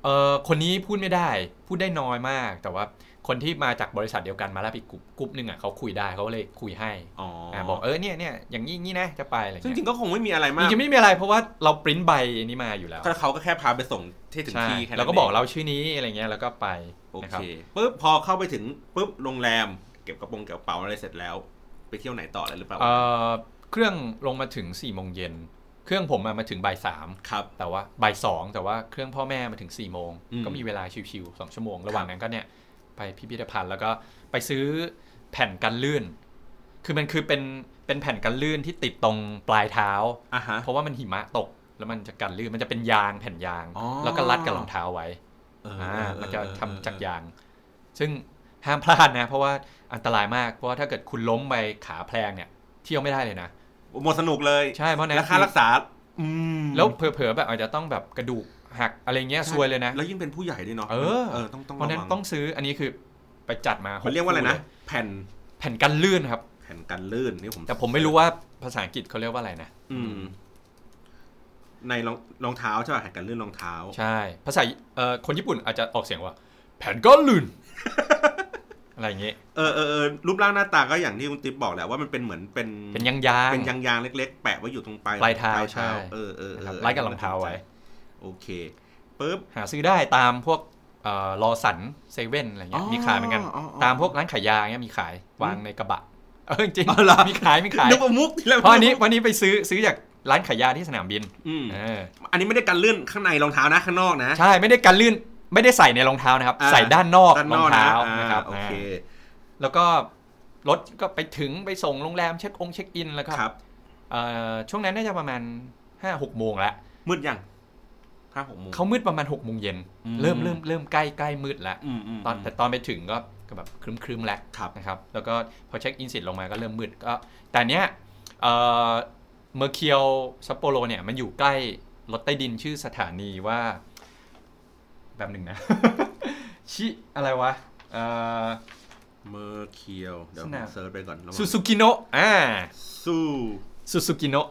เออคนนี้พูดไม่ได้พูดได้น้อยมาก แต่ว่าคนที่มาจากบริษัทเดียวกันมาแล้วอีกกลุ่มกลุ่มหนึ่งอ่ะเขาคุยได้เขาก็เลยคุยให้
อ๋ออ
อ่าบอกเออเนี่ยเนี่ยอย่างนี้งี้นะจะไปอะไร
ซึ่ง
เงี้ย
จริงก็คงไม่มีอะไร
จ
มาก
ริงๆไม่มีอะไรเพราะว่าเราปริ้นใบอันนี้มาอยู่แล้ว
ก็เขาก็แค่พาไปส่งที่ถึง
ใช่
ที่แค่นั้น
เราก็บอกเราชื่อนี้อะไรเงี้ยแล้วก็ไป
โอ
นะ
เค
ครับ
ปุ๊บพอเข้าไปถึงปุ๊บโรงแรม เก็บกระโปรงเก็บกระเป๋าอะไรเสร็จแล้ว ไปเที่ยวไหนต่อเลยหรือเปล่า
เอ่อเครื่องลงมาถึง4ี่โมงเย็นเครื่องผมอะมาถึงบ่ายสาม
ครับ
แต่ว่าบ่ายสองแต่ว่าเครื่องพ่อแม่มาถึง4ี่โมง
อืม
ก็มีเวลาชิวๆสองชั่วโมง ระหว่างนั้นก็เนี่ยไปพิพิธภัณฑ์แล้วก็ไปซื้อแผ่นกันลื่น คือมันคือเป็นเป็นแผ่นกันลื่นที่ติดตรงปลายเท้า
อ่ะฮะ
เพราะว่ามันหิมะตกแล้วมันจะกันลื่นมันจะเป็นยางแผ่นยาง
อ๋อ
แล้วก็รัดกับรองเท้าไว้
เออ
อ่า
เออเออ
มันจะทำจาก
เออย
าง ซึ่งห้ามพลาดนะ เพราะว่าอันตรายมากเพราะว่าถ้าเกิดคุณล้มไปขาแพลงเนี่ยเที่ยวไม่ได้เลยนะ
หมดสนุกเลย
ใช่เพราะฉะนั้น
ราคารักษา อืม
แล้วเผลอๆแบบอาจจะต้องแบบกระดูกหักอะไรเงี้ย
ใช่
ซวยเลยนะ
แล้วยิ่งเป็นผู้ใหญ่ด้วยเนาะ
เออ
เออต้องต้อง
เพราะฉะนั้น
วั
ต้องซื้ออันนี้คือไปจัดมาห
มันเรียกว่าอะไรนะ
คู่
แผ่น
แผ่นกันลื่นครับ
แผ่นกันลื่นนี่ผม
แต่ผมไม่รู้ว่าภาษาอังกฤษเขาเรียกว่าอะไรนะ
อืม ในรองรองเท้าใช่ป่ะแผ่นกันลื่นรองเท้า
ใช่ ภาษาเอ่อคนญี่ปุ่นอาจจะออกเสียงว่า แผ่นกัน ลื่น อะไรอย่างเงี้ย
เออเออเออรูปร่างหน้าตาก็อย่างที่คุณติ๊บบอกแหละว่ามันเป็นเหมือนเป็น
เป็นยางยาง
เป็นยางยางๆเล็ก ๆ แปะไว้อยู่ตรงปลาย
ปลายเท้าใช่
เออเออเอ
นะครับ
อ
ไล่กับรองเท้าไว้
โอเคปุ๊บ
หาซื้อได้ตามพวกรอสันเซเว่นอะไรเงี้ย
อ๋อ
มีขายเหมือนกัน
อ๋ออ๋อ
ตามพวกร้านขายยาเงี้ยมีขายวางในกระบะ เออจริง
อ๋อเหรอ
มีขายมีขาย
นึกว่ามุกทีแรก
เพราะอันนี้วันนี้ไปซื้อซื้อจากร้านขายยาที่สนามบิน
อืม
เออ
อันนี้ไม่ได้กันลื่นข้างในรองเท้านะข้างนอกนะ
ใช่ไม่ได้การลื่นไม่ได้ใส่ในรองเท้านะครับ
อ่า
ใส่ด้านนอก
ด้าน
ร
น
อ
อง กนะ
เท้า
อ่
นะครับ
โอเค
อ่าแล้วก็รถก็ไปถึงไปส่งโรงแรมเช็คองเช็คอินแล้วก็
ครับ
เอ่อช่วงนั้นน่าจะประมาณ5้าหกโมงละ
มืดยังห้าหกโมง
เขามืดประมาณ6กโมงเย็น
อืม
เริ่มเริ่มเริ่มใกล้ใกล้มืดแล้ว
อืมอืม
ตอนแต่ตอนไปถึงก็ก็แบบครึมครึมๆแล้ว
ครับ
นะครับแล้วก็พอเช็คอินเสร็จลงมาก็เริ่มมืดก็แต่เนี้ยเอ่อเมอร์เคียวซัปโปโรเนี่ยมันอยู่ใกล้รถใต้ดินชื่อสถานีว่าแบบหนึ่งนะ ชิอะไรวะเอ่อ
เมอร์เคียว เดี๋ยว
ส
ผม
นาม
เซิร์ชไปก่อนระหว่าง
ซูซูกิโนะอ่า
สู้
ซูซูกิโนะ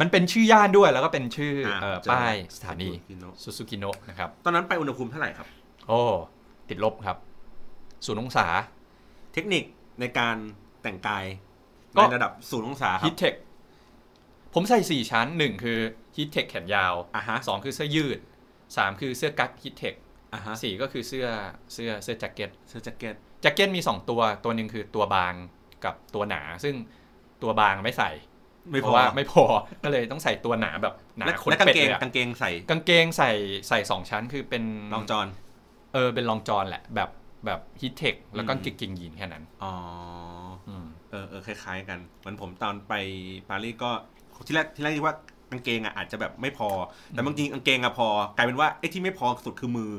มันเป็นชื่อย่านด้วยแล้วก็เป็นชื่อ
อ่า
เอ่อ
เจอแล้ว
ป้ายสถานี
ซูซูกิโนะ
ซูซูกิโนะนะครับ
ตอนนั้นไปอุณหภูมิเท่าไหร่ครับ
โอ้ติดลบครับศูนย์องศา
เทคนิคในการแต่งกาย
ก็
ในระดับศูนย์องศาครั
ฮี
บ
ทเทคผมใส่ 4 ชั้น 1 คือฮีทเทคแขนยาว
อ่ะฮะ
2 คือเสื้อยืด 3 คือเสื้อกั๊กฮีทเทค
อ่ะฮะ
สี่ก็คือเสื้อเสื้อเสื้อแจ็คเก็ต
เสื้อแจ็คเก็ต
แจ็คเก็ตมี 2 ตัวตัวหนึ่งคือตัวบางกับตัวหนา ซึ่งตัวบางไม่ใส่
ไม่
เพ
พอ
ราะว่าไม่พอ ก็เลยต้องใส่ตัวหนาแบบหนา
และ
ขน
และกาง
เป็ด
เกง
เลยอะ
กางเกงใส่
กางเกงใส่ใส่สองชั้นคือเป็น
รองจอน
เออเป็นรองจอนแหละแบบแบบฮีทเทคแล้วก็
อืม
กางเกงยีนแค่นั้น
อ๋อ
อืม
เออเออคล้ายๆกันเหมือนผมตอนไปปารีสก็ที่แรกที่แรกที่ว่ากางเกงอ่ะอาจจะแบบไม่พอ แต่บางทีกางเกงอ่ะพอกลายเป็นว่าไอ้ที่ไม่พอสุดคือมือ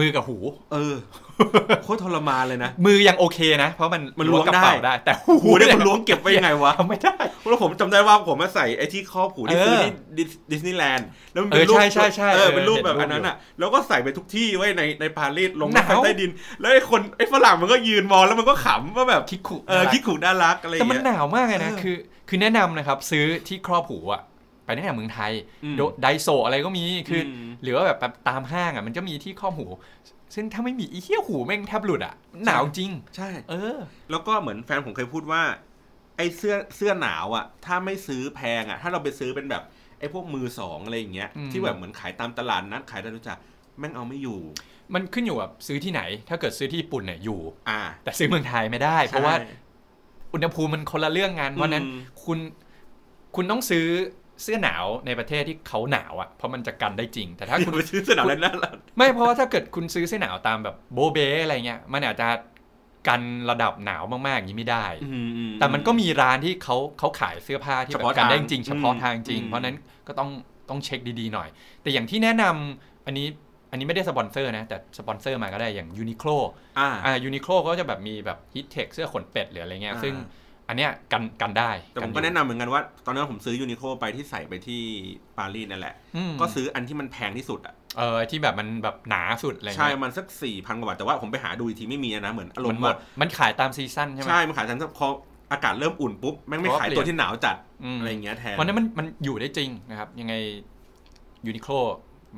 มือกับหู
เออ โคตรทรมานเลยนะ
มือยังโอเคนะ เพราะมัน
มันล้วง
กระเป๋า
ได้
ได้ แต่
หูเนี่ยมันล้วงเก็บไว้ยังไงวะ
ทำ ไม่ได้
แล้วผมจำได้ว่าผมมาใส่ไอ้ที่ครอบหูที่ซื้อ
เออ
ที่ดิสดิสนีย์แลนด์แล้วมันเป็นรูป
เออใช่ใช่ใช่
เออ
เออ
เป็นรูปแบบ
เห็น
อัน
รูป
นั้นอ่ะ แล้วก็ใส่ไปทุกที่ไว้ยในในปารีสลง
ห
ถ
นาร ว
ไฟใต้ดิน แล้วไอ้คนไอ้ฝรั่งมันก็ยืนมองแล้วมันก็ขำว่าแบบ
คิกคุ
เออคิดขู่น่ารักอะไรอ
แต่
ย่าง
มัน
เงี้ย
หนาวมากเลยนะ
เออ
คือ คือแนะนำนะครับซื้อที่ครอบหูอ่ะไปตั้งแต่เมืองไทย
อืม
โดไดโซอะไรก็มีคืออ
ม
หรือว่าแบบแบบตามห้างอ่ะมันก็มีที่ครอบหู ซึ่งถ้าไม่มีอีเหี้ยหูแม่งแทบหลุดอ่ะหนาวจริง
ใช่
เออ
แล้วก็เหมือนแฟนผมเคยพูดว่า ไอ้เสื้อเสื้อหนาวอะ่ะ ถ้าไม่ซื้อแพงอะ่ะ ถ้าเราไปซื้อเป็นแบบไอ้พวกมือสองอะไรอย่างเงี้ย
อืม
ที่แบบเหมือนขายตามตลาดนัดขายตามรู้จักแม่งเอาไม่อยู่
มันขึ้นอยู่กับซื้อที่ไหน ถ้าเกิดซื้อที่ญี่ปุ่นเนี่ยอยู่
อ่า
แต่ซื้อเมืองไทยไม่ได้ เพราะว่า
ใช่
อุณหภูมิมันคนละเรื่องงานเพราะฉะนั้น
อืม
คุณคุณต้องซื้อเสื้อหนาวในประเทศที่เขาหนาวอ่ะเพราะมันจะกันได้จริง แต่ถ้า
อ
คุณ
ย่าไปซื้อเสื้อหนาวแล้วนั่นแหละ
ไม่เพราะว่าถ้าเกิดคุณซื้อเสื้อหนาวตามแบบโบเบอะไรเงี้ยมันอาจจะกันระดับหนาวมากๆอย่างนี้ไม่ได้ แต่มันก็มีร้านที่เขาเขาขายเสื้อผ้าที่แบบกันได้จริงเฉพาะทางจริง เพราะนั้นก็ต้องต้องเช็คดีๆหน่อย แต่อย่างที่แนะนำอันนี้อันนี้ไม่ได้สปอนเซอร์นะ แต่สปอนเซอร์มาก็ได้อย่างยูนิโคล
อ่า
อ่ายูนิโคลก็จะแบบมีแบบฮิตเทคเสื้อขนเป็ดหรืออะไรเงี้ย
อ่า
ซึ่งอันเนี้ยกันกันได้
แต่ผมก็แนะนำเหมือนกันว่า ตอนนั้นผมซื้อยูนิโคไปที่ใส่ไปที่ปารีสนั่นแหละ
ก็
ก็ซื้ออันที่มันแพงที่สุดอ่ะ
เออที่แบบมันแบบหนาสุดอะไร
ใช่
เงี้ย
มันสักสี่พันกว่าบาทแต่ว่าผมไปหาดูอีกทีไม่มีอะนะเหมือนอารม
มัน
ณ์
หม
ว่า
ดมันขายตามซีซั่นใช่ไหม
ใช่มันขายทั้งพออากาศเริ่มอุ่นปุ๊บแม่งไม่ขายตัวที่หนาวจัดอะไรอย่างเงี้ยแทน
วันนั้นมันมันอยู่ได้จริงนะครับ ยังไงยูนิโคล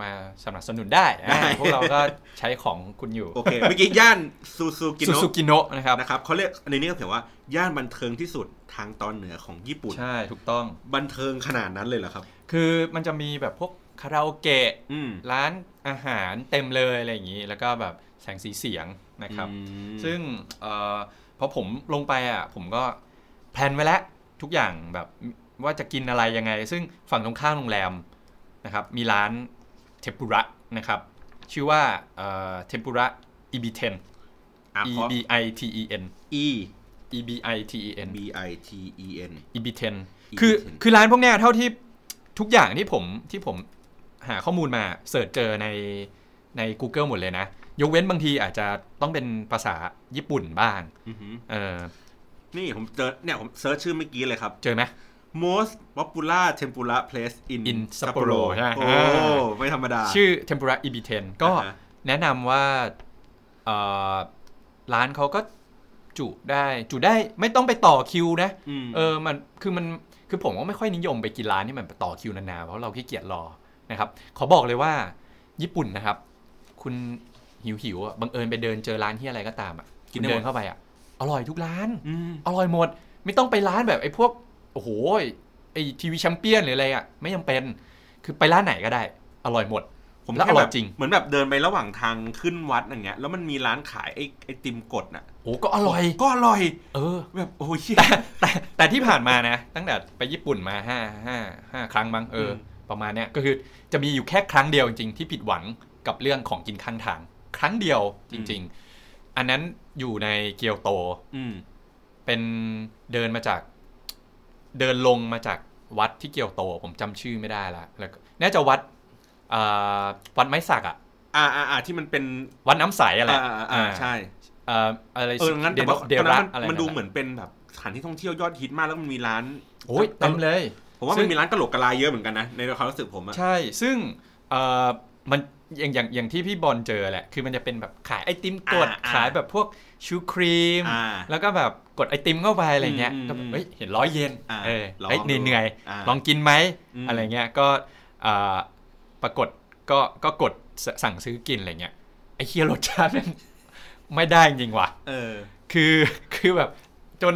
มาสนับสนุนได้
ได้
อ่า พวกเราก็ใช้ของคุณอยู่
โอเคเมื่อกี้ย่านซูซูกิ
ซู
โนะ
ซูกิโนะนะครับ
นะครับเขาเรียกในนี้ก็เขียนว่าย่านบันเทิงที่สุดทางตอนเหนือของญี่ปุ่น
ใช่ถูกต้อง
บันเทิงขนาดนั้นเลยเหรอครับ
คือมันจะมีแบบพวกคาราโอเกะ
อืม
ร้านอาหารเต็มเลยอะไรอย่างนี้ แล้วก็แบบแสงสีเสียงนะครับ
อืม
ซึ่งเอ่อพอผมลงไปอ่ะผมก็แพลนไว้แล้วทุกอย่างแบบว่าจะกินอะไรยังไง ซึ่งฝั่งตรงข้ามโรงแรมนะครับมีร้านเทมปุระนะครับ ชื่อว่าเทมปุระ EB10
อ่ะขอ
E B I T E N
E
E B I T E N
B I T E N
EB10 คือ
EB10
คือร้านพวกเนี้ยเท่าที่ทุกอย่างที่ผมที่ผมหาข้อมูลมาเสิร์ชเจอในใน Google หมดเลยนะ ยกเว้นบางทีอาจจะต้องเป็นภาษาญี่ปุ่นบ้าง
อือหือ
เออ
นี่ผมเจอเนี่ยผมเซิร์ชชื่อเมื่อกี้เลยครับ
เจอไหม
most popular tempura place in
In
Sapporo
Sapporo ใช่ไหม
โอ้
อ่า
ไม่ธรรมดา
ชื่อ Tempura EB10 ก็
อ่าฮะ
แนะนำว่าเอ่อร้านเขาก็จุได้จุได้ไม่ต้องไปต่อคิวนะ
ม
เออมันคือมันคือผมก็ไม่ค่อยนิยมไปกินร้านที่มันต่อคิวนานๆเพราะเราขี้เกียจรอนะครับขอบอกเลยว่าญี่ปุ่นนะครับ คุณหิวหิวๆอะบังเอิญไปเดินเจอร้านที่อะไรก็ตามอ่ะคุณเดินเข้าไปอ่ะอร่อยทุกร้าน
ม
อร่อยหมด ไม่ต้องไปร้านแบบไอ้พวกโอ้โหไอ้ทีวีแชมเปี้ยนหรืออะไรอ่ะไม่จำเป็นคือไปร้านไหนก็ได้ อร่อยหมด
ผม
แล้ว
แค่
อร่
แบ
อย
บ
จริง
เหมือนแบบเดินไประหว่างทางขึ้นวัดอย่างเงี้ยแล้วมันมีร้านขายไอ้ไอติมกดน่ะ
โอ้ก็อร่อย
ก็อร่อย
เออ
แบบโอ้ย
แต่แต่แต่ที่ผ่านมานะ ตั้งแต่ไปญี่ปุ่นมาห้าห้าห้าครั้งมั้งเอออ
ม
ประมาณเนี้ยก็คือจะมีอยู่แค่ครั้งเดียวจริงๆที่ผิดหวังกับเรื่องของกินข้างทาง ครั้งเดียวจริง ๆ อันนั้นอยู่ในเกียวโต
อืม
เป็นเดินมาจากเดินลงมาจากวัดที่เกียวโต ผมจำชื่อไม่ได้ละแล้วก็น่าจะวัดอ่าวัดไม้สักอะ
อ่าอ่าอ่าที่มันเป็น
วัดน้ำใสอะไร
อ่าอ่าอ่าใช่
เอ่ออะไร
เอองั้น
เด
แต่
ร
ว่า
เด
ตอน
ระ
นั้นมัน
อะไร
มันดูเหมื
ะ
อนเป็นแบบสถานที่ท่องเที่ยวยอดฮิตมากแล้วมันมีร้าน
โอ้ยเต็มเลย
ผมว่า
ซึ่
มัน
ง
มีร้านกะโหลกกะลาเยอะเหมือนกันนะในความรู้สึกผมอะ
ใช่ ซึ่งเอ่อมันอย่างอย่างอย่างที่พี่บอลเจอแหละ คือมันจะเป็นแบบขายไอติมกด
า
ขายแบบพวกชูครีม
อ่า
แล้วก็แบบกดไอติมเข้าไปอะไรเงี้ย
อืม
ก็แบบ
อืม
เฮ้ยเห็นร้อยเยน
อ่า
เออ
ลอง
เฮ้ย
ดู
เหนื่อย
อ่า
ๆลองกินไหม
อืม
อะไรเงี้ย ก็เอ่อปรากฏก็ก็กดสสั่งซื้อกินอะไรเงี้ย ไอเคียรสชาติแม่ง ไม่ได้จริงว่ะ
เออ
คือคือแบบจน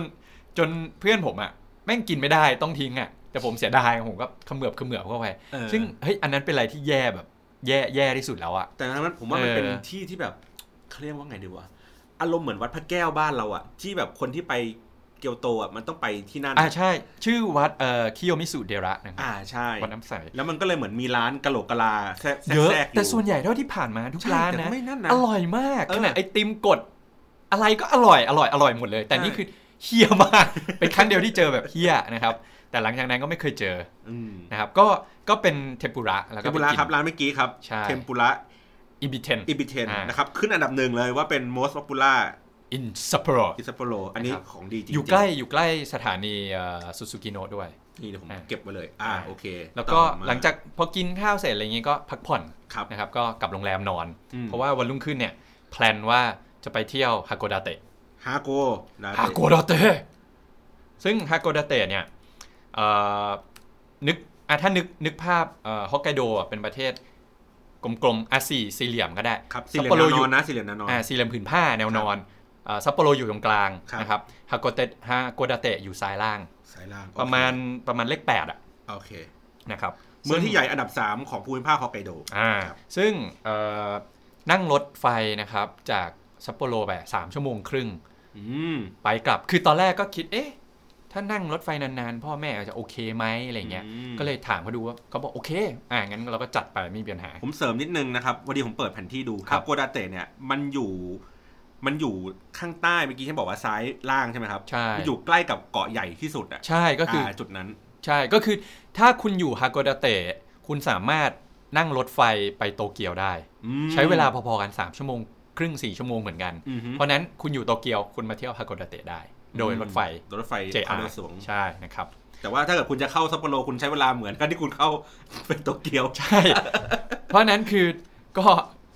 จนเพื่อนผมอะแม่งกินไม่ได้ต้องทิ้งอะแต่ผมเสียดายผมก็เขมือบเขมือบเข้าไป
เออ
ซึ่งเฮ้ยอันนั้นเป็นอะไรที่แย่แบบ แย่แย่ที่สุดแล้วอะ
แต่ทั้งนั้นผมว่ามันเป็น
เออ
ที่ที่แบบเขาเรียกว่าไงดีวะอารมณ์เหมือนวัดพระแก้วบ้านเราอะที่แบบคนที่ไปเกียวโตอะมันต้องไปที่นั่น
อ่าใช่ ชื่อวัดเอ่อคิโยมิสุเดระนะครับ
อ่าใช่
วัดน้ำใส
แล้วมันก็เลยเหมือนมีร้านกะโหลกกะลาแทรก
เยอะ
แทรกยู่
แต่ส่วนใหญ่เท่าที่ผ่านมาทุก
ใช่
ร้าน
แต่
นะ
ไม่นั่นนะ
อร่อยมาก
เออ
ขนาดไอติมกด อะไรก็อร่อยอร่อยอร่อยหมดเลย แต่
ใช่
นี่คือเฮียมาก เป็นครั้งเดียวที่เจอแบบเฮียนะครับ แต่หลังจากนั้นก็ไม่เคยเจอ
อืม
นะครับก็ก็เป็นเทมปุระแล้ว
เท
ก็
ม
ไป
ปุระ
กิน
ครับร้านเมื่อกี้ครับ
ใช่
เทมปุระ
อิบิเทน
อิบิเทน
อ่าน
นะครับ ขึ้นอันดับหนึ่งเลยว่าเป็น most popular
อินซัปโปโร
i s a p p o r o อันนี้
นะครับ
ของดีจริงๆ
อยู่ใกล้อยู่ใกล้สถานีซูซูกิโนด้วย
นี่เดี๋ยวผม
อ่า
เก็บไว้เลย อ่า
อ่า
โอเค
แล้วก็
ต่อม
หลังจากพอกินข้าวเสร็จอะไรเงี้ยก็พักผ่อน
ครับ
นะครับก็กลับโรงแรมนอน
อืม
เพราะว่าวันรุ่งขึ้นเนี่ยแพลนว่าจะไปเที่ยวฮาก o ดาเตะ
ฮาโกนะ
ฮากดาเตะซึ่งฮาก o ดาเตะเนี่ยเอ่อนึกอ่ะถ้านึกนึกภาพฮอกไกโดเป็นประเทศกลมๆอ่ะสี่สี่เหลี่ยมก็ได้
ครับสี
ซั
เห
ป
ลื
โป
อง
โร
แนวอ
อน
ยู่ นนะสีเหลืองแนวนอน
อ่าสี่เหลี่ยมผืนผ้าแนวนอนอ่าซัปโปโรอยู่ตรงกลาง
ครับ
นะครับฮากโกเตะฮากดาเตะอยู่ซ้ายล่าง
สายล่าง
ประมาณประมาณเลขแปดอะ
โอเค
นะครับ
เมืองที่
ซึ่ง
ใหญ่อันดับ 3 ของภูมิภาคฮอกไกโด
อ่า
ครับ
ซึ่งเอ่อนั่งรถไฟนะครับจากซัปโปโรไปสามชั่วโมงครึ่ง
อืม
ไปกลับ คือตอนแรกก็คิดเอ๊ะ ถ้านั่งรถไฟนานๆ พ่อแม่จะโอเคไหมอะไรเงี้ย
ม
ก็เลยถามเขาดูว่าเขาบอกโอเค อ่างั้นเราก็จัดไปไม่มีปัญหา
ผมเสริมนิดนึงนะครับวันนี้ผมเปิดแผนที่ดู
ครับ
ฮาโกดาเตะเนี่ยมันอยู่มันอยู่ข้างใต้เมื่อกี้ฉันบอกว่าซ้ายล่างใช่ไหมครับ
ใช่
มันอยู่ใกล้กับเกาะใหญ่ที่สุดอ่ะ
ใช่ก็คืออา
จุดนั้น
ใช่ก็คือถ้าคุณอยู่ฮากดาเตะคุณสามารถนั่งรถไฟไปโตเกียวได้
อืม
ใช้เวลาพอๆกัน 3 ชั่วโมง ครึ่ง 4 ชั่วโมงเหมือนกัน
อือฮึ
เพราะนั้นคุณอยู่โตเกียวคุณมาเที่ยวฮากดาเตะได้ โดยรถไฟ
โดยรถไฟ
JR
ความเร็วสูง
ใช่นะครับ
แต่ว่าถ้าเกิดคุณจะเข้าซัปโปโรคุณใช้เวลาเหมือนกันที่คุณเข้า เป็นโตเกียว
ใช่ เพราะฉะนั้นคือก็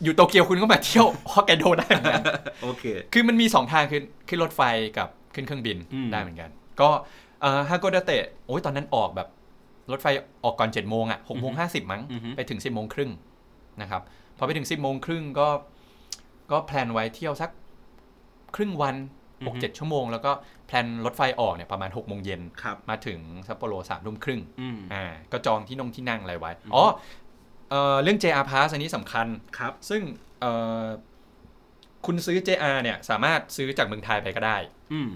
อยู่โตเกียวคุณก็มาเที่ยวฮอกไกโดได้เหมือน กัน
โอเค
คือมันมี 2 ทางคือขึ้นรถไฟกับขึ้นเครื่องบิน
อืม
ได้เหมือนกัน ก็เอ่อฮากดาเตะโอ้ยตอนนั้นออกแบบ รถไฟออกก่อน7จ็ดโมงอ่ะหกโมงห้าสิบมั้ง
อือฮึ
ไปถึง 10บโมงครึ่งนะครับ พอไปถึง 10บโมงครึ่งก็ก็แพลนไว้เที่ยวสักครึ่งวัน 6-7 ชั่วโมง แล้วก็แพลนรถไฟออกเนี่ยประมาณ6กโมงเย็น
ครับ
มาถึงซัปโปโรสามทุ่มครึ่ง
อืม
อ่าก็จองที่นงที่นั่งอะไรไว้
อืม
อ๋อเอ่อเรื่อง JR Pass อันนี้สำคัญ
ครับ
ซึ่งเอ่อคุณซื้อ JR เนี่ยสามารถซื้อจากเมืองไทยไปก็ได้
อืม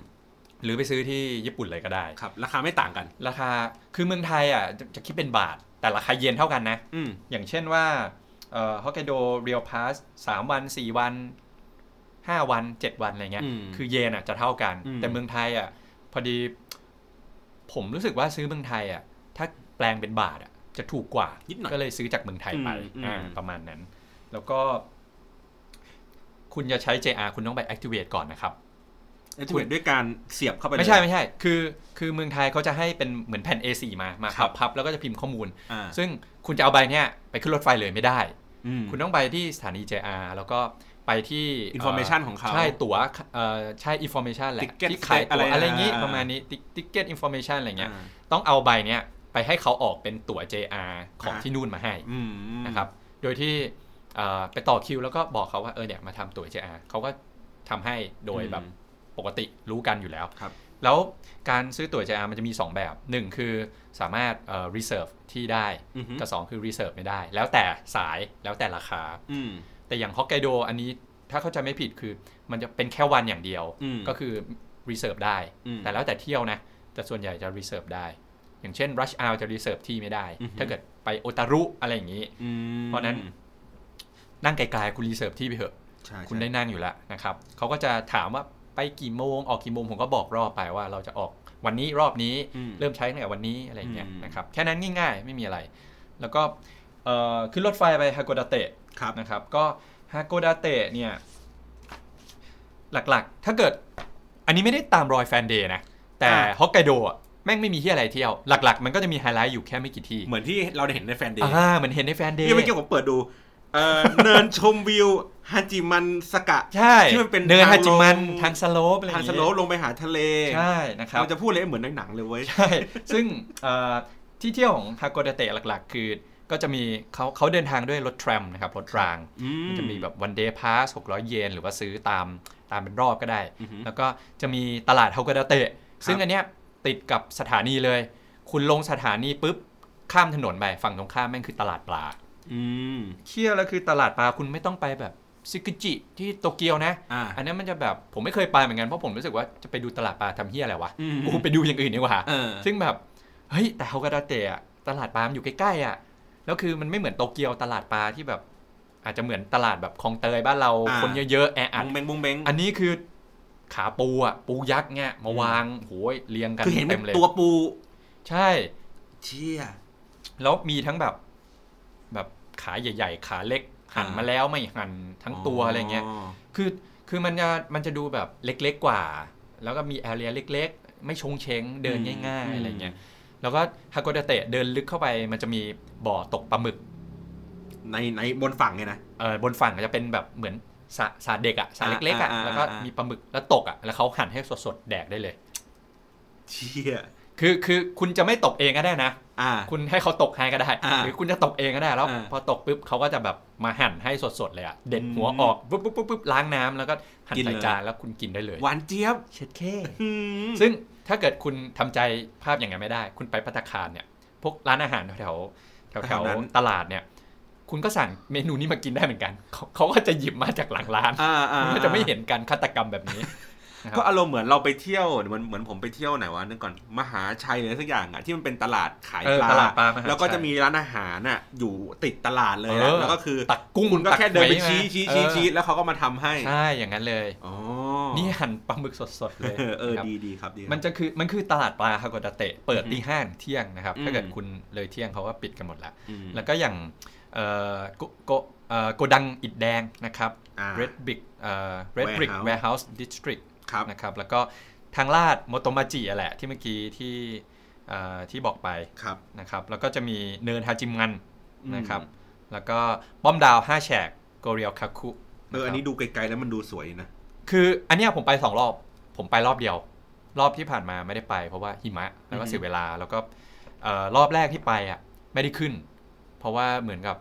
หรือไปซื้อที่ญี่ปุ่นเลยก็ได้
ครับ ราคาไม่ต่างกัน
ราคาคือเมืองไทยอ่ะจะจะคิดเป็นบาท แต่ราคาเยนเท่ากันนะ
อืม
อย่างเช่นว่าฮอกไกโดเรียลพาสสามวันสี่วันห้าวันเจ็ดวันอะไรเงี้ย
อืม
คือเยนอ่ะจะเท่ากัน
อืม
แต่เมืองไทยอ่ะพอดี ผมรู้สึกว่าซื้อเมืองไทยอ่ะถ้าแปลงเป็นบาทอ่ะจะถูกกว่า
นิดหน่อย
ก็เลยซื้อจากเมืองไทยไป
อืม
อ่า
อืม
ประมาณนั้น แล้วก็ คุณจะใช้ JR คุณต้องไป activate ก่อนนะครับ
แอคทีเวทด้วยการเสียบเข้าไปเลย
ไม่ใช่ไม่ใช่ คือ คือเมืองไทยเขาจะให้เป็นเหมือนแผ่น A4 มา มา
ครั
พับบ พับแล้วก็จะพิมพ์ข้อมูล
อ่า
ซึ่งคุณจะเอาใบเนี้ยไปขึ้นรถไฟเลยไม่ได้
อืม
คุณต้องไปที่สถานี JR แล้วก็ไปที่
Information ของเขา
ใช่ตั๋วเอ่อใช่ information แหละ
Ticket
ที่ขาย
อะไร
ตั๋ว
นะ
อะไรอย่างนี้
อ่า
ประมาณนี้ ticket information อะไรเงี้ย
อ่า
ต้องเอาใบเนี้ยไปให้เขาออกเป็นตั๋ว JR ของ
อ่า
ที่นู่นมาให้
อืม
นะครับ โดยที่เอ่อไปต่อคิวแล้วก็บอกเขาว่า เออเนี่ยมาทำตั๋ว JR เขาก็ทำให้โดยแบบ
อืม
ปกติรู้กันอยู่แล้ว
ครับ
แล้วการซื้อตั๋ว JR มันจะมี 2 แบบ 1 คือสามารถเอ่อ reserve ที่ได้
อือฮึ
กับ 2 คือ reserve ไม่ได้ แล้วแต่สายแล้วแต่ราคา
อืม
แต่อย่างฮอกไกโดอันนี้ถ้าเข้าใจไม่ผิดคือมันจะเป็นแค่วันอย่างเดียว
อืม
ก็คือ reserve ได้
อืม
แต่แล้วแต่เที่ยวนะ แต่ส่วนใหญ่จะ reserve ได้ อย่างเช่น rush hour จะ reserve ที่ไม่ได้
อือฮึ
ถ้าเกิดไปโอตารุอะไรอย่างนี้
อืม
เพราะฉะนั้น นั่งไกลๆคุณรีเซิร์ฟที่ไปเถอะ
ใช่
คุณได้นั่งอยู่แล้วนะครับ เขาก็จะถามว่าไปกี่โมง ออกกี่โมง ผมก็บอกรอบไปว่าเราจะออกวันนี้รอบนี้
อืม
เริ่มใช้ตั้งแต่วันนี้อะไรอย่างเงี้ย
อืม
นะครับ แค่นั้นง่ายๆ ไม่มีอะไร แล้วก็เอ่อขึ้นรถไฟไปฮากดาเตะ
ครับ
นะครับ ก็ฮากดาเตะเนี่ย หลักๆ ถ้าเกิด อันนี้ไม่ได้ตามรอยแฟนเดย์นะ แต่ฮอกไกโดอะแม่งไม่มีที่อะไรเที่ยว หลัก ๆ มันก็จะมีไฮไลท์อยู่แค่ไม่กี่ที่
เหมือนที่เราได้เห็นในแฟนเดย์
อ่าเหมือนเห็นในแฟนเดย์
ที่เมื่อกี้ผมเปิดดูเอ่ อ เนินชมวิวฮาจิมันสกะ
ใช่
ที่มันเป็น
เนิน
ทาง
ฮาจิมัน
ลง
ทางสโลปอะไรอย่
ทาง
เงี้ย
สโลปลงไปหาทะเล
ใช่นะครับ
เราจะพูดเลยเหมือนในหนังเลยเว้ย
ใช่ ซึ่งเอ่อที่เที่ยวของฮากดาเตะหลักๆ คือ ก็จะมีเขาเขาเดินทางด้วยรถแทรมนะครับรถราง
อื
มันจะมีแบบ one day pass 600 เยน หรือว่าซื้อตามตามเป็นรอบก็ได้
อือฮึ
แล้วก็จะมีตลาดฮากดาเตะ ซึ่งอันเนี้ยติดกับสถานีเลย คุณลงสถานีปุ๊บ ข้ามถนนไปฝั่งตรงข้ามแม่งคือตลาดปลา
อืม
เที่ยวแล้วคือตลาดปลาคุณไม่ต้องไปแบบซึกุจิที่โตเกียวนะ
อ่า
อันนั้นมันจะแบบผมไม่เคยไปเหมือนกันเพราะผมรู้สึกว่าจะไปดูตลาดปลาทำเฮียอะไรวะ
อืม
กูไปดูอย่างอื่นดีกว่า
เออ
ซึ่งแบบ เฮ้ย แต่ฮากาดาเตะอะตลาดปลามันอยู่ใกล้ๆอ่ะแล้วคือมันไม่เหมือนโตเกียวตลาดปลาที่แบบ อาจจะเหมือนตลาดแบบคลองเตยบ้านเรา
า
คนเยอะๆแออัด
บงเบงบงเบง
อันนี้คือขาปูอ่ะปูยักษ์เนี่ยมาวางโหยเรียงกัน
คือเห็นเป็
เต็
น
มเลย
ตัวปู
ใช่
เชี่ย
แล้วมีทั้งแบบ แบบขาใหญ่ ๆ ขาเล็ก หั่นมาแล้วไม่หั่นทั้งตัวอะไรเงี้ย คือคือมันจะมันจะดูแบบเล็กๆกว่า แล้วก็มีแอเรียเล็ก ๆ ไม่ชงเชงเดินง่าย ๆ อะไรเงี้ยแล้วก็ฮากโกดาเตะเดินลึกเข้าไปมันจะมีบ่อตกปลาหมึก
ในในบนฝั่งไงนะ
เออบนฝั่งจะเป็นแบบเหมือนสระสระเด็กอะสระเล็กๆอะ
อ่าอ่าอ่า
แล้วก็มีปลาหมึกแล้วตกอะแล้วเขาหั่นให้สดๆแดกได้เลย
เชี่ย
คือคือคุณจะไม่ตกเองก็ได้นะ
อ่า
คุณให้เขาตกให้ก็ได้
อ่า
หรือคุณจะตกเองก็ได้แล้ว
อ่า
พอตกปุ๊บเขาก็จะแบบมาหั่นให้สดๆเลยอะเด็ดหัวออกปุ๊บปุ๊บปุ๊บปุ๊บล้างน้ำแล้วก็หั่น
กิน
ใส่
เลย
จานแล้วคุณกินได้เลย
หวานเจี๊ยบ
เช็ดเค
อืม
ซึ่งถ้าเกิดคุณทำใจภาพอย่างนั้นไม่ได้ คุณไปพัตตาคารเนี่ย พวกร้านอาหารแถวแถวแถวๆตลาดเนี่ย คุณก็สั่งเมนูนี้มากินได้เหมือนกัน เขาเขาก็จะหยิบมาจากหลังร้าน
อ่าอ่า
มันก็จะไม่เห็นการฆาตกรรมแบบนี้ นะครับ
ก็อารมณ์เหมือนเราไปเที่ยวเหมือนเหมือนผมไปเที่ยวไหนวะนึกก่อนมหาชัยหรือสักอย่างอ่ะที่มันเป็นตลาดขาย
เออ
ปลา
ตลาดปลามหา
แล้วก็จะ
ชัย
มีร้านอาหารน่ะ อยู่ติดตลาดเลย
เอ
นะ
อ
แล้วก็คือ
ตักกุ้ง
คุณก็
ตั
แค่เดินไป
หอย
ชี้
มา
ชี้
เอ
ชี้
อ
ชี้แล้วเขาก็มาทำให้
ใช่อย่างนั้นเลย
อ๋อ
นี่หั่นปลาหมึกสดๆเลย
เออเออ
นะครับ
ดีดีครับดีครับ
มันจะคือมันคือตลาดปลาฮากดาเตะเปิดตีห้าถึงเที่ยงนะครับ
อืม
ถ้าเกิดคุณเลยเที่ยงเขาก็ปิดกันหมดละ
อืม
แล้วก็อย่างเอ่อโกโกเอ่อโกดังอิดแดงนะครับ
อ่า
Red Brick เอ่อ Red Brick
Warehouse
Warehouse District
ครับ
นะครับ แล้วก็ทางลาดโมโตมาจิแหละที่เมื่อกี้ที่เอ่อที่บอกไป
ครับ
นะครับ แล้วก็จะมีเนินฮาจิมงัน
อืม
นะครับ แล้วก็ป้อมดาว 5 แฉกโกเรียลคาคุ
เอออันนี้ดูไกลๆแล้วมันดูสวยนะ
คืออันเนี้ยผมไป 2 รอบ ผมไปรอบเดียว รอบที่ผ่านมาไม่ได้ไป เพราะว่าหิมะ แล้วก็
อืม
เสียเวลา แล้วก็เอ่อรอบแรกที่ไปอ่ะไม่ได้ขึ้น เพราะว่าเหมือนกับ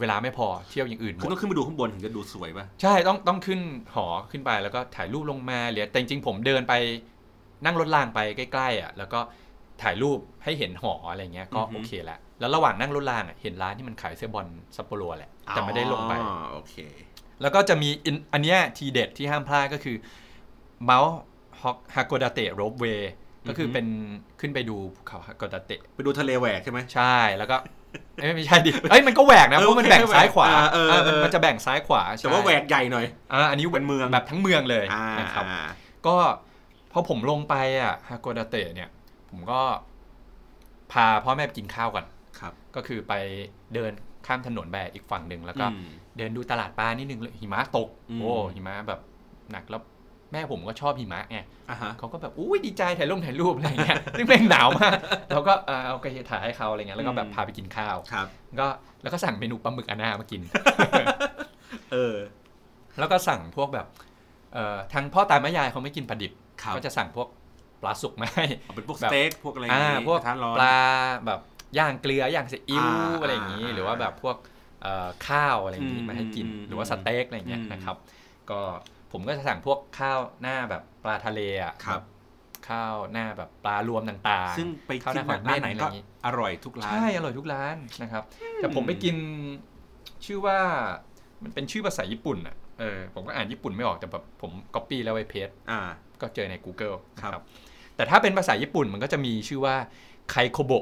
เวลาไม่พอเที่ยวอย่างอื่นหม
คือ
ด
ต้องขึ้นไปดูข้างบนถึงจะดูสวยป่ะ
ใช่ต้องต้องขึ้นหอขึ้นไปแล้วก็ถ่ายรูปลงมาเหลือแต่จริงๆผมเดินไปนั่งรถรางไปใกล้ๆอ่ะแล้วก็ถ่ายรูปให้เห็นหออะไรเงี้ยก็
อือฮึ
โอเคละแล้วระหว่างนั่งรถรางอ่ะเห็นร้านที่มันขายเสื้อบอลซัปโปโรแหละแต่ไม่ได้ลงไป
อ๋อโอเค
แล้วก็จะมีอินอันเนี้ยทีเด็ดที่ห้ามพลาดก็คือเมาส์ฮากโกดาเตะโรบเวย์ก็คือ
อฮึ
เป็นขึ้นไปดูภูเขาฮากโกดาเตะ
ไปดูทะเลแหวกใช่ไหม
ใช่แล้วก็เอ้ยไม่ใช่ดิเอ้ยมันก็แหวกนะ
เออ
เพราะมันแบ่งซ้ายขวา
อ่าเออเออ
เออมันมันจะแบ่งซ้ายขวาใช่
แต่ว่าแหวกใหญ่หน่อย
อ่าอันนี้
เป็นเมือง
แบบทั้งเมืองเลย
อ่า
นะครับก็พอผมลงไปอ่ะฮากดาเตะเนี่ย ผมก็พาพ่อแม่ไปกินข้าวก่อน
ครับ
ก็คือไปเดินข้ามถนนไปอีกฝั่งหนึ่งแล้วก็
อืม
เดินดูตลาดปลานิดนึงเลยหิมะตก
อืม
โอ้หิมะแบบหนักแล้วแม่ผมก็ชอบหิมะไง
อ่าฮะ
เขาก็แบบอุ้ยดีใจถ่ายลงถ่ายรูปอะไรเงี้ยซึ่งแม่งหนาวมากเราก็เออเอากระเทียถ่ายให้เขาอะไรเงี้ยแล้วก็แบบ
อืม
พาไปกินข้าว
ครับ
ก็แล้วก็สั่งเมนูปลาหมึกอานามากิน
เออ
แล้วก็สั่งพวกแบบเอ่อทางพ่อตาแม่ยายเขาไม่กินปลาดิบ
ครับ
ก็จะสั่งพวกปลาสุกมาให้
เอาเป็นพวก
แบ
ส
บ
เต็กพวกอะไรอย่าง
อ่า
งี้
พวก
ระทานร้อน
ปลาแบบย่างเกลือย่างซีอิ๊ว
อ่า
อะไรอย่างนี้
อ่า
หรือว่าแบบพวกเอ่อข้าวอะไรอย่างนี้
อืม
มาให้กิน
อืม
หรือว่าสเต็กอะไรอย่างเงี้ย
อืม
นะครับ ก็ผมก็จะสั่งพวกข้าวหน้าแบบปลาทะเลอะ
ครับ
แข้าวหน้าแบบปลารวมต่างๆ
ซึ่งไป
ข้าวห
กิ
น้า
ร้าน
น หอยเม่น
ไหน
อะไรอ
ก็
ย่างนี้
อร่อยทุกร้าน
ใช่ อร่อยทุกร้านนะครับ แต่ผมไปกินชื่อว่ามันเป็นชื่อภาษาญี่ปุ่นอ่ะเออผมก็อ่านญี่ปุ่นไม่ออกแต่แบบผมก๊อปปี้แล้วไปเพจ
อ่า
ก็เจอใน Google
ครับ
นะแต่ถ้าเป็นภาษาญี่ปุ่นมันก็จะมีชื่อว่าไคโคโบ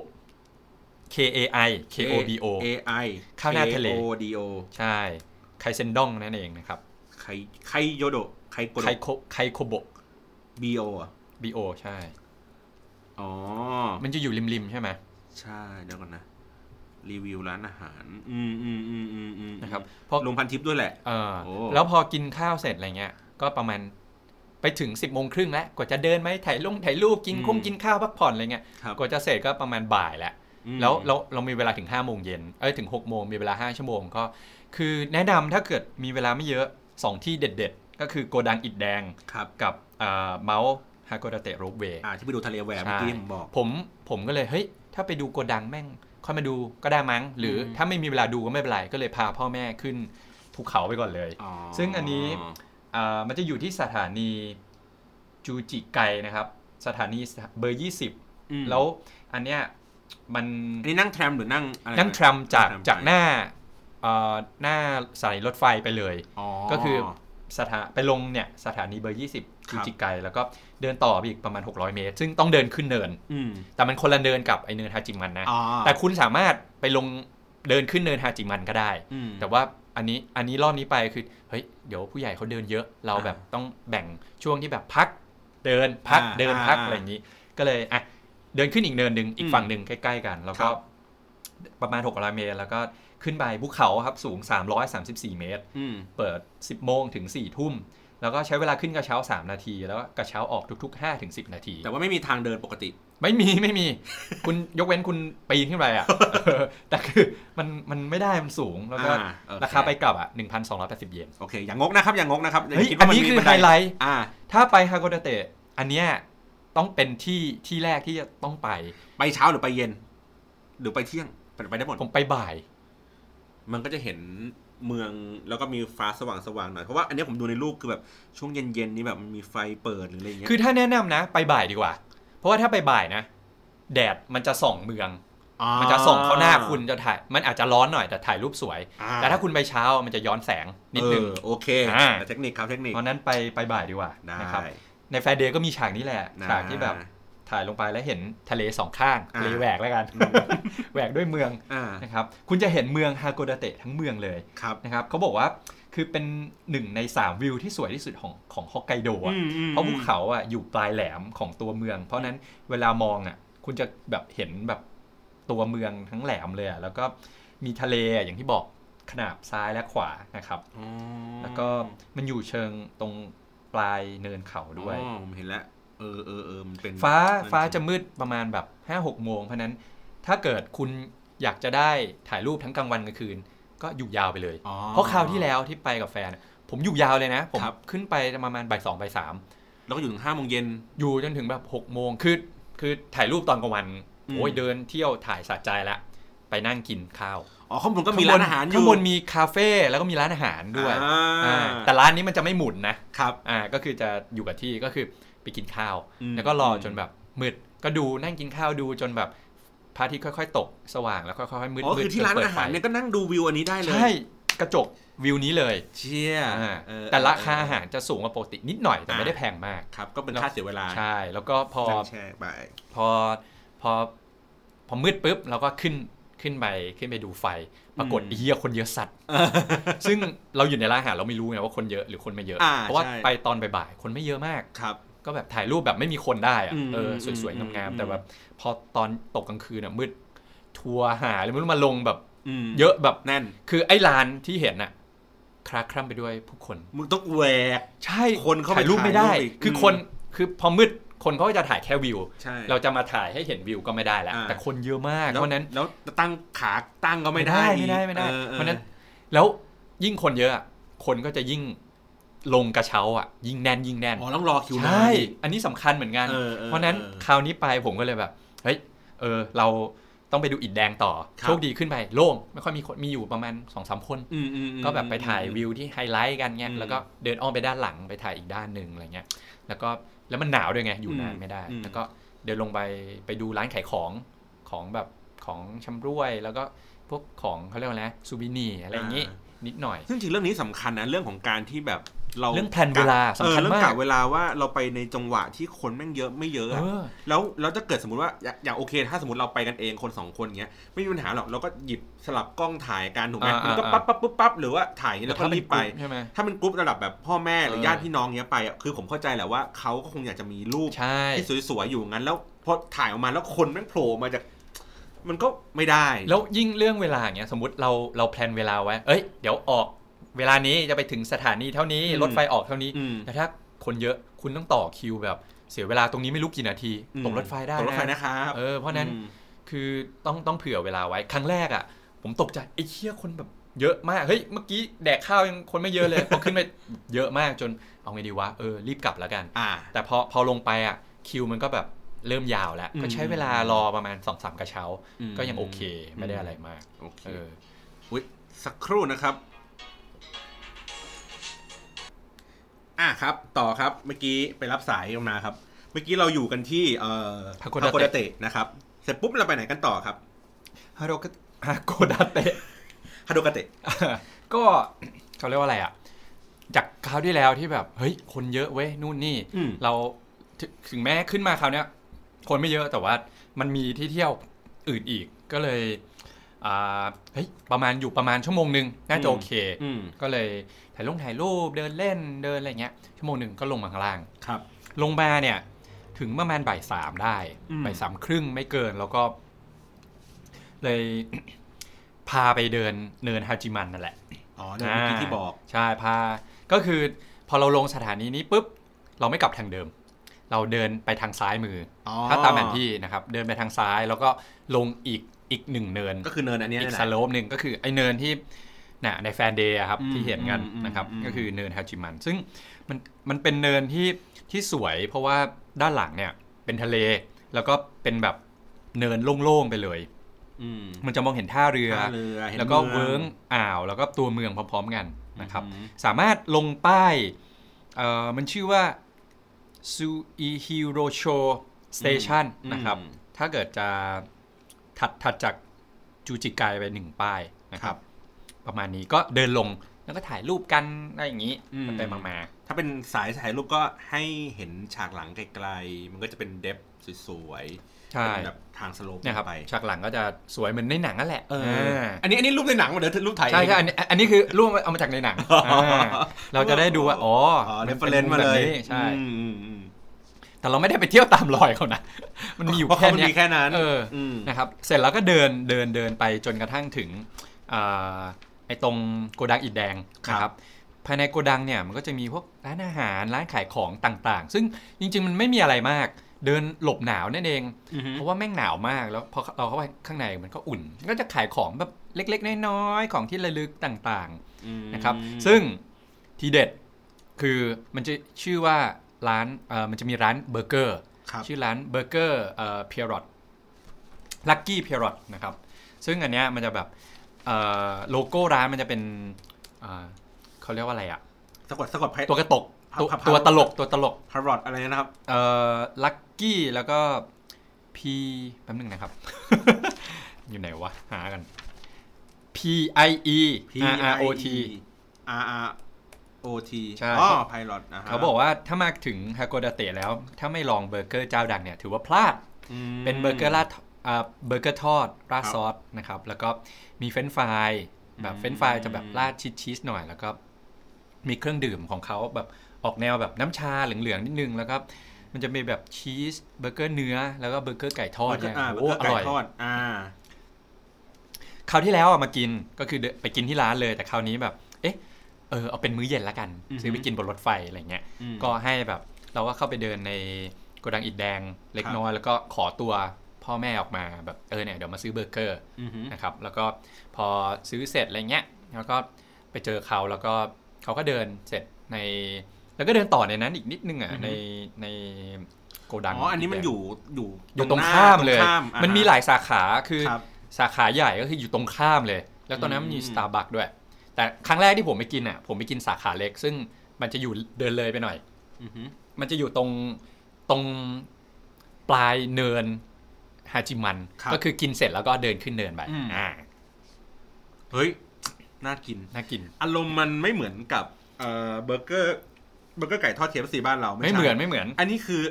K A I K O B O
A I
ข้าวหน้าทะเล
K O D O
ใช่ ไคเซนดองนั่นเองนะครับ
ไคไคโยโดะไคโกโด
ไคโคไคโคโบ
B O อ่ะ
B O ใช่
อ๋อ
มันจะอยู่ริมๆใช่ไหม
ใช่เดี๋ยวก่อนนะ รีวิวร้านอาหาร อืมอืมอืมอืมอืม
นะครับ
พอลงพันทิปด้วยแหละ
เออ
โอ้
แล้วพอกินข้าวเสร็จอะไรเงี้ย ก็ประมาณไปถึง 10บโมงครึ่งแล้ว กว่าจะเดินไหมถ่ายลงถ่ายรูปกินคงกินข้าวพักผ่อนอะไรเงี้ย
ครับ
กว่าจะเสร็จก็ประมาณบ่ายแล้ว
อืม
แล้วเราเรามีเวลาถึง5้าโมงเย็นเอ้ยถึง6กโมงมีเวลา 5 ชั่วโมงก็ คือแนะนำถ้าเกิดมีเวลาไม่เยอะ 2 ที่เด็ดๆ ก็คือโกดังอิดแดง
ครับ
กับเมาส์ฮากดาเตะโรบเว
อ่า ที่ไปดูทะเลแหวกเมื่อกี้ที่ผมบอก
ผมผมก็เลยเฮ้ยถ้าไปดูโกดังแม่งค่อยมาดูก็ได้มั้ง หรืออ
ม
ถ้าไม่มีเวลาดูก็ไม่เป็นไรก็เลยพาพ่อแม่ขึ้นภูเขาไปก่อนเลย
อ๋อ
ซึ่งอันนี้ อ่ามันจะอยู่ที่สถานีจูจิไกนะครับ สถานีเบอร์
อืม
20 แล้วอันเนี้ยมัน
นี่นั่งแทรมหรือนั่งอะไร
นั่งทรัมจาก
นั่งแรม
จากหน้าเอ่อหน้าสายรถไฟไปเลย
อ๋อ
ก็คือสถาไปลงเนี่ยสถานีเบอร์
ค
20จู
รับ
จิไกแล้วก็เดินต่อไปอีกประมาณ 600 เมตร ซึ่งต้องเดินขึ้นเนิน
อืม
แต่มันคนละเนินกับไอเนินฮาจิมันนะ
อ๋อ
แต่คุณสามารถไปลงเดินขึ้นเนินฮาจิมันก็ได้
อืม
แต่ว่าอันนี้อันนี้รอบนี้ไปคือเฮ้ยเดี๋ยวผู้ใหญ่เขาเดินเยอะเราแบบต้องแบ่งช่วงที่แบบพักเดินพัก
อ่า
เดินพัก
อ่า
อะไรอย่างนี้ ก็เลยอ่ะเดินขึ้นอีกเนินหนึ่งอีก
อืม
ฝั่งหนึ่งใกล้ ๆ กัน แล้ว
ค
ก็
รับ
ประมาณ6กร้อยเมตรแล้วก็ ขึ้นไปภูเขาครับสูง 334 เมตร
อืม
เปิด 10 โมงถึง 4 ทุ่ม แล้วก็ใช้เวลาขึ้นกระเช้า 3 นาที แล้วก็กระเช้าออกทุก ๆ 5 ถึง 10 นาที
แต่ว่าไม่มีทางเดินปกติ
ไม่มีไม่มี คุณยกเว้นคุณปีนขึ้นไป อ่ะ เออแต่คือมันมันไม่ได้มันสูงแล้วก็
อ่าโอเค
ราคาไปกลับอ่ะ 1,280 เยน
โอเค อย่างงกนะครับ อย่างงกนะครับ
เฮ้ย
าดว่ามั
อันนี้คือ
มีบัด
ไฮไลท์
อ่า
ถ้าไปฮากโดเตะอันเนี้ยต้องเป็นที่ที่แรกที่จะต้องไป
ไปเช้าหรือไปเย็น หรือไปเที่ยงไปไปได้หมด
ผมไปบ่าย
มันก็จะเห็นเมืองแล้วก็มีฟ้าสว่างสว่างๆหน่อย เพราะว่าอันเนี้ยผมดูในรูปคือแบบช่วงเย็นเย็นๆนี่แบบมันมีไฟเปิดหรืออะไรเงี้ย
คือถ้าแนะนำนะ ไปบ่ายดีกว่า เพราะว่าถ้าไปบ่ายนะ แดดมันจะส่องเมือง มันจะส่องเข้าหน้าคุณจะถ่าย มันอาจจะร้อนหน่อยแต่ถ่ายรูปสวย
อ่
แต่ถ้าคุณไปเช้ามันจะย้อนแสงนิดนึง
เออโอเค
อ่า
เทคนิคครับเทคนิค
เพราะนั้นไปไปบ่ายดีกว่า
ได้
นะครับ ในแฟร์เดย์ก็มีฉากนี้แหละ
นะ
ฉากที่แบบถ่ายลงไปแล้วเห็นทะเลสองข้าง
อ่า
ทะเลแหวกแล้วกัน แหวกด้วยเมือง
อ่า
นะครับ คุณจะเห็นเมืองฮากโดเตะทั้งเมืองเลย
ครับ
นะครับเขาบอกว่าคือเป็นหนึ่งในสามวิวที่สวยที่สุดของของฮอกไกโดอะ
อืมอืม
เพราะภูเขาอ่ะอยู่ปลายแหลมของตัวเมือง เพราะฉะนั้นเวลามองอ่ะคุณจะแบบเห็นแบบตัวเมืองทั้งแหลมเลยอ่ะแล้วก็มีทะเลอ่ะอย่างที่บอกขนาบซ้ายและขวานะครับ
อ๋อ
แล้วก็มันอยู่เชิงตรงปลายเนินเขาด้วย
อ๋อผมเห็นแล้วเออเออเออมันเป็น
ฟ้า
มัน
ฟ้าจะมืดประมาณแบบ5้าหกโมงเพราะฉะนั้นถ้าเกิดคุณอยากจะได้ถ่ายรูปทั้งกลางวันกลางคืน ก็อยู่ยาวไปเลย
อ๋อ
เพราะคราวที่แล้วที่ไปกับแฟนอะผมอยู่ยาวเลยนะ ผม
ครับ
ขึ้นไปประมาณบ่ายสองบ่ายสาม
แล้วก็อยู่ถึงห้าโมงเย็น
อยู่จนถึงแบบหกโมงคือคือถ่ายรูปตอนกลางวัน
อืม
โอ้ยเดินเที่ยวถ่ายสะใจละไปนั่งกินข้าว
อ๋อข้างบนก็มีร้านอาหารอยู่
ข้างบนมีคาเฟ่แล้วก็มีร้านอาหารด้วย
อ่า
อ่าแต่ร้านนี้มันจะไม่หมุนนะครับ อ่าก็คือจะอยู่กับที่ก็คือไปกินข้าว
อืม
แล้วก็รออ
ม
จนแบบมืดก็ดูนั่งกินข้าวดูจนแบบพระอาทิตย์ค่อย ๆ ตกสว่างแล้วค่อยๆมืด
อ๋อ
มืด
คือที่ร้านอาหารเนี่ยก็นั่งดูวิวอันนี้ได้เลย
ใช่กระจกวิวนี้เลย
เชี่ย
อ่า
เออ
แต่ราคา
เออ
อาหารจะสูงกว่าปกตินิดหน่อยแต่ไม่ได้แพงมาก
ครับ ก็เป็นค่าเสียเวลา
ใช่แล้วก็พอ
นั่งแช่ ไป
พอพอพอมืดปุ๊บเราก็ขึ้นขึ้นไปขึ้นไปดูไฟ ปรากฏ
อืม
ไอ้เฮียคนเยอะสัตว์ ซึ่งเราอยู่ในร้านอาหารเราไม่รู้ไงว่าคนเยอะหรือคนไม่เยอะ
อ่า
เพราะว่า
ใช่
ไปตอนบ่ายๆคนไม่เยอะมาก
ครับ
ก็แบบถ่ายรูปแบบไม่มีคนได้อะ
อืม
เออ
อืม
สวยๆ
อืม
งาม
อื
ๆ
ม
แต่แบบพอตอนตกกลางคืนอ่ะมืดทัวร์หาเลยไม่รู้มาลงแบบ
ม
เยอะแบบ
แน่น
คือไอ้ลานที่เห็นอ่ะคลาคร่ำไปด้วยผู้คน
มึงต้องแหวก
ใช่
คนเข้าไป
ถ่ายรูปไม่ได้
ถ่ายรูปอีก
คืออ
ม
คนคือพอมืดคนเขาก็จะถ่ายแค่วิว
ใช่
เราจะมาถ่ายให้เห็นวิวก็ไม่ได้แล้ว
อ่า
แต่คนเยอะมาก
แล้ว
เพราะฉะนั้น
แล้วตั้งขาตั้งก็ไม่ได้
ไม่ได้ไม่ได้
ออออ
เพราะฉะนั้นแล้วยิ่งคนเยอะอะคนก็จะยิ่งลงกระเช้าอ่ะยิ่งแน่นยิ่งแน่น
อ๋อต้องรอคิวนา
ใช่
นอีก
อันนี้สำคัญเหมือนกัน
เออเออ
ราะฉะนั้น
เออ
คราวนี้ไปผมก็เลยแบบเฮ้ยเออเราต้องไปดูอิดแดงต่อ
ครับ
โชคดีขึ้นไปโล่งไม่ค่อยมีคนมีอยู่ประมาณ2อสามคน
อืมอืมอืม
ก็แบบไปถ่ายวิวที่ไฮไลท์กันเงี้ย
อืม
แล้วก็เดินอ้อมไปด้านหลังไปถ่ายอีกด้านหนึ่งอะไรเงี้ย แล้วก็แล้วมันหนาวด้วยไงอยู่นานไม่ได้
อืม
แล้วก็เดินลงไปไปดูร้านขายของของแบบของชำรวย แล้วก็พวกของเขาเรียกว่าอะไรซูบินีอะไรอย่างงี้นิดหน่อย
ซึ่งจริงเรื่องนี้สำคัญนะ เรื่องของการที่แบบเรา
เรื่องแพลนเวลาสำ
เอ
คัญ
อเรื่อง
มาก
กะเวลาว่าเราไปในจังหวะที่คนแม่งเยอะไม่เยอะ
เอ
อะ
อ
แล้วแล้วถ้าเกิดสมมติว่าอย่าอย่างโอเค ถ้าสมมติเราไปกันเองคนสองคนเงี้ยไม่มีปัญหาหรอกเราก็หยิบสลับกล้องถ่ายกันถูกไหม
อ่ามั
มันก็
อ่า
ปั๊บปั๊บปุ๊บปั๊บหรือว่าถ่ายอย่างนี้แล้วก็รีบไป
ถ้าเป็นกลุ่มใช่ไหม
ถ้าเป็นกรุ๊ประดับแบบพ่อแม่หรือ
เออ
ญาติพี่น้องเงี้ยไปอะคือผมเข้าใจแหละว่าเขาก็คงอยากจะมีรูป
ใช่
ที่สวยๆอยู่งั้น แล้วพอถ่ายออกมาแล้วคนแม่งโผล่มาจาก มันก็ไม่ได้
แล้วยิ่งเรื่องเวลาอย่างเงี้ยสมมติเราเราแพลนเวลาไว้เอ้ยเดี๋ยวออกเวลานี้จะไปถึงสถานีเท่านี้รถไฟออกเท่านี้
อืม
แต่ถ้าคนเยอะคุณต้องต่อคิวแบบเสียเวลาตรงนี้ไม่รู้กี่นาที
อืม
ตกรถไฟได้
ตกรถไฟ
นะ
นะครับ
เออเพราะฉะนั้น
อืม
คือต้องต้องเผื่อเวลาไว้ครั้งแรกอ่ะ ผมตกใจไอ้เชี่ยคนแบบเยอะมากเฮ้ยเมื่อกี้แดกข้าวยังคนไม่เยอะเลย พอขึ้นไปเยอะมากจนเอาไงดีวะเออรีบกลับแล้วกัน
อ่า
แต่พอพอลงไปอ่ะคิวมันก็แบบเริ่มยาวแล้ว
อืม
ก็ใช้เวลารอประมาณสองสามกระเช้า
อืม
ก็ยังโอเคไม่ได้
อืม
อะไรมาก
โอเค
เออ
อุ๊ยสักครู่นะครับอ่ะครับ ต่อครับเมื่อกี้ไปรับสายมาครับ เมื่อกี้เราอยู่กันที่เอ่อ
ฮาก
ฮาโก
โด
ดา
เตะ
เตะนะครับ เสร็จปุ๊บเราไปไหนกันต่อครับ
ฮาโดกะฮาโกดา เตะ
ฮาโดกาเตะ
ก็ เขาเรียกว่าอะไรอ่ะ จากคราวที่แล้วที่แบบ เฮ้ย คนเยอะเว้ยนู่นนี่
อืม
เราถึถึงแม้ขึ้นมาคราวเนี้ย คนไม่เยอะแต่ว่ามันมีที่เที่ยวอื่นอีกก็เลยอ่าเฮ้ยประมาณอยู่ประมาณชั่วโมงหนึ่งน่าจะโอเค
อืม
ก็เลยถ่ายลงถ่ายรูปเดินเล่นเดินอะไรเงี้ยชั่วโมงหนึ่งก็ลงมาข้างล่าง
ครับ
ลงมาเนี่ย ถึงประมาณบ่ายสามได้
อืม
บ่ายสามครึ่งไม่เกินแล้วก็ เลย พ พาไปเดินเนินฮาจิมันนั่นแหละ
อ๋อเดี๋ยวเมื่อกี้ที่บอก
ใช่พาก็คือพอเราลงสถานีนี้ปุ๊บเราไม่กลับทางเดิม เราเดินไปทางซ้ายมืออ
อ
ถ้าตามแผนที่นะครับเดินไปทางซ้ายแล้วก็ลงอีกอีกหนึ่งเนิน
ก็คือเนินอันเนี้ย
อี
นั่น
ก
แห
ส
ละ
โลปหนึ่งก็คือไอเนินที่นะในแฟนเดย์อะครับ
อืม
ที่เห็นกัน
อืม
นะครับ
อืม
ก็คือเนินฮาจิมัน ซึ่งมันมันเป็นเนินที่ที่สวย เพราะว่าด้านหลังเนี่ยเป็นทะเล แล้วก็เป็นแบบเนินโล่งๆไปเลย
อืม
มันจะมองเห็นท่าเรือ
ท่าเรือห็น
แล้วก็
มือ
เวิ้งอ่าวแล้วก็ตัวเมืองพร้อมๆกันนะครับ
อืม
สามารถลงป้ายเอ่อมันชื่อว่าซูอิฮิโรโชสเตชันนะครับ
อืม
ถ้าเกิดจะถัดถัดจากจูจิไกไปหนึ่งป้ายนะครับ ประมาณนี้ก็เดินลงแล้วก็ถ่ายรูปกันอะไรอย่างนี้
อืม
ไปๆมา
ถ้าเป็นสายถ่ายรูปก็ให้เห็นฉากหลังไกลๆ มันก็จะเป็นเดฟสวย
ๆ
ๆเป็
ใช่
นแบบทางสโลป
เนะครับ
ไป
ฉากหลังก็จะสวยเหมือนในหนังนั่นแหละ
เออ
อ
อันนี้อันนี้รูปในหนังมาเดี๋ยวรูปถ่าย
ใช่ใช่อัน
เอง
นี้อันนี้คือรูปเอามาจากในหนัง
อ๋ออ่
าเราจะได้ดูว่าอ๋อ
อ๋อเร
มั
ฟเฟ
ป็
รนซ์มา
แบบ
เลย
นี้ใช่
อืมอืมอืม
แต่เราไม่ได้ไปเที่ยวตามรอยเขานะ มันมีอยู่
เพราะ
แค่
เขามัน
เนี้ย
มีแค่นั้น
เอออื
ม
นะครับ เสร็จแล้วก็เดินเดินเดินไปจนกระทั่งถึงอาไอ้ตรงโกดังอิฐแดง
ครับ
นะครับ ภายในโกดังเนี่ยมันก็จะมีพวกร้านอาหารร้านขายของต่างๆ ซึ่งจริงๆมันไม่มีอะไรมาก เดินหลบหนาวนั่นเอง
อือฮึ
เพราะว่าแม่งหนาวมากแล้วพอเราเข้าไปข้างในมันก็อุ่น ก็จะขายของแบบเล็กๆ น้อยๆ ของที่ระลึกต่างๆนะครับ ซึ่งทีเด็ดคือมันจะชื่อว่าร้านเอ่อมันจะมีร้านเบอร์เกอร์
ครับ
ชื่อร้านเบอร์เกอร์เอ่อพียรอตลักกี้พียรอตนะครับ ซึ่งอันเนี้ยมันจะแบบเอ่อโลโก้ร้านมันจะเป็นเอ่อเขาเรียกว่าอะไรอะ
สะกดสะกดไพ่
ตัวกระตกตัว
พับๆ
ตัวตลกตัวตลก
พารอดอะไรนะครับ
เอ่อลักกี้แล้วก็พีแป๊บนึงนะครับ อยู่ไหนวะ หากัน P I E
P
R R O T
R R O T
ใช่
อ๋อไพลอตนะฮะ
เขาบอกว่าถ้ามาถึงฮาก o d ดาเตะแล้ว ถ้าไม่ลองเบอร์เกอร์เจ้าดังเนี่ยถือว่าพลาด
อืม
เป็นเบอร์เกอร์ราดเอ่อเบอร์เกอร์ทอดราด
ครับ
ซอสนะครับ แล้วก็มีเฟรนช์ฟรายแบบ
อืม
เฟรนช์ฟรายจะแบบราดชีสชีสหน่อย แล้วก็มีเครื่องดื่มของเขาแบบออกแนวแบบน้ำชาเหลืองๆนิดนึง แล้วก็มันจะมีแบบชีสเบอร์เกอร์เนื้อ แล้วก็เบอร์เกอร์ไก่ทอด
เบอร์เกอร์
เนี่ย
อ่า
โอ้โห
เบอร์
อ
เกอร์
ร่อ
ไก่
ย
ทอดอ่า
คราวที่แล้วอะมากินก็คือเดินไปกินที่ร้านเลย แต่คราวนี้แบบเอ๊ะเออเอาเป็นมื้อเย็นละกัน
อือฮึ
ซื้อไปกินบนรถไฟอะไรเงี้ย
อืม
ก็ให้แบบเราก็เข้าไปเดินในโกดังอิฐแดงเล็ก
ครับ
น้อยแล้วก็ขอตัวพ่อแม่ออกมาแบบเออเนี่ยเดี๋ยวมาซื้อเบอร์เกอร์
อือฮึ
นะครับแล้วก็พอซื้อเสร็จอะไรเงี้ยแล้วก็ไปเจอเขาแล้วก็เขาก็เดินเสร็จใน แล้วก็เดินต่อในนั้นอีกนิดนึงอ่ะ
อือฮึ
ในในโกดัง
อ๋อ อันนี้มันอยู่อยู่
อยู่ตรงข้ามเลย
ตรงข้าอ่ะ
มันมีหลายสาขาคือ
ครับ
สาขาใหญ่ก็คืออยู่ตรงข้ามเลย แล้วตอนนั้นมันมี
อืม
สตาร์บัคด้วย แต่ครั้งแรกที่ผมไปกินอ่ะผมไปกินสาขาเล็ก ซึ่งมันจะอยู่เดินเลยไปหน่อย
อือฮึ
มันจะอยู่ตรงตรงปลายเนินฮาจิมัน
ครับ
ก็คือกินเสร็จแล้วก็เดินขึ้นเนินไป
อืม
อ่า
เฮ้ย น่ากิน
น่ากิน
อารมณ์มันไม่เหมือนกับเอ่อเบอร์เกอร์เบอร์เกอร์ไก่ทอดเทฟซีบ้านเรา
ไม่
ใช่
เหมือนไม่เหมือน
อันนี้คือ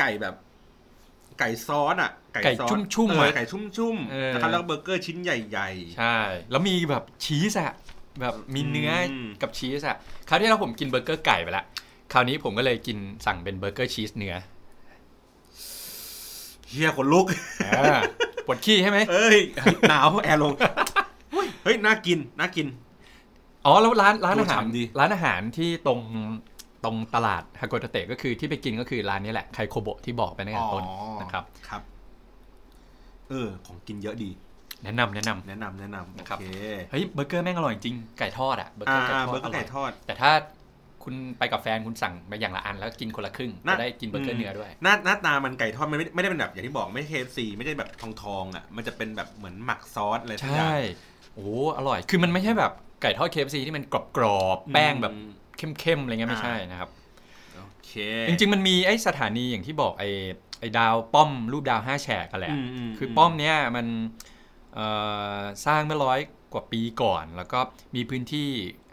ไก่แบบไก่ซอสอ่ะ
ไก่
ซอส
ชุ่มๆ
เออ
อะ
ไก่ชุ่ม
เออ
ๆนะครับแล้วก็เบอร์เกอร์ชิ้นใหญ่
ใช่ แล้วมีแบบชีสอะแบบมีเนื้อ
ม
กับชีสอะคราวที่แล้วผมกินเบอร์เกอร์ไก่ไปละคราวนี้ผมก็เลยกินสั่งเป็นเบอร์เกอร์ชีสเนื้อ
ๆเฮียขนลุก
อ่าปวดขี้ใช่ไหม
เอ้ยหนาวแอร์ลงเฮ้ยน่ากินน่ากิน
อ๋อแล้วร้านร้าน
ดู
อาหาร
ฉ่ำดี
ร้านอาหารที่ตรงตรงตลาดฮากโตเตะก็คือที่ไปกินก็คือร้านนี้แหละไคโคโบะที่บอกไปในตอนต้นนะครับ
ครับ เออ ของกินเยอะดี
แนะนำแนะนำ
แนะนำแนะนำ
นะครับ
โอเค
เฮ้ยเบอร์เกอร์แม่งอร่อยจริงไก่ทอดอะเบอร์เกอ
อ่า
ร์
อ่า
ไก่ทอ
เบอ
ด
ร์เก
อ
อร์ไก่
ร่อย
ทอด
แต่ถ้าคุณไปกับแฟนคุณสั่งมาอย่างละอันแล้วกินคนละครึ่ง
น่า
จะได้กินเบอร์เกอร์เนื้อด้วย
หน้าหน้าตามันไก่ทอดมันไม่ไม่ได้เป็นแบบอย่างที่บอกไม่ใช่ KFC ไม่ใช่แบบทองทองๆอ่ะ มันจะเป็นแบบเหมือนหมักซอสอะไรสักอย่า
ใช่
ง
โอ้ อร่อย คือมันไม่ใช่แบบไก่ทอด KFC ที่มันกรอบกรอบๆแป้งแบบ
อืม
เข้มๆ อะไรเงี้ยไม่ใช่นะครับ
โอเค
จริงๆ มันมีไอ้สถานีอย่างที่บอกไอ้ไอ้ดาวป้อมรูปดาวห้าแฉกกันแหละ
ม
คือป้อมเนี้ยมันเอ่อสร้างเมื่อร้อยกว่าปีก่อน แล้วก็มีพื้นที่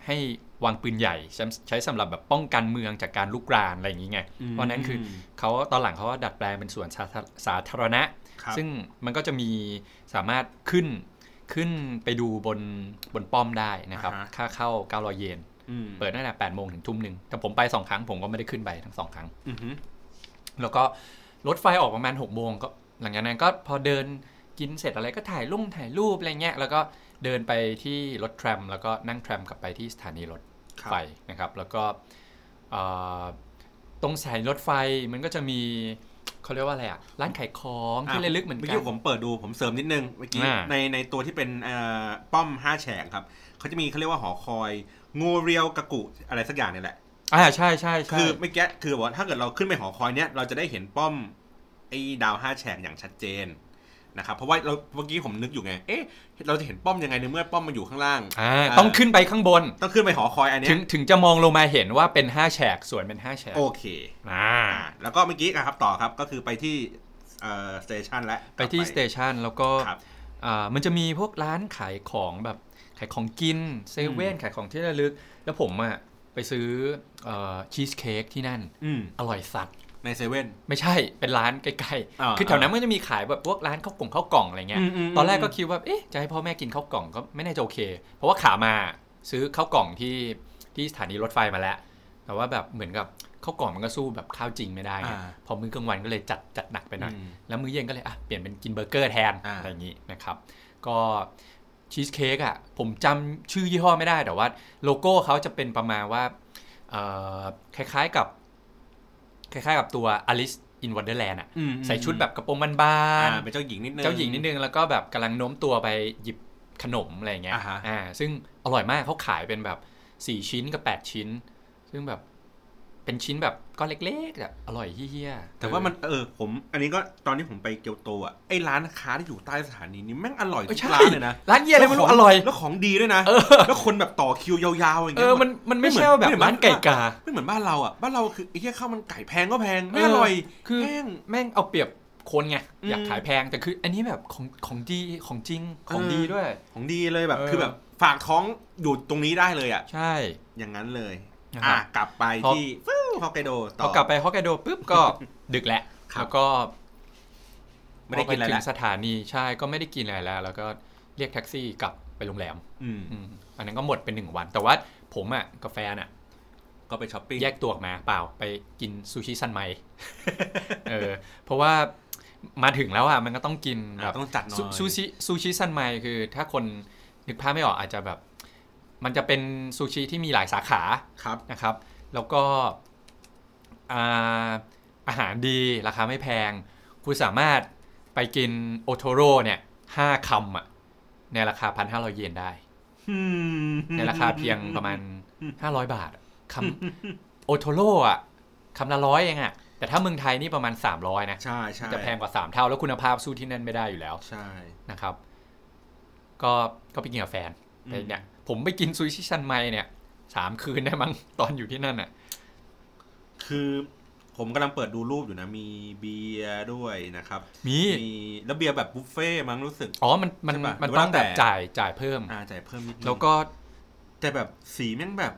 ให้วางปืนใหญ่ใช้ใช้สำหรับแบบป้องกันเมืองจากการลุกรานอะไรอย่างงี้ไง
ม
เพราะฉะนั้นคือเขาตอนหลังเขาก็ดัดแปลงเป็นสวนสาธารสาธารณะ
ครับ
ซึ่งมันก็จะมีสามารถขึ้นขึ้นไปดูบนบนป้อมได้นะครับ
อ่าฮะ
ค่าเข้า 900 เยน
อืม
เปิดตั้งแต่8โมงถึงทุ่มหนึ่งแต่ผมไป 2 ครั้งผมก็ไม่ได้ขึ้นไปทั้ง 2 ครั้ง
อือหือ
แล้วก็รถไฟออกประมาณ6โมงก็หลังจากนั้นก็พอเดิน กินเสร็จอะไรก็ถ่ายลุ่งถ่ายรูปอะไรเงี้ยแล้วก็เดินไปที่รถแทรม แล้วก็นั่งแทรมกลับไปที่สถานีรถ
ครับ
ไฟนะครับ แล้วก็เอ่อตรงสถายรถไฟมันก็จะมีเขาเรียกว่าอะไรอะร้านขายของที่ระลึกเหมือน
เมื่อ
กั
กี้
น
ผมเปิดดูผมเสริมนิดนึงเมื่อกี้
อ่า
ในในตัวที่เป็นเอ่อป้อมห้าแฉกครับเขาจะมีเขาเรียกว่าหอคอย งูเรียวกะกุอะไรสักอย่างเนี่ยแหละ
อ่าใช่ใช่ใช่
คือเมื่อกี้คือบอกว่าถ้าเกิดเราขึ้นไปหอคอยเนี้ยเราจะได้เห็นป้อมไอ้ดาวห้าแฉกอย่างชัดเจนนะครับเพราะว่าเราเมื่อกี้ผมนึกอยู่ไงเอ๊ะเราจะเห็นป้อมยังไงในเมื่อป้อมมันอยู่ข้างล่าง
อ่า
อ่า
ต้องขึ้นไปข้างบน
ต้องขึ้นไปหอคอยอันเนี้
ถึ
ย
งถึงจะมองลงมาเห็นว่าเป็น 5 แฉก ส่วนเป็น 5 แฉก
โอเค
อ่า
อ่าแล้วก็เมื่อกี้อะครับต่อครับก็คือไปที่เอ่อสเตชันและ
ไปที่สเตชันแล้วก็
ครับ
อ่ามันจะมีพวกร้านขายของแบบขายของกินเซเว่นขายของที่ระลึก แล้วผมอ่ะไปซื้อชีสเค้กที่นั่น
อืม
อร่อยสัตว์
ในเซเว่น
ไม่ใช่เป็นร้านใกล้
อ่า
ๆ คือแถวนั้นมันจะมีขายแบบพวกร้านข้าวกล่องข้าวกล่องอะไรเงี้ย
อืมอืมอืม
ตอนแรกก็คิดว่าเอ๊ะจะให้พ่อแม่กินข้าวกล่องก็ไม่น่าจะโอเค เพราะว่าขามาซื้อข้าวกล่องที่ที่สถานีรถไฟมาแล้ว แต่ว่าแบบเหมือนกับข้าวกล่องมันก็สู้แบบข้าวจริงไม่ได้ไงพอมื้อกลางวันก็เลยจัดจัดหนักไปหน่อย
อืม
แล้วมื้อเย็นก็เลยอ่ะเปลี่ยนเป็นกินเบอร์เกอร์แทน
อ่า
อะไรอย่างนี้นะครับ ก็ชีสเค้กอ่ะผมจำชื่อยี่ห้อไม่ได้แต่ว่า โลโก้เขาจะเป็นประมาณว่าเอ่อคล้ายๆกับ คล้ายๆกับตัว Alice in Wonderland อ่ะ
อืม
ใส่ชุดแบบกระโปรงบาน
อ่าเป็นเจ้าหญิงนิดนึง
ๆเจ้าหญิงนิดนึง แล้วก็แบบกำลังโน้มตัวไปหยิบขนมอะไรอย่างเงี้ย
อ่าฮะ
อ่าซึ่งอร่อยมากเขาขายเป็นแบบ 4 ชิ้นกับ 8 ชิ้น ซึ่งแบบเป็นชิ้นแบบก้อนเล็กๆแบบอร่อยเฮี้ยๆ
แต่ว่ามันเออผมอันนี้ก็ตอนที่ผมไปเกียวโตอ่ะไอ้ร้านค้าที่อยู่ใต้สถานีนี่แม่งอร่อยทุก
ใช่
ร้านเลยนะ
ร้านเยี่ยอะไรไม่รู้อร่อย
แล้วของดีด้วยนะ
เออ
แล้วคนแบบต่อคิวยาวๆอย่าง
เอ
เงี้ย
อ มัน มันไม่ใช่ว่าแบบร้านไก่กา
ไม่เหมือนบ้านเราอ่ะ บ้านเราคือไอ้แค่ข้าวมันไก่แพงก็แพง ไม่
เออ
อ
อ
ร่อย
คือ
แห้ง
แม่งเอาเปรียบคนไง อยาก
อืม
ขายแพง แต่คืออันนี้แบบของของดี ของจริง ของ
เออ
ดีด้วย
ของดีเลยแบบ
เออ
คือแบบฝากท้องอยู่ตรงนี้ได้เลยอ่ะ
ใช่
อย่างนั้นเลย
นะครับ
อ่ะกลับไป
พอ
ที่ฟิวฮอกไกโด
พ
ต่
อ
อ
กลับไปฮอกไกโดปุ๊บ ก็ ดึกแหละ
ครับ
แล้วก็
ไม่ได้กินอะไร
พป
ละ
ถึงสถานี ใช่ ก็ไม่ได้กินอะไรแล้ว แล้วก็เรียกแท็กซี่กลับไปโรงแรม
อืม
อืมอันนั้นก็หมดเป็นหนึ่งวัน แต่ว่าผมอ่ะกาแฟนอ่ะ
ก็ไปช้อปปิ้ง
แยกตัวออกมาเปล่าไปกินซูชิซันไม เออเพราะว่ามาถึงแล้วอ่ะมันก็ต้องกินแบ
อ่ะ
บ
ต้องจัดหน่อย
ซูซูชิซูชิซันไมคือถ้าคนนึกภาพไม่ออกอาจจะแบบ มันจะเป็นซูชิที่มีหลายสาขา
ครับ
นะครับ แล้วก็อ่าอาหารดีราคาไม่แพง คุณสามารถไปกินโอโทโร่เนี่ยห้าคำอ่ะในราคา 1,500 เยนได้ ในราคาเพียงประมาณ 500 บาทอะคำ โอโทโร่อะคำละร้อยเองอะแต่ถ้าเมืองไทยนี่ประมาณ 300 นะ
ใช่ใช่
จะแพงกว่า 3 เท่าแล้วคุณภาพสู้ที่นั่นไม่ได้อยู่แล้ว
ใช่
นะครับ ก็ก็ไปกินกับแฟน
อืม
ไปเนี่ยผมไปกินซูชิซันไมเนี่ยสามคืนได้มั้ง ตอนอยู่ที่นั่นอะ
คือผมกำลังเปิดดูรูปอยู่นะ มีเบียร์ด้วยนะครับ
มี
มีแล้วเบียร์แบบบุฟเฟ่ต์มั้งรู้สึก
อ๋อมันมัน
ใช่ปะ
มั
ห
น
รือว่า
ต้องแบบ
แต่
จ่ายจ่ายเพิ่ม
อ่าจ่ายเพิ่มนิดนึง
แล้วก็
แต่แบบสีแม่งแบบ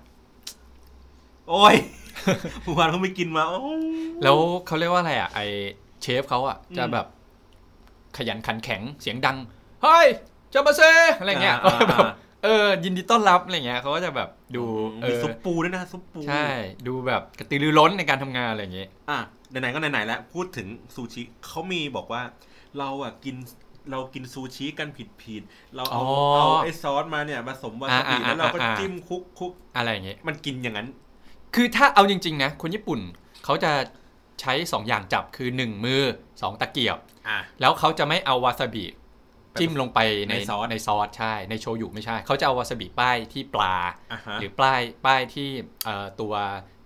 โอ้ย เมื่อวานเขาไม่กินมาโอ้ย
แล้วเขาเรียกว่าอะไรอ่ะไอเชฟเขาอ่ะ
อืม
จะแบบขยันขันแข็งเสียงดัง เฮ้ยจามาเซอะไรเงี้ย
อ่าอ่า
แบบเออ ยินดีต้อนรับอะไรเงี้ยเขาก็จะแบบดูเอ
มี
อ
ซุปปูด้วยนะซุปปู
ใช่ ดูแบบกระตือรือร้นในการทำงานอะไรอย่างเงี้ย
อ่ะไหนๆก็ไหนๆแล้วพูดถึงซูชิเขามีบอกว่า เราอ่ะกินเรากินซูชิกันผิดผิดๆเราเอา
อ๋อ
เอาไอ้ซอสมาเนี่ยผสมวาซาบิ
อ่าอ่า
แล้วเราก็
อ่าอ่า
จิ้มคุกคุก
อะไรอย่างเงี้ย
มันกินอย่างนั้น
คือถ้าเอาจริง ๆ นะ คนญี่ปุ่นเขาจะใช้สองอย่างจับคือหนึ่งมือสองตะเกียบ
อ่ะ
แล้วเขาจะไม่เอาวาซาบิจิ้มลงไปใน
ในซอส
ในซอสใช่ ในโชยุไม่ใช่เขาจะเอาวาซาบิป้ายที่ปลา
อ่ะฮะ
หรือป้ายป้ายที่เอ่อตัว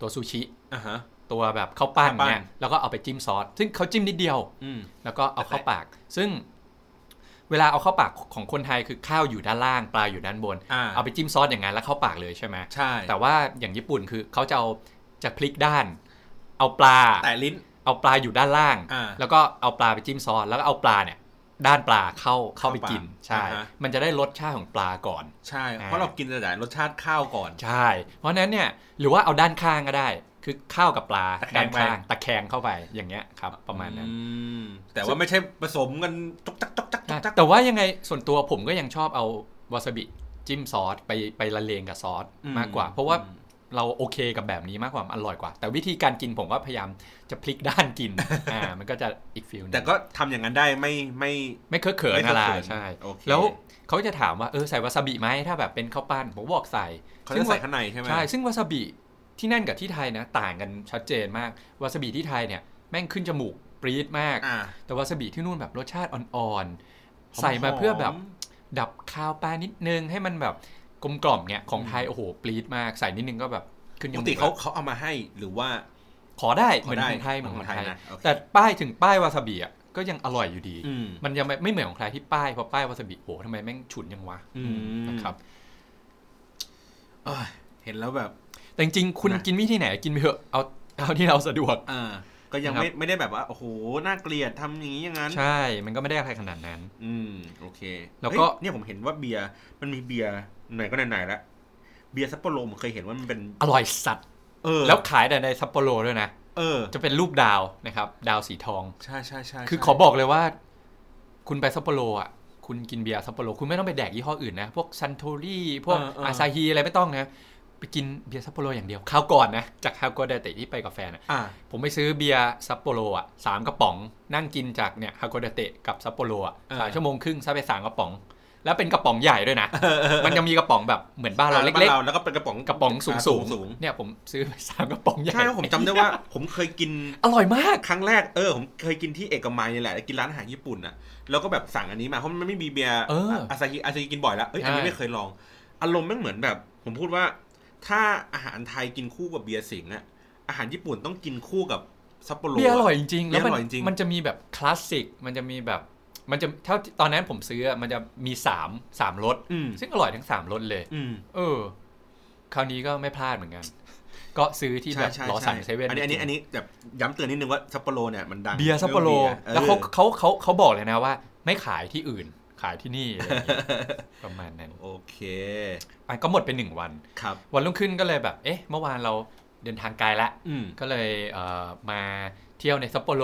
ตัวซูชิ
อ่ะฮะ
ตัวแบบข้าวปั้น
ข้าวปั้น
เนี่ยแล้วก็เอาไปจิ้มซอสซึ่งเขาจิ้มนิดเดียว
อืม
แล้วก็เอาเข้าปาก ซึ่งเวลาเอาเข้าปากของคนไทยคือข้าวอยู่ด้านล่างปลาอยู่ด้านบน
อ่า
เอาไปจิ้มซอสอย่างนั้นแล้วเข้าปากเลยใช่ไหม
ใช่
แต่ว่าอย่างญี่ปุ่นคือเขาจะเอาจะพลิกด้าน เอาปลา
แต่ลิ้น
เอาปลาอยู่ด้านล่าง
อ่า
แล้วก็เอาปลาไปจิ้มซอสแล้วก็เอาปลาเนี่ยด้านปลาเข้าเข้าไป
เข้าปาก
กินใช่
อ่าฮะ
มันจะได้รสชาติของปลาก่อน
ใช่ เพราะเรากินแต่รสชาติข้าวก่อน
ใช่ เพราะฉะนั้นเนี่ยหรือว่าเอาด้านข้างก็ได้ คือข้าวกับปลา
ตะแค
ด้าง น
ไป
ข้างตะแคงเข้าไปอย่างเงี้ยครับ ประมาณนั้น
อืมแต่ว่าไม่ใช่ผสมกันจกจักจกจักจกจั
อ่ะ
ก
แต่ว่ายังไงส่วนตัวผมก็ยังชอบเอาวาซาบิจิ้มซอสไปไปละเลงกับซอสมากกว่า เพราะว่า เราโอเคกับแบบนี้มากกว่ามันอร่อยกว่า แต่วิธีการกินผมก็พยายามจะพลิกด้าน กิน อ่า มันก็จะอีกฟิลหนึ่ง
แต่ก็ทำอย่างนั้นได้ไม่ไม่
ไม่เคอะเขิน
ไม่เคอะ
อะไร
เขิน
ใช่
โอเค
แล้วเขาจะถามว่าเออใส่วาซาบิไหมถ้าแบบเป็นข้าวปั้นผมบอกใส่
เขา
ซึ่
จะ
ง
ใส่
วา
ข้างในใช่ไหม
ใช่ ซึ่งวาซาบิที่นั่นกับที่ไทยนะ ต่างกันชัดเจนมาก วาซาบิที่ไทยเนี่ย แม่งขึ้นจมูกปรี๊ดมาก
อ่า
แต่วาซาบิที่นู่นแบบรสชาติอ่อน
หอ
ๆ
มๆ
ใส่มาเพื่อแบบดับคาวปลานิดนึง ให้มันแบบกลมกล่อมเนี่ย ของไทย โอ้โห ปรี๊ดมาก ใส่นิดนึงก็แบบขึ้นจ
ป
มู
ก
ก
ติเขา
แล้ว
เขาเอามาให้หรือว่า
ขอได้
ขอได้
เหมือนของไทยเหมือนของไทย
เหมือนของไทยนะโอเค
แต่ป้ายถึงป้ายวาซาบิอ่ะก็ยังอร่อยอยู่ดี
อืม
มันยังไม่ไม่เหมือนของใครที่ป้ายพอป้ายวาซาบิโหทำไมแม่งฉุนยังวะ
อืม
นะครับ
เอ้ยเห็นแล้วแบบ
แต่จริงๆคุณ
นะ
กินวิธีไหนกินไปเถอะเอาเอาที่เราสะดวก
อ่าก็ยัง
นะครับ
ไม่ไม่ได้แบบว่าโอ้โหน่าเกลียดทำอย่างนี้อย่างนั้น
ใช่ มันก็ไม่ได้อะไรขนาดนั้น
อืมโอเค
แล้วก็
เฮ้ยเนี่ยผมเห็นว่าเบียร์มันมีเบียร์ไหนก็ไหนๆละเบียร์ซัปโปโรผมเคยเห็นว่ามันเป็น
อร่อยสัตว์
เออ
แล้วขายแต่ในซัปโปโรด้วยนะ
เออ
จะเป็นรูปดาวนะครับ ดาวสีทอง
ใช่ใช่ใช่
คือ
ใช่
ขอบอกเลยว่า คุณไปซัปโปโรอ่ะ คุณกินเบียร์ซัปโปโร คุณไม่ต้องไปแดกยี่ห้ออื่นนะ พวกซันโทรี่พวกอาซาฮีอะไรไม่ต้องนะ ไปกินเบียร์ซัปโปโรอย่างเดียวคราวก่อนนะ จากคราวก่อนเดเตะที่ไปกับแฟนอะ
อ่า
ผมไปซื้อเบียร์ซัปโปโรอ่ะสามกระป๋อง นั่งกินจากเนี่ยคาวโกเดเตะกับซัปโปโรอ่ะสามชั่วโมงครึ่งซะไปสามกระป๋อง แล้วเป็นกระป๋องใหญ่ด้วยนะ มันยังมีกระป๋องแบบเหมือนบ้านเราเล็ก ๆ
ๆแล้วก็เป็นกระป๋อง
กระป๋องสูง
า
สู
สู
ง
ง
เนี่ยผมซื้อไปสามกระป๋องใหญ่
ใช่แล้วผมจำได้ว่า ผมเคยกิน
อร่อยมาก
ครั้งแรกเออผมเคยกินที่เอกมัยนี่แหละกินร้านอาหารญี่ปุ่นอ่ะแล้วก็แบบสั่งอันนี้มาเพราะมันไม่มีเบียร์
เออ
อาซาฮิอาซาฮิกินบ่อยแล้วเอ้ยอันนี้
ใช่
ไม่เคยลอง อารมณ์ไม่งเหมือนแบบ ผมพูดว่า ถ้าอาหารไทยกินคู่กับเบียร์สิงห์อ่ะอาหารญี่ปุ่นต้องกินคู่กับซัปโปโร
เบียร์อร่อยจริงๆ
เบี
แล้
ยว ร์
มั
อร่อยจริง
มันจะมีแบบคลาสสิกมันจะมีแบบมันจะเท่าตอนนั้นผมซื้ออะมันจะมีสามสามรส
อืม
ซึ่งอร่อยทั้งสามรสเลย
อืม
เออ คราวนี้ก็ไม่พลาดเหมือนกัน ก็ซื้อที่แบบ
ใช่
ลอ
ใช่
สัน
ใช่
เซเว่น
อันนี้อันนี้อันนี้แบบย้ำเตือนนิดนึงว่าซัปโปโรเนี่ยมันดัง
เบียร์ซัปโปโร
เรื่องเบียร์
แล้วเขา
ออ
เขาเขาเขาบอกเลยนะว่า ไม่ขายที่อื่นขายที่นี่อะไรอย่างเงี้ยประมาณนั้น
โอเค
อ่ะก็หมดไปหนึ่งวัน
ครับ
วันรุ่งขึ้นก็เลยแบบ เอ๊ะ เมื่อวานเราเดินทางไกลละ
อืม
ก็เลยเอ่อมาเที่ยวในซัปโปโร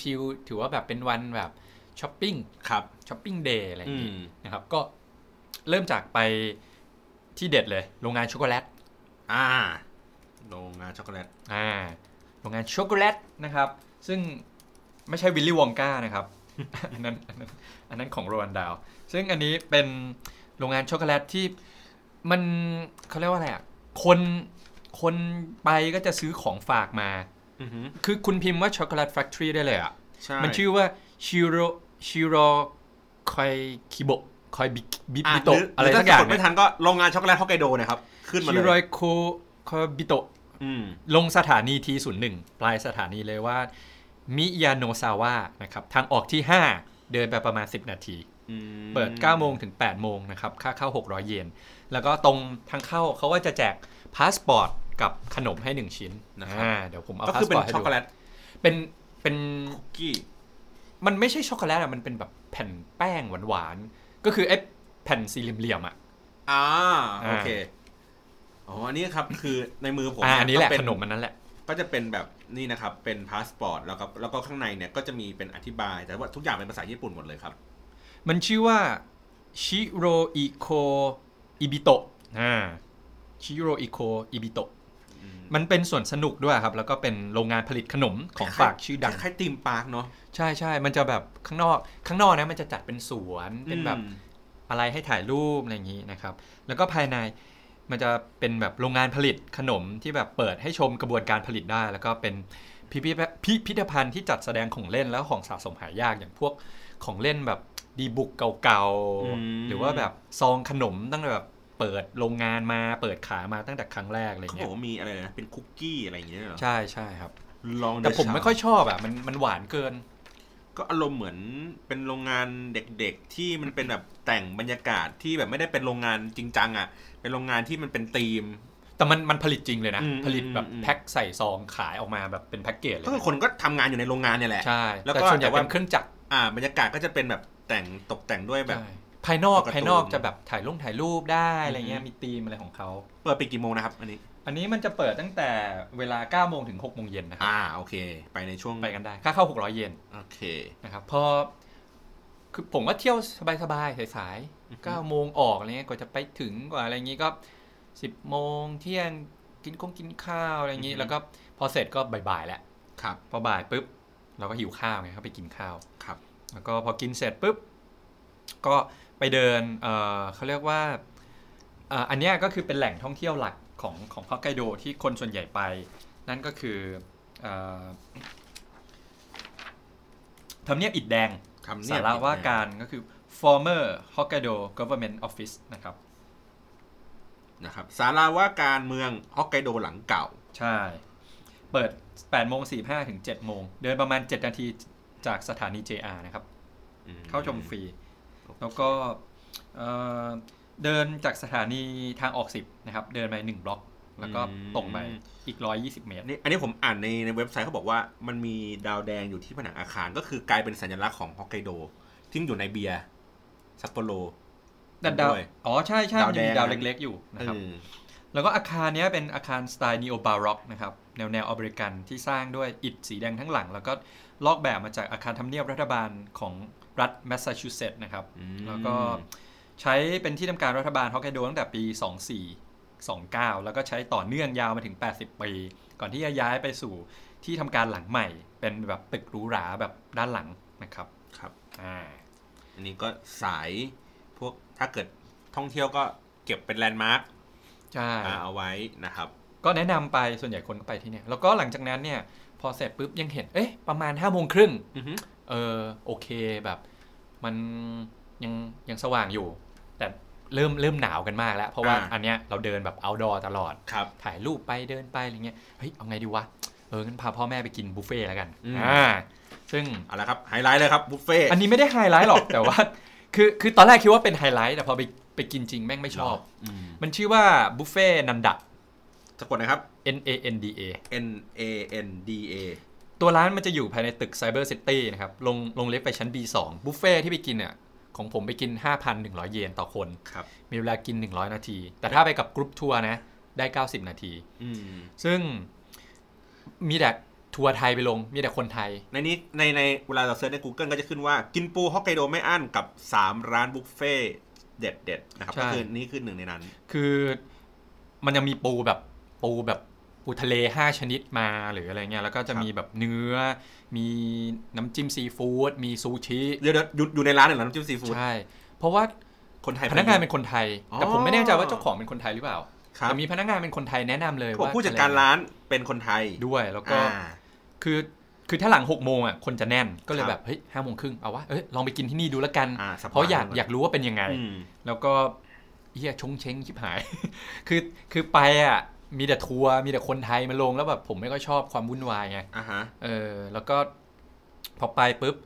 ชิลๆถือว่าแบบเป็นวันแบบช้อปปิ้ง
ครับ
ช้อปปิ้งเดย์อะไรอ
อื
ย่างนี้
ม
นะครับ ก็เริ่มจากไปที่เด็ดเลย โรงงานช็อกโกแลต
อ่าโรงงานช็อกโกแลต
อ่าโรงงานช็อกโกแลตนะครับ ซึ่งไม่ใช่วิลลี่วองก้านะครับ อันนั้นอันนั้นอันนั้นของโรนันดาว ซึ่งอันนี้เป็นโรงงานช็อกโกแลตที่มันเขาเรียกว่าอะไรอ่ะคนคนไปก็จะซื้อของฝากมา
อือหือ
คือคุณพิมพ์ว่าช็อกโกแลตแฟ c ทอรี่ได้เลยอ่ะ
ใช่
มันชื่อว่าชิโรชิโรคอยคิโบคอยบิบิ
ะ
บิ
ห
โตะ
ห
อะไร
ถ้
สักอย่าง
สดไม่ทันก็โรงงานช็อกโกแลตฮอกไกโดนะครับ ขึ้นมา
ชิโร
เลย
โคคอยบิโตะ
อืม
ลงสถานีทีศูนย์หนึ่งปลายสถานีเลยว่า มิยาโนซาวะนะครับ ทางออกที่ 5 เดินไปประมาณ 10 นาที
อืม
เปิด 9 โมงถึง 8 โมงนะครับ ค่าเข้า 600 เยน แล้วก็ตรงทางเข้าเขาก็จะแจกพาสปอร์ตกับขนมให้ 1 ชิ้นอ่าเดี๋ยวผมเอา
ก็
พาส
คือเป็
ป
น
อร์ตให้
ช็อก
ดู
โกแลต
เป็นเป็น
คุกกี้
มันไม่ใช่ช็อกโกแลตอะมันเป็นแบบแผ่นแป้งหวานๆ ก็คือไอ้แผ่นสี่เหลี่ยมๆอะ
อ่า
อ่า
โอเค อ๋อ อันนี้ครับ คือในมือผม
อ่าอันนี้แหละ
ก็เป็
ขนมมันนั้นแหละ
ก็จะเป็นแบบนี่นะครับ เป็นพาสปอร์ตแล้วก็แล้วก็ข้างในเนี่ยก็จะมีเป็นอธิบาย แต่ว่าทุกอย่างเป็นภาษาญี่ปุ่นหมดเลยครับ
มันชื่อว่าชิโรอิโคอิบิโตะอ่าชิโรอิโคอิบิโตะ
อืม
มันเป็นส่วนสนุกด้วยครับ แล้วก็เป็นโรงงานผลิตขนมของฝากชื่อดัง
คล้ายๆตีมปาร์กเนาะ
ใช่ใช่มันจะแบบข้างนอกข้างนอกนะมันจะจัดเป็นสวนเป็นแบบ
อืม
อะไรให้ถ่ายรูปอะไรอย่างนี้นะครับ แล้วก็ภายในมันจะเป็นแบบโรงงานผลิตขนมที่แบบเปิดให้ชมกระบวนการผลิตได้ แล้วก็เป็นพิพิธพิพิธภัณฑ์ที่จัดแสดงของเล่นแล้วของสะสมหายากอย่างพวกของเล่นแบบดีบุกเก่าๆ หรือว่าแบบซองขนมตั้งแต่แบบเปิดโรงงานมาเปิดขายมาตั้งแต่ครั้งแรกอะไร
เขาบอ
เงี้
ก
ย
ว่ามีอะไรนะ เป็นคุกกี้อะไรอย่างเงี้ยเหรอ
ใช่ใช่ครับ
ลองดู
แต่ผม
ครับ
ไม่ค่อยชอบอ่ะมันมันหวานเกิน
ก็อารมณ์เหมือนเป็นโรงงานเด็กๆ ที่มันเป็นแบบแต่งบรรยากาศที่แบบไม่ได้เป็นโรงงานจริงจังอ่ะ เป็นโรงงานที่มันเป็นธีม
แต่มันมันผลิตจริงเลยนะ
อืม
ผลิตแบบ
อืม
แพ็คใส่ซองขายออกมาแบบเป็นแพ็กเกจเลย
ก็คือ
นะ
คนก็ทำงานอยู่ในโรงงานเนี่ยแหละ
ใช่
แล้วก็
แต่ส่วนใหญ่
แต่ว่า
เป็นเครื่องจักร
อ่า บรรยากาศก็จะเป็นแบบแต่งตกแต่งด้วยแบบ
ใช่ภายนอก
ตัวการ์ตูน
ภายนอกจะแบบถ่ายลงถ่ายรูปได้อะไรเงี้ย
อืม
มีธีมอะไรของเขา
เปิดไปดกี่โมงนะครับ อันนี้
อันนี้มันจะเปิดตั้งแต่เวลา9โมงถึง6โมงเย็นนะครับ
อ่า โอเค ไปในช่วง
ไปกันได้ ค่าเข้า 600 เยน
โอเค
นะครับพอคือผมก็เที่ยวสบายๆสาย
อือฮึ
ๆ9โมงออกอะไรเงี้ยกว่าจะไปถึงกว่าอะไรเงี้ยก็ 10โมงเที่ยง กินก้งกินข้าวอะไรอย่างนี้
อือฮึ
แล้วก็พอเสร็จก็บ่ายๆแหละ
ครับ
พอบ่ายปุ๊บเราก็หิวข้าวไงก็ไปกินข้าว
ครับ
แล้วก็พอกินเสร็จปุ๊บก็ไปเดินเอ่อเขาเรียกว่าเอ่ออันเนี้ยก็คือเป็นแหล่งท่องเที่ยวหลักของของฮอกไกโดที่คนส่วนใหญ่ไป นั่นก็คือเอ่อทำเนียบอิดแดง
คำเนีย
สา
บ
ระว่า
อี
การก็คือ former Hokkaido government office นะครับ
นะครับสาราว่าการเมืองฮอกไกโดหลังเก่า
ใช่ เปิด8โมง45ถึง7โมง เดินประมาณ 7 นาทีจากสถานี JR นะครับ เข้าชมฟรี
โอเค
แล้วก็เอ่อเดินจากสถานีทางออก 10 นะครับ เดินไป1บล็อก แล้วก็ตรงไปอีก 120 เมตร
นี่อันนี้ผมอ่านในในเว็บไซต์เขาบอกว่ามันมีดาวแดงอยู่ที่ผนังอาคาร ก็คือกลายเป็นสัญลักษณ์ของฮอกไกโดที่อยู่ในเบียร์ซัปโปโร
ดันดาว
ด้วย
อ๋อ ใช่ใช่
ดาว
มันยังมี
แดง
ดาวเล็กๆอยู่นะครับ
อืม
แล้วก็อาคารเนี้ยเป็นอาคารสไตล์นีโอบาร็อกนะครับ แนวแนวอเมริกันที่สร้างด้วยอิฐสีแดงทั้งหลัง แล้วก็ลอกแบบมาจากอาคารทำเนียบรัฐบาลของรัฐแมสซาชูเซตส์นะครับ
อืม
แล้วก็ใช้เป็นที่ทำการรัฐบาลฮอกไกโดตั้งแต่ปี 2429 แล้วก็ใช้ต่อเนื่องยาวมาถึง 80 ปี ก่อนที่จะย้ายไปสู่ที่ทำการหลังใหม่ เป็นแบบตึกหรูหราแบบด้านหลังนะครับ
ครับ
อ่า
อันนี้ก็สายพวกถ้าเกิดท่องเที่ยวก็เก็บเป็นแลนด์มาร์ค
ใช่
อ่าเอาไว้นะครับ
ก็แนะนำไปส่วนใหญ่คนก็ไปที่เนี่ย แล้วก็หลังจากนั้นเนี่ยพอเสร็จปุ๊บยังเห็น เอ๊ะประมาณ5้าโมงครึ่ง
อือฮึ
เออโอเคแบบมันยังยังสว่างอยู่ แต่เริ่มเริ่มหนาวกันมากแล้ว เพราะว่า
อ่า
อันเนี้ยเราเดินแบบ outdoor ตลอด
ครับ
ถ่ายรูปไปเดินไปอะไรเงี้ย เฮ้ย เอาไงดีวะ เอองั้นพาพ่อแม่ไปกินบุฟเฟ่ต์แล้วกัน
อืม
อ่า ซึ่ง
เอาละครับไฮไลท์เลยครับบุฟเฟ่ต์
อันนี้ไม่ได้ไฮไลท์หรอก แต่ว่า คือคือตอนแรกคิดว่าเป็นไฮไลท์ แต่พอไปไปกินจริงแม่งไม่ชอบ
หรอ อืม
มันชื่อว่าบุฟเฟ่ต์นันดะ
สะกดนะครับ
N A N D A
N A N D A
ตัวร้านมันจะอยู่ภายในตึกไซเบอร์ซิตี้นะครับ ลงลงเล็บไปชั้น B2 บุฟเฟ่ต์ที่ไปกินเนี่ยของผมไปกิน 5,100 เยนต่อคน
ครับ
มีเวลากิน 100 นาที แต่ถ้าไปกับกรุ๊ปทัวร์นะ ได้ 90 นาที
อืม
ซึ่งมีแต่ทัวร์ไทยไปลง มีแต่คนไทย
ในนี้ในในเวลาเราเซิร์ชใน Google ก็จะขึ้นว่ากินปูฮอกไกโดไม่อั้นกับ 3 ร้านบุฟเฟ่ต์เด็ดเด็ดๆนะครับ
ใช่
ก็คือนี่คือหนึ่งในนั้น
คือมันยังมีปูแบบปูแบบปูทะเลห้าชนิดมาหรืออะไรเงี้ยแล้วก็จะ
ครับ
มีแบบเนื้อ มีน้ำจิ้มซีฟู้ดมีซูชิ
เดี๋ยวเดี๋ยวอยู่อยู่ในร้านเหรอน้ำจิ้มซีฟู้ด
ใช่ เพราะว่า
คนไทย
พนักงานเป็นคนไทย
อ๋อ
แต่ผมไม่แน่ใจว่าเจ้าของเป็นคนไทยหรือเปล่า
ครับ
แต่มีพนักงานเป็นคนไทยแนะนำเลย
บอก
ว่า
ผู้จัดการร้านเป็นคนไทย
ด้วยแล้วก็
อ่า
คือคือถ้าหลัง6กโมงอ่ะคนจะแน่นก็เลย
ครับ
แบบเฮ้ยห้าโมงครึ่งเอาวะเอ้ยลองไปกินที่นี่ดูแล้วกัน
อ่าสบาย
เพราะอยาก
เลย
อยากรู้ว่าเป็นยังไง
อืม
แล้วก็เฮียชงเช้งชิบหาย คือคือไปอ่ะมีแต่ทัวร์มีแต่คนไทยมาลงแล้วแบบผมไม่ก็ชอบความวุ่นวายไง
อ่าฮะ
เออแล้วก็พอไปปุ๊บ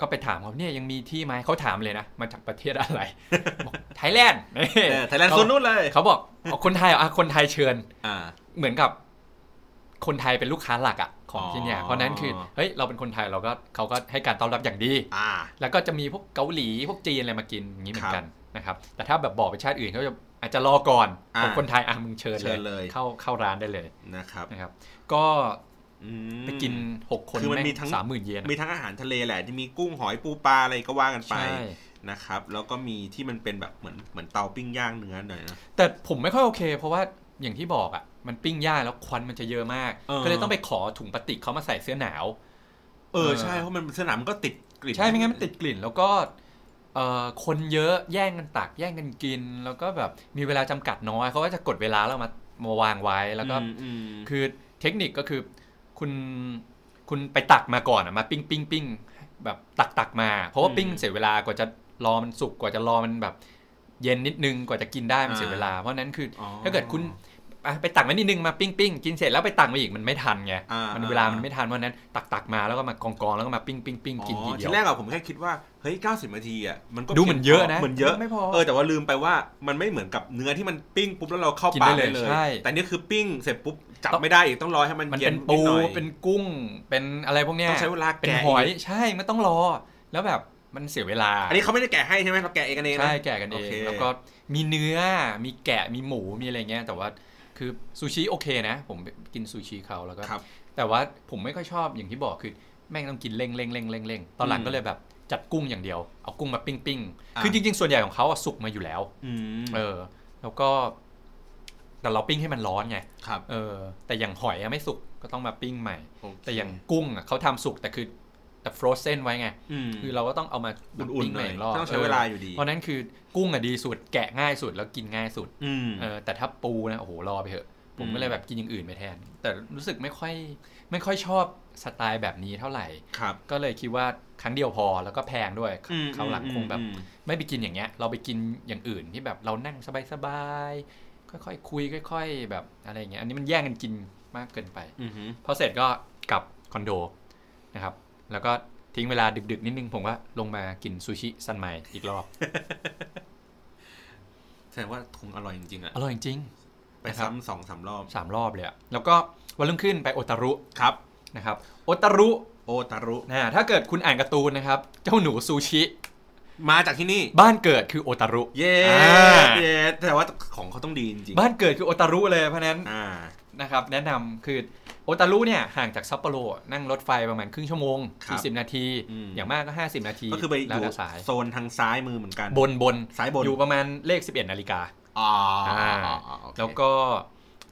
ก็ไปถามเขาเนี่ยยังมีที่ไหมเขาถามเลยนะ มาจากประเทศ อะไร บอกไทยแล นด์
เออไทยแลนด์โซนนู้นเลย
เขาบอกเอาคนไทยเหรออ่ะคนไทยเชิญ
อ่า
เหมือนกับคนไทยเป็นลูกค้าหลักอ่ะของที่เนี่ย
อ๋อ
เพราะนั้นคือเฮ้ยเราเป็นคนไทยเราก็เขาก็ให้การต้อนรับอย่างดี
อ่า
แล้วก็จะมีพวกเกาหลีพวกจีนอะไรมากินอย่างนี้เหมือนกันนะครับ แต่ถ้าแบบบอกไปชาติอื่นเขาจะอาจจะรอก่อน
อ่า
ของคนไทยอ่ะมึงเชิญ
เชิญเลย
เข้าเข้าร้านได้เลย
นะครับ
นะครับ ก็
อืม
ไปกิน 6 คน
คือมัน
แม่
มีทั้ง
งสามหมื่นเยนอะ
มีทั้งอาหารทะเลแหละที่มีกุ้งหอยปูปลาอะไรก็ว่ากันไป
ใช่
นะครับ แล้วก็มีที่มันเป็นแบบเหมือนเหมือนเตาปิ้งย่างเนื้อหน่อยนะ
แต่ผมไม่ค่อยโอเค เพราะว่าอย่างที่บอกอ่ะมันปิ้งย่างแล้วควันมันจะเยอะมาก
เออ
ก็เลยต้องไปขอถุงพลาสติกเขามาใส่เสื้อหนาว
เออ
เออ
ใช่เพราะมันสนามมันก็ติดกลิ่น
ใช่ไม่งั้นมันติดกลิ่นแล้วก็เอ่อคนเยอะแย่งกันตักแย่งกันกิน แล้วก็แบบมีเวลาจำกัดน้อยเขาก็จะกดเวลาแล้วมามาวางไว้แล้วก็
อืมอืม
คือเทคนิคก็คือคุณคุณไปตักมาก่อนอะมาปิ้งปิ้งปิ้งแบบตักตักมา เพราะว่าปิ้งเสียเวลากว่าจะรอมันสุกกว่าจะรอมันแบบ เย็นนิดนึงกว่าจะกินได้มันเสียเวลาเพราะฉะนั้นคืออ
อ๋อ
ถ้าเกิดคุณอ่ะไปตักมานิดนึงมาปิ้งปิ้งกินเสร็จแล้วไปตักมาอีกมันไม่ทันไง
อ่ามั
มัน
อ่า
เวลามันไม่ทันเพราะฉะนั้นตักตักมาแล้วก็มากองกองแล้วก็มาปิ้งปิ้งปิ้งกินที
อ๋อ
เดี
ที
ยว
แรกอะผมแค่คิดว่าเฮ้ย90นาทีอะมันก็
ดูเหมือนเยอะนะ
เหมือนเยอะ
ไม่พอ
เออแต่ว่าลืมไปว่ามันไม่เหมือนกับเนื้อที่มันปิ้งปุ๊บแล้วเราเข้าปาก
กินได้
ได้
เลย
เลย
ใช่
แต่นี่คือปิ้งเสร็จปุ๊บจับไม่ได้อีกต้องรอให้มัน
มัน
เย็น
เป็น
นิ
ปู
ดหน่อย
เป็นกุ้งเป็นอะไรพวกเนี้ย
ต้องใช้เวลา
เป็น
แกะ
หอย
อีก
ใช่มันต้องรอแล้วแบบมันเสียเวลา
อันนี้เขาไม่ได้แกะให้ใช่ไหมเราแกะเองกันเองนะ
ใช่แกะกันเอ
โอง เค
แล้วก็มีเนื้อมีแกะมีหมูมีอะไรเงี้ยแต่ว่าคือซูชิโอเคนะ ผมกินซูชิเขาแล้วก็
ครับ
แต่ว่าผมไม่ค่อยชอบอย่างที่บอกคือแม่งต้องกินเร่งเร่งเร่งเร่งเร่งตอนหลัง
อืม
ก็เลยแบบจัดกุ้งอย่างเดียวเอากุ้งมาปิ้งปิ้ง
อ่ะ
คือจริง ๆ ส่วนใหญ่ของเขาอะสุกมาอยู่แล้ว
อืม
เออ แล้วก็ แต่เราปิ้งให้มันร้อนไง
ครับ
เออแต่อย่างหอยอะไม่สุกก็ต้องมาปิ้งใหม่
โเค
แต่อย่างกุ้งอะเขาทำสุกแต่คือแต่ฟรอเซนไว้ไง
ม
คือเราก็ต้องเอามา
อุ่นๆ
ปิ้ง
ห
ให
น่อย
ม่อีกรอบ
ต้องใช้เวลาอยู่ดี
เพราะนั้นคือกุ้งอะดีสุดแกะง่ายสุดแล้วกินง่ายสุด
อืม
เออแต่ถ้าปูนะโอ้โหรอไปเถอะ ผม
อืม
ก็เลยแบบกินอย่างอื่นไปแทน แต่รู้สึกไม่ค่อยไม่ค่อยชอบสไตล์แบบนี้เท่าไหร่
ครับ
ก็เลยคิดว่าครั้งเดียวพอแล้วก็แพงด้วย
อืม
เขาวหลังคงแบบ
อืม
ไม่ไปกินอย่างเงี้ย เราไปกินอย่างอื่นที่แบบเรานั่งสบายๆ ค่อยๆ คุยค่อย ๆ แบบอะไรอย่างเงี้ย อันนี้มันแย่งกันกินมากเกินไป
อืมอืม
พอเสร็จก็กลับคอนโดนะครับ แล้วก็ทิ้งเวลาดึกๆ นิดนึง ผมก็ลงมากินซูชิซันไมอีกรอบ
แสดงว่าคงอร่อยจริงๆอ่ะ
อร่อยจริง
ไป
นะครับ
ซ้ำสองสามรอบ
ๆสามรอบเลยอะแล้วก็วันรุ่งขึ้นไปโอตารุ
ครับ
นะครับ โอตารุ
โอตารุ
นะถ้าเกิดคุณอ่านการ์ตูนนะครับ เจ้าหนูซูชิ
มาจากที่นี่
บ้านเกิดคือโอตารุ
เย้
อ่า
เย้แต่ว่าของเขาต้องดีจริงๆ
บ้านเกิดคือโอตารุเลยเพราะฉะนั้น
อ่า
นะครับแนะนำคือโอตารุเนี่ยห่างจากซัปโปโรนั่งรถไฟประมาณครึ่งชั่วโมง
ครับ
40 นาที
อืม
อย่างมากก็ 50 นาที
ก็คือไปอ
แล้ว
ยู่
แต่สาย
โซนทางซ้ายมือเหมือนกัน
บนบน
ซ้ายบน
อยู่ประมาณเลข 11 นาฬิกา
อ๋อ
อ่า
อ๋ออ๋อโอเค
แล้วก็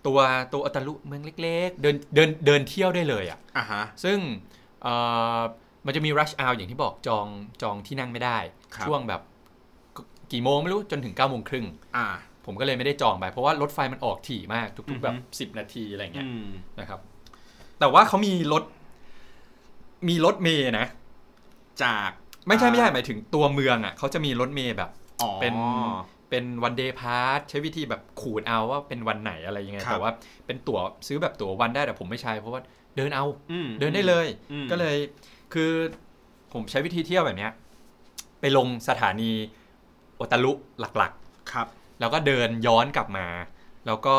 ตัวตัวโอตารุเมืองเล็กๆ เดินเดินเดินเที่ยวได้เลยอ่ะ
อ่ะฮะ
ซึ่งเอ่อมันจะมี rush hour อย่างที่บอกจองจองที่นั่งไม่ได้
ครับ
ช่วงแบบกี่โมงไม่รู้จนถึง9โมงครึ่ง
อ่า
ผมก็เลยไม่ได้จองไป เพราะว่ารถไฟมันออกถี่มากทุกๆแบ
อือฮึ
บ 10 นาทีอะไรเงี้ย
อืม
นะครับ แต่ว่าเขามีรถ มีรถเมย์นะ
จาก
ไม่ใช่ไม่ใช่หมายถึงตัวเมืองอ่ะเขาจะมีรถเมย์แบบ
อ๋อ
เป็น เป็นวันเดย์พาสใช้วิธีแบบขูดเอาว่าเป็นวันไหนอะไรยังไง
ครับ
แต่ว่าเป็นตั๋วซื้อแบบตั๋ววันได้แต่ผมไม่ใช่เพราะว่าเดินเอา
อืม
เดินได้เลย
อืม
ก็เลย คือผมใช้วิธีเที่ยวแบบเนี้ย ไปลงสถานีโอตารุหลักๆ
ครับ
แล้วก็เดินย้อนกลับมา แล้วก็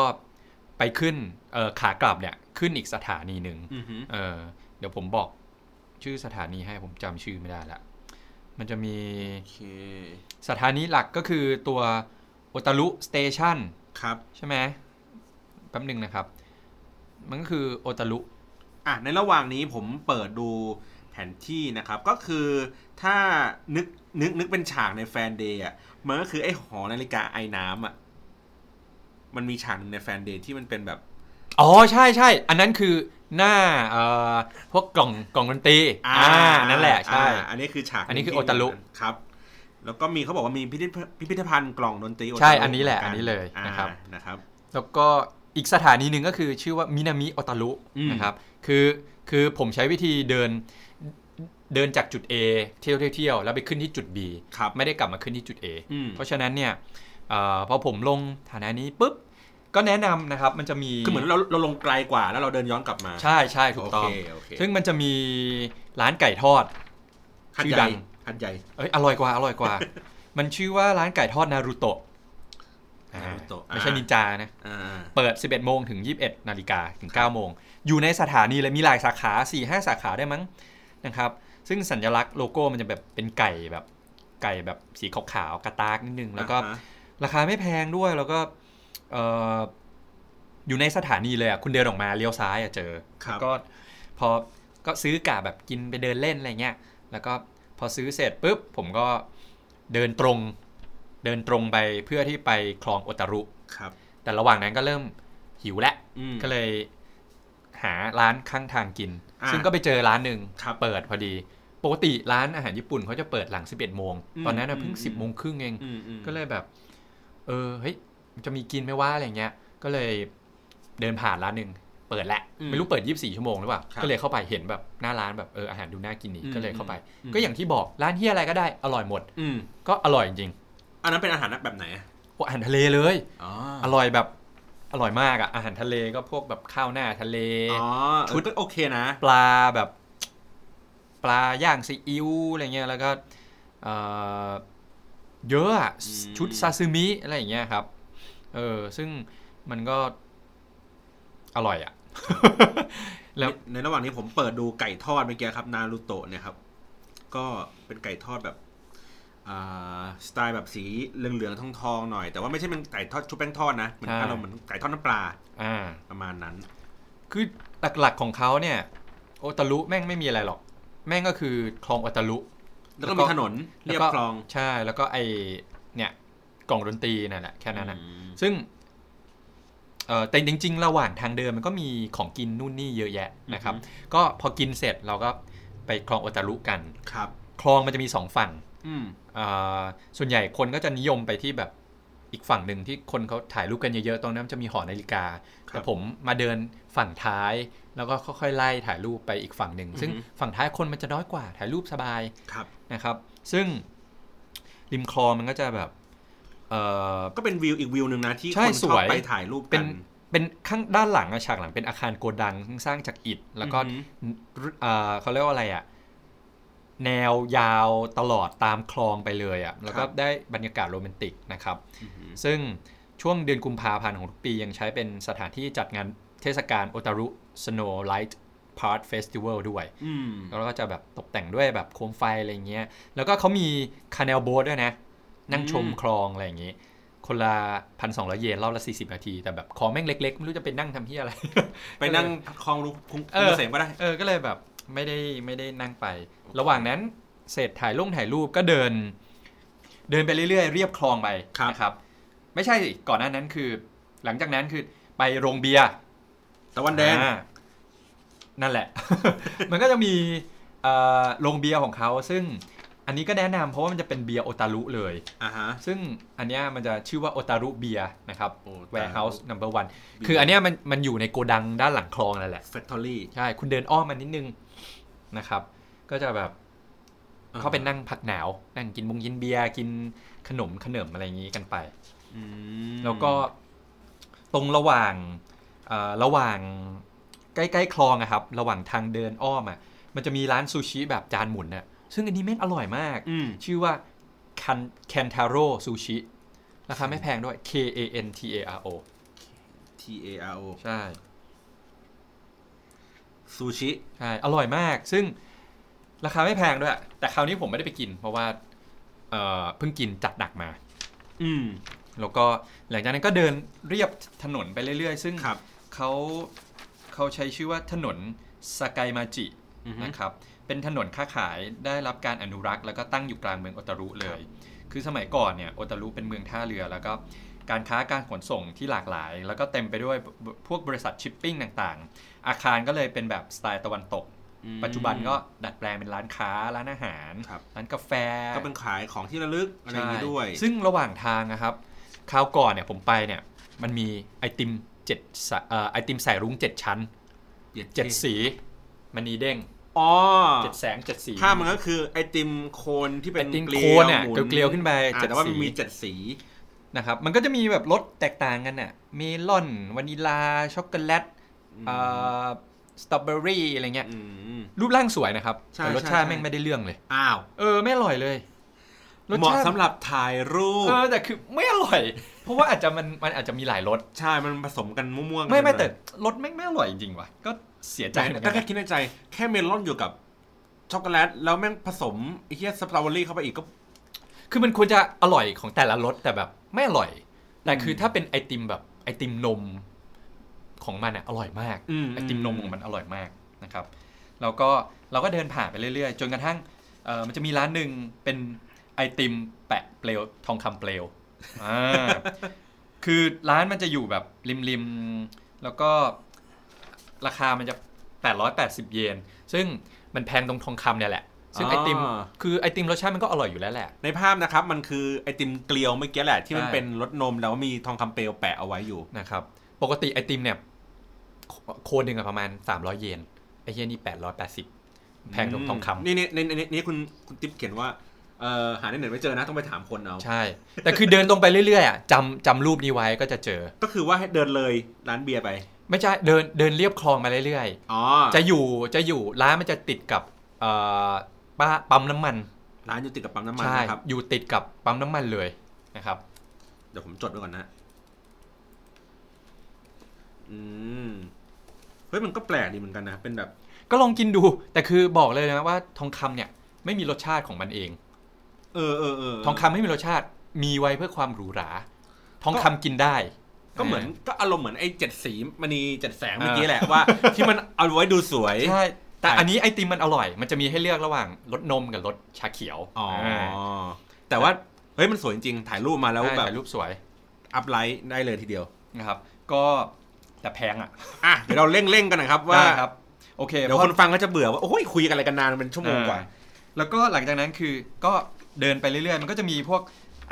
ไปขึ้นเอ่อขากลับเนี่ยขึ้นอีกสถานีหนึ่ง
อือหือ
เออเดี๋ยวผมบอกชื่อสถานีให้ผมจำชื่อไม่ได้ละ มันจะมี
โอเค
สถานีหลักก็คือตัวโอตารุสเตชัน
ครับ
ใช่ไหมแป๊บหนึ่งนะครับ มันก็คือโอตารุ
อ่ะ ในระหว่างนี้ผมเปิดดูแผนที่นะครับ ก็คือถ้านึกนึกนึกเป็นฉากในแฟนเดย์อ่ะ มันก็คือไอ้หอนาฬิกาไอ้น้ำอ่ะ มันมีฉากหนึ่งในแฟนเดย์ที่มันเป็นแบบ
อ๋อใช่ใช่อันนั้นคือหน้าเอ่อพวกกล่องกล่องดนตรีอ่านั่นแหละใช่
อ่าอันนี้คือฉาก
อันนี้คือ
ที่
โอตารุ
ครับ แล้วก็มีเขาบอกว่ามีพิพิธพิพิธภัณฑ์กล่องดนตรีโอตารุ
ใช่อันนี้แหละ
มื
อัน
กั
นี้เลย
อ่า
นะครับ
นะครับ
แล้วก็อีกสถานีหนึ่งก็คือชื่อว่ามินามิโอตารุ
อืม
นะครับ คือคือผมใช้วิธีเดินเดินจากจุด A เที่ยวเที่ยวเที่ยวแล้วไปขึ้นที่จุด B
ครับ
ไม่ได้กลับมาขึ้นที่จุด A
อืม
เพราะฉะนั้นเนี่ยเออพอผมลงฐานะนี้ปุ๊บ ก็แนะนำนะครับ มันจะมี
คือเหมือนเราเราลงไกลกว่าแล้วเราเดินย้อนกลับมา
ใช่ใช่ถูกต้อง
โเคโอเค
ซึ่งมันจะมีร้านไก่ทอด
หัด
ชื่อ
ให
ดั
ญ่
ง
หัดใหญ่
เอ้ยอร่อยกว่าอร่อย กว่า มันชื่อว่าร้านไก่ทอดนารูโตะอ่าไม่ใช่นินจานะ
อ่า
เปิด 11 โมงถึง 21 นาฬิกาถึง 9 โมง อยู่ในสถานีเลยมีหลายสาขา 4 5 สาขาได้มั้งนะครับ ซึ่งสัญลักษณ์โลโก้มันจะแบบเป็นไก่แบบไก่แบบสีขาวๆกระตากนิดนึง แล้วก็
อ่าฮะ
ราคาไม่แพงด้วยแล้วก็เอ่ออยู่ในสถานีเลยอ่ะ คุณเดินออกมาเลี้ยวซ้ายอ่ะเจอ
ครับ
ก็พอก็ซื้อกะแบบกินไปเดินเล่นอะไรเงี้ย แล้วก็พอซื้อเสร็จปุ๊บผมก็เดินตรง เดินตรงไปเพื่อที่ไปคลองโอตารุ
ครับ
แต่ระหว่างนั้นก็เริ่มหิวแล้ว
อืม
ก็เลยหาร้านข้างทางกิน
อ่า
ซึ่งก็ไปเจอร้านหนึ่ง
ครับ
เปิดพอดี ปกติร้านอาหารญี่ปุ่นเขาจะเปิดหลัง 11 โมง
อืม
ตอนนั้นนะเพิ่ง
อืม
10 โมงครึ่งเอง
อืมอืม
ก็เลยแบบ เออเฮ้ยมันจะมีกินไหม่ว่าอะไรเงี้ย ก็เลยเดินผ่านร้านหนึ่งเปิดแหละไม่รู้เปิด 24 ชั่วโมงหรือเปล่า ก็เลยเข้าไปเห็นแบบหน้าร้านแบบเอออาหารดูน่ากินนี่ก็เลยเข้าไป ก็อย่างที่บอกร้านเฮียอะไรก็ได้อร่อยหมด
อืม
ก็อร่อยจริง
อันนั้นเป็นอาหารแบบไหนอะ
ๆโอ้อาหารทะเลเลย
อ๋อ
อร่อยแบบอร่อยมากอะอาหารทะเลก็พวกแบบข้าวหน้าทะเล
อ๋อ
ชุ
ชุ
ด
ดโอเคนะ
ปลาแบบ ปลาย่างซีอิ๊วอะไรเงี้ยแล้วก็เอ่อเยอะอะ
อืม
ชุดซาซิมิอะไรอย่างเงี้ยครับเออซึ่งมันก็อร่อยอะ แล้ว
ในระหว่างนี้ผมเปิดดูไก่ทอดเมื่อกี้ครับ นารูโตะเนี่ยครับ ก็เป็นไก่ทอดแบบอ่าสไตล์แบบสีเหลืองๆทองๆหน่อย แต่ว่าไม่ใช่เป็นไก่ทอดชุบแป้งทอดนะมัน
ใช่
อารมณ์เหมือนไก่ทอดน้ำปลา
อ่า
ประมาณนั้น
คือหลักๆของเขาเนี่ย โอตารุแม่งไม่มีอะไรหรอก แม่งก็คือคลองโอตารุ
แล้วก็มีถนน
แล้วก็
เรียบคลอง
ใช่แล้วก็ไอเนี่ยกล่องดนตรีนั่นแหละแค่นั้นนะ
อืม
ซึ่ง เอ่อแต่จริงๆ ระหว่างทางเดินมันก็มีของกินนู่นนี่เยอะแยะนะครับ ก็พอกินเสร็จเราก็ไปคลองโอตารุกัน
ครับ
คลองมันจะมีสองฝั่ง
อืม
อ่าส่วนใหญ่คนก็จะนิยมไปที่แบบอีกฝั่งหนึ่งที่คนเขาถ่ายรูปกันเยอะๆ ตรงนั้นมันจะมีหอนาฬิกา
ครับ
แต่ผมมาเดินฝั่งท้าย แล้วก็ค่อยๆ ไล่ถ่ายรูปไปอีกฝั่งหนึ่ง ซึ่ง
อือฮึ
ฝั่งท้ายคนมันจะน้อยกว่าถ่ายรูปสบาย
ครับ
นะครับ ซึ่งริมคลองมันก็จะแบบเอ่อ
ก็เป็นวิวอีกวิวหนึ่งนะที่
ใช่
คนช
ส
อ
ว
บ
ย
ไปถ่ายรูป
เป็
กัน น
เป็นข้างด้านหลังอะฉากหลังเป็นอาคารโกดังซึ่งสร้างจากอิฐแล้วก็
อือ
เอ่อเขาเรียกว่าอะไรอะแนวยาวตลอดตามคลองไปเลยอะแล้วก็
ครับ
ได้บรรยากาศโรแมนติกนะครับ
อือหือ
ซึ่งช่วงเดือนกุมภาพันธ์ของทุกปียังใช้เป็นสถานที่จัดงานเทศกาลโอตารุ Snow Light Part Festival ด้วย
อืม
แล้วก็จะแบบตกแต่งด้วยแบบโคมไฟอะไรเงี้ย แล้วก็เขามีคา n นลโบ t ด้วยนะ นั่งชมคลองอะไรอย่างงี้ คนละพันสองร้อยเยนรอบละสี่สิบนาที แต่แบบคลองแม่งเล็กๆ ไม่รู้จะไปนั่งทำที่อะไร
ไปนั่งคลองรูคุ้ง
เออ
เกษมก็ได้
เออ ก็เลยแบบไม่ได้ไม่ได้นั่งไป ระหว่างนั้นเสร็จถ่ายลงถ่ายรูปก็เดิน เดินไปเรื่อยๆ เรียบคลองไป
ครับ
นะครับ ไม่ใช่สิก่อนหน้านั้นคือ หลังจากนั้นคือไปโรงเบียร์
ตะวันแดง
อ่านั่นแหละ มันก็จะมีเอ่อโรงเบียร์ของเขาซึ่งอันนี้ก็แนะนำเพราะว่ามันจะเป็นเบียร์โอตารุเลย
อ่าฮะ
ซึ่งอันเนี้ยมันจะชื่อว่าโอตารุเบียร์นะครับ
Otaru
warehouse number one
บียร์
คืออันเนี้ยมันมันอยู่ในโกดังด้านหลังคลองนั่นแหละ
แฟคทอรี่
ใช่ คุณเดินอ้อมมันนิดนึงนะครับ ก็จะแบบเขาเป็นนั่งพักหนาว นั่งกินบุงกินเบียร์กินขนมขนมอะไรอย่างนี้กันไป แล้วก็ตรงระหว่างเอ่อระหว่างใกล้ๆคลองอะครับ ระหว่างทางเดินอ้อมอะมันจะมีร้านซูชิแบบจานหมุนน่ะซึ่งอันนี้แม่งอร่อยมาก
อืม
ชื่อว่าคันแคนทาโร่ซูชิราคาไม่แพงด้วย K A N T A R O
T A R O
ใช่
ซูชิ
ใช่อร่อยมาก ซึ่งราคาไม่แพงด้วย แต่คราวนี้ผมไม่ได้ไปกิน เพราะว่าเอ่อเพิ่งกินจัดหนักมา
อืม
แล้วก็หลังจากนั้นก็เดินเรียบถนนไปเรื่อยๆ ซึ่ง
ครับ
เขาเขาใช้ชื่อว่าถนนสกายมาจิ
อือฮึ
นะครับ เป็นถนนค้าขายได้รับการอนุรักษ์ แล้วก็ตั้งอยู่กลางเมืองโอตารุเลย คือสมัยก่อนเนี่ยโอตารุเป็นเมืองท่าเรือ แล้วก็การค้าการขนส่งที่หลากหลาย แล้วก็เต็มไปด้วยพวกบริษัทชิปปิ้งต่างๆ อาคารก็เลยเป็นแบบสไตล์ตะวันตก
อืม
ปัจจุบันก็ดัดแปลงเป็นร้านค้าร้านอาหาร
ครับ
ร้านกาแฟ
ก็เป็นขายของที่ระลึกอะไรอย่างนี้
ใช่
ด้วย
ซึ่งระหว่างทางนะครับ คราวก่อนเนี่ยผมไปเนี่ยมันมีไอติมเจ็ดสะเอ่อไอติมสายรุ้งเจ็ดชั้นเจ็ดสีมันนีเด้ง
อ๋อ
เจ็ดแสงเจ็ดสี
ภาพมันก็คือไอติมโคนที่เป็
ไอน ติม
เกลี
โค
ย
น
ว
เนี่ย
หมุ
เกลียวๆขึ้นไป
อ่า
เจ็ด
แต่ว่า
สี
มันมีเจ็ดสี
นะครับมันก็จะมีแบบรสแตกต่างกันน่ะเมลอนวานิลา ช็อกโกแลต
อืม
เอ่อสตรอเบอรี่อะไรเงี้ย
อืม
รูปร่างสวยนะครับ
ใช่
แต่รส
ใช่
ชาติ
ใช่
แม่งไม่ได้เรื่องเลย
อ้าว
เออ ไม่อร่อยเลยรส
เหมาะ
ชาติ
สำหรับถ่ายรูป
เออแต่คือไม่อร่อย เพราะว่าอาจจะมันมันอาจจะมีหลายรส
ใช่ มันผสมกันมั่วๆกัน
ไม่ไม่
ปหน่อย
แต่รสแม่งไม่อร่อยจริงๆว่ะก็เสียใจ
แต่
เหมือน
แต่
กัน
แค่
นะ
คิดในใจ แค่เมลอนอยู่กับช็อกโกแลต แล้วแม่งผสมไอ้เหี้ยสตรอเบอรี่เข้าไปอีกก็
คือมันควรจะอร่อยของแต่ละรสแต่แบบไม่อร่อยแต่คือถ้าเป็นไอติมแบบไอติมนมของมันอ่ะอร่อยมาก
อืม
ไอติมนมของมันอร่อยมากนะครับแล้วก็เราก็เดินผ่านไปเรื่อยๆ จนกระทั่งเออมันจะมีร้านหนึ่งเป็นไอติมแปะเปลวทองคำเปล วอ่า คือร้านมันจะอยู่แบบริมๆ แล้วก็ราคามันจะ 880 เยน ซึ่งมันแพงตรงทองคำเนี่ยแหละ ซึ่งไอติม
อ่า
คือไอติมรสชาติมันก็อร่อยอยู่แล้วแหละ
ในภาพนะครับ มันคือไอติมเกลียวเมื่อกี้แหละ ที่มัน
ใช่
เป็นรสนมแล้วมีทองคำเปลวแปะเอาไว้อยู่
นะครับ ปกติไอติมเนี่ย โคโคนหนึ่งอะประมาณ 300 เยน ไอเยนนี่ 880 แพงตรงทองคำ
นี่นี่ในในนี่คุณคุณติ๊บเขียนว่าเอ่อหาในเน็ตไม่เจอนะ ต้องไปถามคนเอา
ใช่ แต่คือเดินตรงไปเรื่อยๆอะจำจำรูปนี้ไว้ก็จะเจอ
ก็คือว่าให้เดินเลยร้านเบียร์ไป
ไม่ใช่เดินเดินเรียบคลองมาเรื่อย
อ๋อ
ๆ จะอยู่จะอยู่ร้านมันจะติดกับเอ่อป้าปั๊มน้ำมัน
ร้านอยู่ติดกับปั๊มน้ำมัน
ใช่
นะครับ
อยู่ติดกับปั๊มน้ำมันเลยนะครับ
เดี๋ยวผมจดไว้ก่อนนะ อืม เฮ้ยมันก็แปลกดีเหมือนกันนะ เป็นแบบ
ก็ลองกินดู แต่คือบอกเลยนะว่าทองคำเนี่ยไม่มีรสชาติของมันเอง
เออเออเออ
ทองคำไม่มีรสชาติ มีไว้เพื่อความหรูหรา ทองคำกินได้
ก็เหมือนก็อารมณ์เหมือนไอ้เจ็ดสีมณีเจ็ดแสงเมื่อกี้แหละว่า ที่มันเอาไว้ดูสวย
ใช่ แต่อันนี้ไอติมมันอร่อย มันจะมีให้เลือกระหว่างรสนมกับรสชาเขียว
อ๋อ
า
แต่ว่า เฮ้ยมันสวยจริง ถ่ายรูปมาแล้ว
ใช่
แบบ
ถ่ายรูปสวย
อัพไลท์ได้เลยทีเดียว
นะครับ ก็ แต่แพงอ่ะ
อ่ะเดี๋ยวเราเร่งๆกันหนะครับว่า
ได้ครับ โอเค
เดี๋ยวคนฟังก็จะเบื่อว่าโอ้ยคุยกันอะไรกันนานเป็นชั่วโมงกว่า
เออแล้วก็หลังจากนั้นคือก็เดินไปเรื่อยๆ มันก็จะมีพวก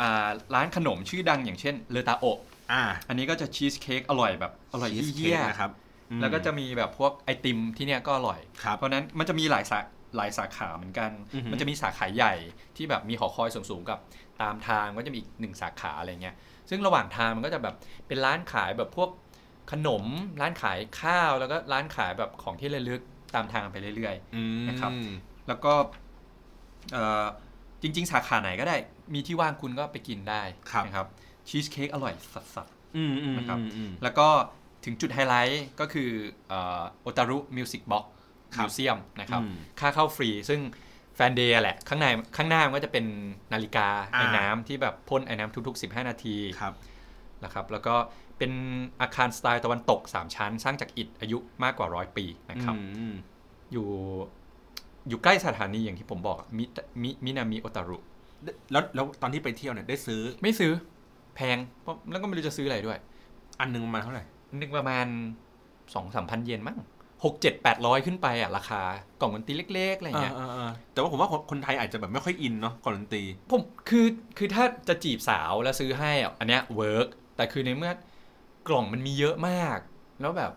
อ่าร้านขนมชื่อดังอย่างเช่นเลอตาโอะ
อ่า
อันนี้ก็จะชีสเค้กอร่อยแบบอร่อย
ชีส
เยี่ย
ค้ก
ๆ
นะครับอืม
แล้วก็จะมีแบบพวกไอติมที่เนี่ยก็อร่อย
ครับ
เพราะฉะนั้นมันจะมีหลายสาหลายสาขาเหมือนกัน
อือหือ
มันจะมีสาขาใหญ่ที่แบบมีหอคอยสูงๆกับตามทางก็จะมีอีกหนึ่งสาขาอะไรเงี้ย ซึ่งระหว่างทางมันก็จะแบบเป็นร้านขายแบบพวกขนม ร้านขายข้าวแล้วก็ร้านขายแบบของที่ระลึกตามทางไปเรื่อย ๆ
อืม
นะครับ แล้วก็เอ่อจริง ๆ สาขาไหนก็ได้ มีที่ว่างคุณก็ไปกินได้นะครับชีสเค้กอร่อยสัส
อืมอืม
นะครับ
อืม
ๆ แล้วก็ถึงจุดไฮไลท์ก็คือเโอตารุมิวสิกบ็อก
ครับ
มิวเซียมนะครับ
อืม
ค่าเข้าฟรี ซึ่งแฟนเดย์แหละ ข้างในข้างหน้ามันก็จะเป็นนาฬิกา
อ่า
ไอ้น้ำที่แบบพ่นไอ้น้ำทุก ๆ 15 นาที
ครับ
นะครับแล้วก็เป็นอาคารสไตล์ตะวันตก 3 ชั้น สร้างจากอิฐอายุมากกว่าร้อยปีนะครับ
อืม
อยู่อยู่ใกล้สถานีอย่างที่ผมบอกอะมิตะมิมินามิโอตารุ
แล้วแล้วตอนที่ไปเที่ยวเนี่ยได้ซื้อ
ไม่ซื้อแพงเพราะแล้วก็ไม่รู้จะซื้ออะไรด้วย
อันหนึงประมาณเท่าไหร่
นึกประมาณสองสามพันเยนมั้งหกเจ็ดแปดร้อยขึ้นไปอ่ะ ราคา กล่องดนตรีเล็ก ๆ อะไร
เอ
เงี้
อย เออเออแต่ว่าผมว่าคนคนไทยอาจจะแบบไม่ค่อยอินเนาะก่อนดนตรี
ผมคือคือถ้าจะจีบสาวแล้วซื้อให้อ่ะอันเนี้ยเวิร์กแต่คือในเมื่อกล่องมันมีเยอะมาก แล้วแบบ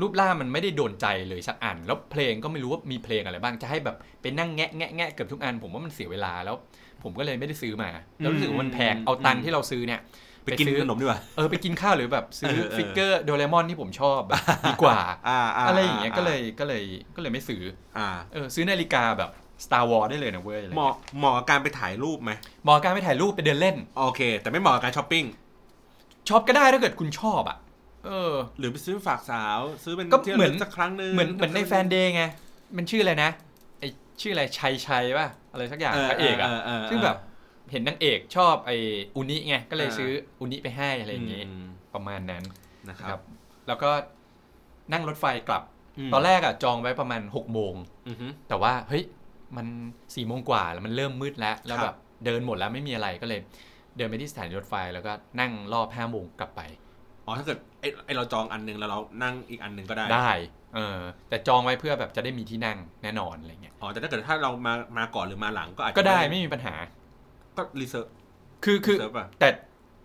รูปร่างมันไม่ได้โดนใจเลยสักอัน แล้วเพลงก็ไม่รู้ว่ามีเพลงอะไรบ้างจะให้แบบไปนั่งแงะแงะแงะเกือบทุกอัน ผมว่ามันเสียเวลาแล้ว ผมก็เลยไม่ได้ซื้อมาแล้วรู้สึกว่ามันแพงเอาตังค์ที่เราซื้อเนี่ย
ไปกิน
ซื้อ
ขนมดีกว่า
เออไปกินข้าวหรือแบบซื้อ
เออเออ
ฟิกเกอร์โดเรมอนที่ผมชอบแบบ ดีกว่า
อ่าา
อะไรอย่างเงี้ยก็เลยก็เลยก็เลยไม่ซื้อ
อ่า
เออซื้อนาฬิกาแบบ Star War ได้เลยนะเว้ยอะไร
เห
เงี้ย
มาะเหมาะกับการไปถ่ายรูปไหม
เหมาะกับการไปถ่ายรูปไปเดินเล่น
โอเค แต่ไม่เหมาะกับการช้อปปิ้ง
ช็อปก็ได้ถ้าเกิดคุณชอบอ่ะเออ
หรือไปซื้อฝากสาว ซื้อเป็น
ก็
ที่ระ
เหมื
ลึ
อน
สักครั้งหนึ่ง
เหมือนเหมือนในแฟนเดย์ไง มันชื่ออะไรนะไอชื่ออะไรชัยชัยป่ะ อะไรสักอย่างพระเอกอ่ะ ซึ่งแบบเห็นนางเอกชอบไออุนิไงก็เลยซื้ออุนิไปให้อะไรอย่างงี้
ม
ประมาณนั้น
นะค
ค
รั
รั
บบ
แล้วก็นั่งรถไฟกลับ
ม
ตอนแรกอ่ะจองไว้ประมาณ6กโมง
อือฮึ
แต่ว่าเฮ้ยมันสี่โมงกว่าแล้วมันเริ่มมืดแล้ว แล้ว
ครับ
แบบเดินหมดแล้วไม่มีอะไรก็เลย เดินไปที่สถานีรถไฟแล้วก็นั่งรอบห้าโมงกลับไป
อ๋อถ้าเกิดไอ้ไอ้เราจองอันหนึงแล้วเรานั่งอีกอันหนึงก็ได้
ได้เออแต่จองไว้เพื่อแบบจะได้มีที่นั่งแน่นอนอะไรเงี้ย
อ๋อแต่ถ้าเกิดถ้าเรามามาก่อนหรือมาหลังก็อาจจะ
ก็ได้ไม่มีปัญหา
ก็รีเซิร์ฟ
คือคือ
รีเซิร์ฟป่ะ
แต่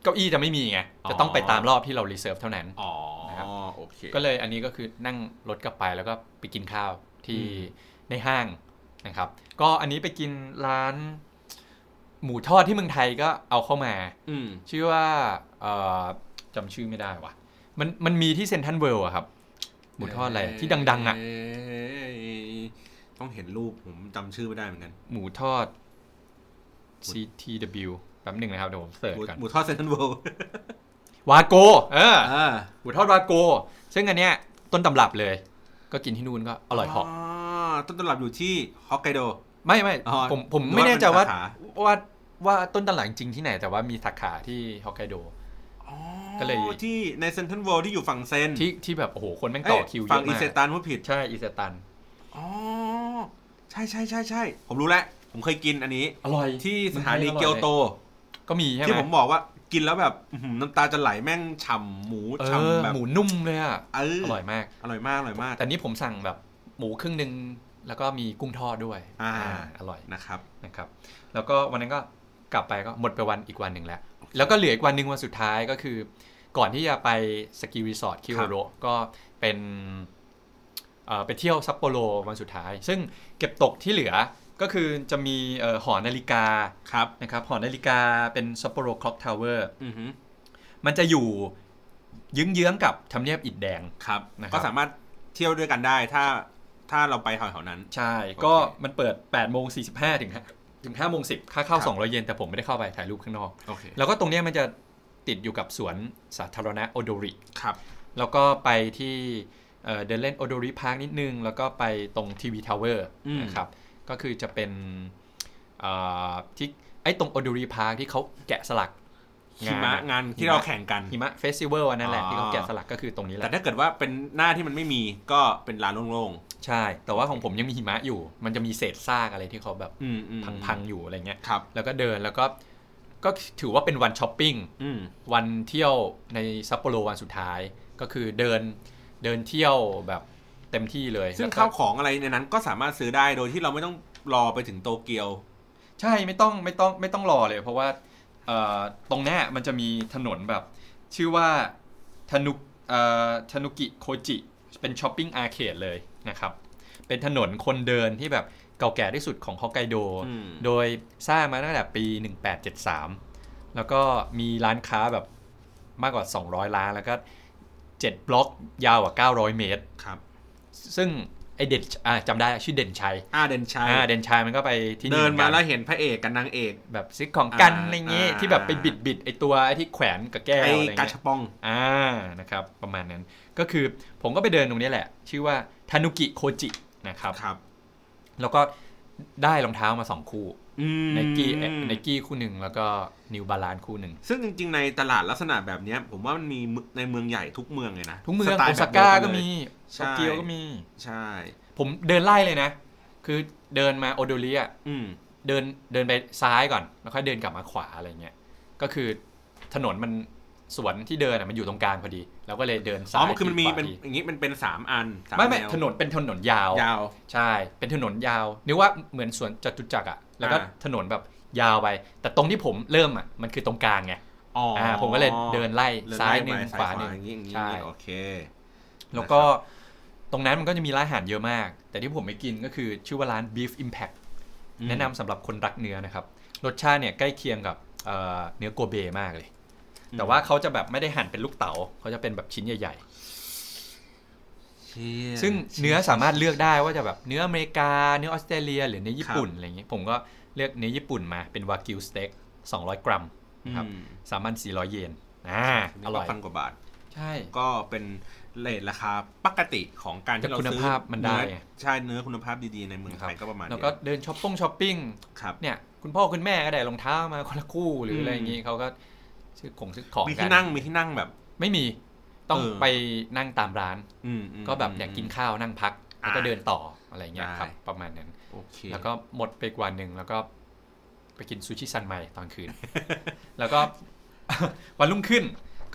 เก้าอี้จะไม่มีไง
อ๋อ
จะต้องไปตามรอบที่เรารีเซิร์ฟเท่านั้น
อ๋อ
นะครับ
โอเค
ก็เลยอันนี้ก็คือนั่งรถกลับไปแล้วก็ไปกินข้าวที่
อืม
ในห้างนะครับ ก็อันนี้ไปกินร้านหมูทอดที่เมืองไทยก็เอาเข้ามา
อืม
ชื่อว่าเอ่อจำชื่อไม่ได้ว่ะ มันมันมีที่เซนทรันเวิลด์อะครับ หมูทอดอะไรที่ดัง ๆ อ่ะ
เยต้องเห็นรูปผมจำชื่อไม่ได้เหมือนกัน
หมูทอด CTW แป๊บหนึ่งนะครับ เดี๋ยวผมเสิร์ช
หมู
กัน
หมูทอดเซนทรัลเวิลด์
วาโกเออ
อ่า
หมูทอดวาโก ซึ่งอันเนี้ยต้นตำรับเลย ก็กินที่นู่นก็อร่อยเหอก
ต้นตำรับอยู่ที่ฮอกไกโด
ไม่ไม่
อ๋อ
ผมผม
หรือว่า
ไม่แน่ใจว่า
เป็นสาขา
ว่าว่าต้นตำรับจริงที่ไหน แต่ว่ามีสาขาที่ฮอกไกโด ก็เลย
ที่ในเซนทรัลเวิลด์ที่อยู่ฝั่งเซน
ที่ที่แบบโอ้โหคนแม่งต่อคิวเย
ฝั่ง
อะ
อี
มา
เซ
ก
ตันพูดผิด
ใช่อีสตัน
อ๋อ ใช่ใช่ใช่ใช่ผมรู้แล้ว ผมเคยกินอันนี้
อร่อย
ที่สถานีเกียวโต
ก็มีใช่ไหม
ที่ผมบอกว่ากินแล้วแบบอื้อหือน้ำตาจะไหลแม่งฉ่ำหมู
เออ
ฉ่ำแบบ
หมูนุ่มเลยอ่ะ
เออ
อ
อ
ร่อยมาก
อร่อยมากอร่อยมาก
แต่นี่ผมสั่งแบบหมูครึ่งหนึ่งแล้วก็มีกุ้งทอดด้วย
อ่า
อร่อย
นะครับ
นะครับ แล้วก็วันนั้นก็กลับไปก็หมดไปวันอีกวันหนึ่งแล้ว แล้วก็เหลืออีกวันหนึ่งวันสุดท้ายก็คือ ก่อนที่จะไปสกีรีสอร์ทคิโอโรก็เป็นเอ่อไปเที่ยวซัปโปโรวันสุดท้าย ซึ่งเก็บตกที่เหลือก็คือจะมีเอ่อหอนาฬิกา
ครับ
นะครับหอนาฬิกาเป็นซัปโปโรคล็อกทาวเวอร์
อือหือ
มันจะอยู่ยึ้งเยื้องๆกับทำเนียบอิฐแดง
ครับ
นะครับ
ก็สามารถเที่ยวด้วยกันได้ถ้าถ้าเราไปแถวๆนั้น
ใช่ ก็
โอเค
มันเปิด8โมง45ถึง5ถึง5โมง10 ค่าเข้า
ครับ
200 เยน แต่ผมไม่ได้เข้าไปถ่ายรูปข้างนอก
โอเค
แล้วก็ตรงเนี้ยมันจะติดอยู่กับสวนสาธารณะโอโดริ
ครับ
แล้วก็ไปที่เอ่อเดินเล่นโอโดริพาร์คนิดนึง แล้วก็ไปตรงทีวีทาวเวอร์
อืม
นะครับ ก็คือจะเป็นเอ่อที่ไอ้ตรงโอโดริพาร์คที่เขาแกะสลัก
หิมะ
งานอะ
งานที่เราแข่งกัน
หิมะเฟสติวัลอันนั้นแหละ
อ๋อ
ที่เขาแกะสลักก็คือตรงนี้แห
แต่
ละ
ถ้าเกิดว่าเป็นหน้าที่มันไม่มีก็เป็นร้านโล่ง
ใช่ แต่ว่าของผมยังมีหิมะอยู่ มันจะมีเศษซากอะไรที่เขาแบบ
ๆอืมอืม
พังๆอยู่อะไรเงี้ย
ครับ
แล้วก็เดินแล้วก็ก็ถือว่าเป็นวันช้อปปิ้ง
อืม
วันเที่ยวในซัปโปโรวันสุดท้าย ก็คือเดินเดินเที่ยวแบบเต็มที่เลย
ซึ่ง
แล้วก็
ข้าวของอะไรในนั้นก็สามารถซื้อได้โดยที่เราไม่ต้องรอไปถึงโตเกียว
ใช่ไม่ต้องไม่ต้องไม่ต้องรอเลย เพราะว่าเอ่อตรงเนี้ยมันจะมีถนนแบบ ชื่อว่าทนุเอ่อทนุกิโคจิเป็นช้อปปิ้งอาร์เคดเลยนะครับ เป็นถนนคนเดินที่แบบเก่าแก่ที่สุดของฮอกไกโด
อืม
โดยสร้างมาตั้งแต่ปี 1873 แล้วก็มีร้านค้าแบบมากกว่า 200 ร้านแล้วก็ 7 บล็อกยาวกว่า 900 เมตร
ครับ
ซึ่งไอเด่นอ่าจำได้ชื่อเด่นชัย
อาเดนชัย
อ่าเด่นชัยมันก็ไปที่
เดินมา
กั
แล้วเห็นพระเอกกับนางเอก
แบบซิกของกัน
อ่า
อะไรเงี้ย
อ่า
ที่แบบไปบิดบิดๆไอตัวไอที่แขวนกับแก้ว
ไอ้
อะไร
กา
เงี้ย
ชปอง
อ่า นะครับ ประมาณนั้น ก็คือผมก็ไปเดินตรงนี้แหละ ชื่อว่าทานุกิโคจิ นะครับ
ครับ
แล้วก็ได้รองเท้ามาสองคู่
อืม
ไนกี้ไนกี้คู่หนึ่งแล้วก็นิวบาลานคู่หนึ่ง
ซึ่งจริงๆ ในตลาดลักษณะแบบเนี้ยผมว่ามันมีมึในเมืองใหญ่ทุกเมืองเลยนะ
ทุกเมือง
สไต
โอ
ล์แบบ
ซาก้า
เดียว
ก็
นเลย
มี
ใช่
โตเกียวก็มี
ใช่
ผมเดินไล่เลยนะ คือเดินมาโอโดริอะ
อืม
เดินเดินไปซ้ายก่อน แล้วค่อยเดินกลับมาขวาอะไรเงี้ย ก็คือถนนมันสวนที่เดินอะมันอยู่ตรงกลางพอดี แล้วก็เลยเดินซ้าย
อ๋อ มันคือมันมี
ทีขวา
เป็น
ที
อย่างนี้มันเป็นสามอันสา
ไม่ไม่
แว
ถนนเป็นถนนยาว
ยาว
ใช่ เป็นถนนยาวนึกว่าเหมือนสวนจตุจักรอะแล้วก็
อ่า
ถนนแบบยาวไป แต่ตรงที่ผมเริ่มอะมันคือตรงกลางไง
อ๋ออ่
อ่าผมก็เลยเดินไล่
ดิ
ซ้ายหนึ่ง
ไล่ไป
ขวาหนึ่ง
อย่นี้อย่างนี้
ใช่
โอเค
แล้วก็ตรงนั้นมันก็จะมีร้านอาหารเยอะมาก แต่ที่ผมไปกินก็คือชื่อว่าร้าน Beef Impact
อืม
แนะนำสำหรับคนรักเนื้อนะครับ รสชาติเนี่ยใกล้เคียงกับเอ่อเนื้อโกเบมากเลย แต่ว่าเขาจะแบบไม่ได้หั่นเป็นลูกเต๋าเขาจะเป็นแบบชิ้นใหญ่
เชี่ย
ๆ ซึ่งเนื้อสามารถเลือกได้ว่าจะแบบเนื้ออเมริกา เนื้อออสเตรเลีย หรือเนื้อญี่ปุ่นอะไรอย่างงี้ผมก็เลือกเนื้อญี่ปุ่นมาเป็นวากิวสเต็ก200 กรัมนะครับ
อืม
สามพันสี่ร้อยเยนอ่าอร่อย
พันกว่าบาท
ใช่
ก็เป็นเลทราคาปกติของการที่เรา
แต่คุณ
ซื้อ
ภาพมันได้ไง
เอใช่เนื้อคุณภาพดีๆในเมืองไทยก็ประมาณ
แล้ว
เนี้
ก็
ย
เดินช้อปปิ้งช้อปปิ้ง
ครับ
เนี่ยคุณพ่อคุณแม่ก็ได้รองเท้ามาคนละคู่หรือ
ม
อะไรอย่างนี้เขาก็ซื้อของซื้อของ
มี
กั
ที่นั่งมีที่นั่งแบบ
ไม่มีต้อง
เออ
ไปนั่งตามร้าน
อืมม
ก็แบบอยากกินข้าวนั่งพัก แล้วก็
อ่า
เดินต่ออะไรเงี้ย
ได้
ครับประมาณนั้น
โอเค
แล้วก็หมดไปกว่าหนึ่งแล้วก็ไปกินซูชิซันใหม่ตอนคื น แล้วก็ วันรุ่งขึ้น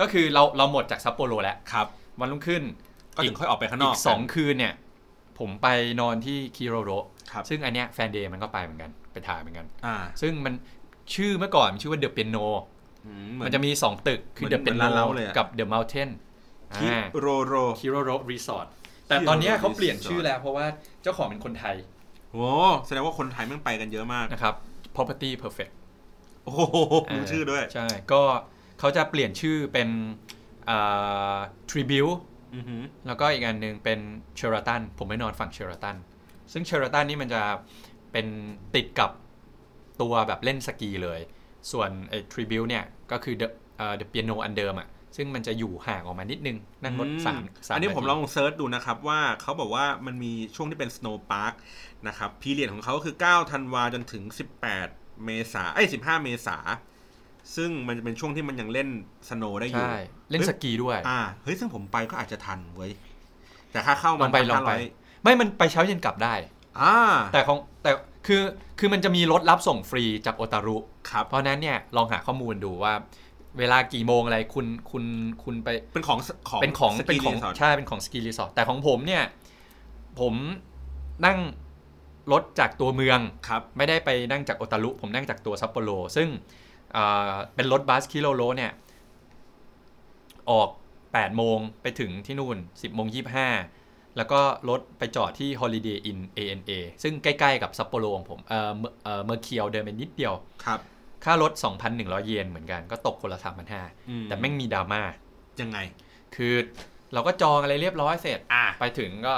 ก็คือเราเราหมดจากซัปโปโรแล้ว
ครับ
วันรุ่งขึ้น
ก็ถึงค่อยออกไปข้างน
อี
อก
กสองคืนเนี่ยผมไปนอนที่คิโรโร
ครับ
ซึ่งอันเนี้ยแฟนเดย์มันก็ไปเหมือนกันไปถ่ายเหมือนกัน
อ่า
ซึ่งมันชื่อเมื่อก่อนมันชื่อว่าเดอะเปียโน
อืเหอ
มันจะมี 2 ตึก คือ
เหมื
เด
อน
อะเปีย
เหมื
โน
อนร้านเหล้าเลยอะ
กับเดอะมัลเทน
คิโรโร
คิโรโรรีสอร์ทแต่ตอนเนี้ย
Kiroro
เขาเปลี่ยน
Resort
ชื่อแล้วเพราะว่าเจ้าของเป็นคนไทย
โอ้แสดงว่าคนไทยแม่งไปกันเยอะมาก
นะครับ property perfect
โอ้โหรู้ชื่อด้วย
ใช่ ก็เขาจะเปลี่ยนชื่อเป็นอ่า tribute
อือหือ
แล้วก็อีกอันหนึ่งเป็นเชอร์ตันผมไม่นอนฝั่งเชอร์ตันซึ่งเชอร์ตันนี่มันจะเป็นติดกับตัวแบบเล่นสกีเลย ส่วนไอ้ทริบิวเนี่ยก็คือเดอะเปียโนอันเดิมอ่ะซึ่งมันจะอยู่ห่างออกมานิดนึง นั่งรถสามสา
อันนี้
มาที
ผมลองเซิร์ชดูนะครับว่าเขาบอกว่ามันมีช่วงที่เป็น Snow Park นะครับพีเรียดของเขาคือ 9 ธันวาจนถึง 18 เมษาเอ้ย 15 เมษา ซึ่งมันจะเป็นช่วงที่มันยังเล่นสโนได้อยู่
ใช่ เล่นสกีด้วย
อ่า เฮ้ย ซึ่งผมไปก็อาจจะทันเว้ย แต่ค่าเข้ามั
ลอนงไปลองไป
1,500
ไม่มันไปเช้าเย็นกลับได้
อ่า
แต่ของแต่คือคือมันจะมีรถรับส่งฟรีจากโอตารุ
ครับ
เพราะฉะนั้นเนี่ยลองหาข้อมูลดูว่า เวลากี่โมงอะไรคุณคุณคุณไป
เป็นของของ
เป็นของ
ส
เป็
กี
นของ
รีสอร์ท
ใช่เป็นของสกีรีสอร์ทแต่ของผมเนี่ย ผมนั่งรถจากตัวเมือง
ครับ
ไม่ได้ไปนั่งจากโอตารุผมนั่งจากตัวซัปโปโรซึ่งเอ่อเป็นรถบัสคิโรโรเนี่ย ออก 8 โมงไปถึงที่นู่น 10 โมง 25 แล้วก็รถไปจอดที่ Holiday Inn ANA ซึ่งใกล้ๆกับซัปโปโรของผมเออเมอเอ่อเมอร์เคียวเดินไปนิดเดียว
ครับ
ค่ารถ 2,100 เยนเหมือนกันก็ตกคนละ
อืม
3,500 แต่แม่งมีดราม่า
ยังไง
คือเราก็จองอะไรเรียบร้อยเสร็จ
อ่า
ไปถึงก็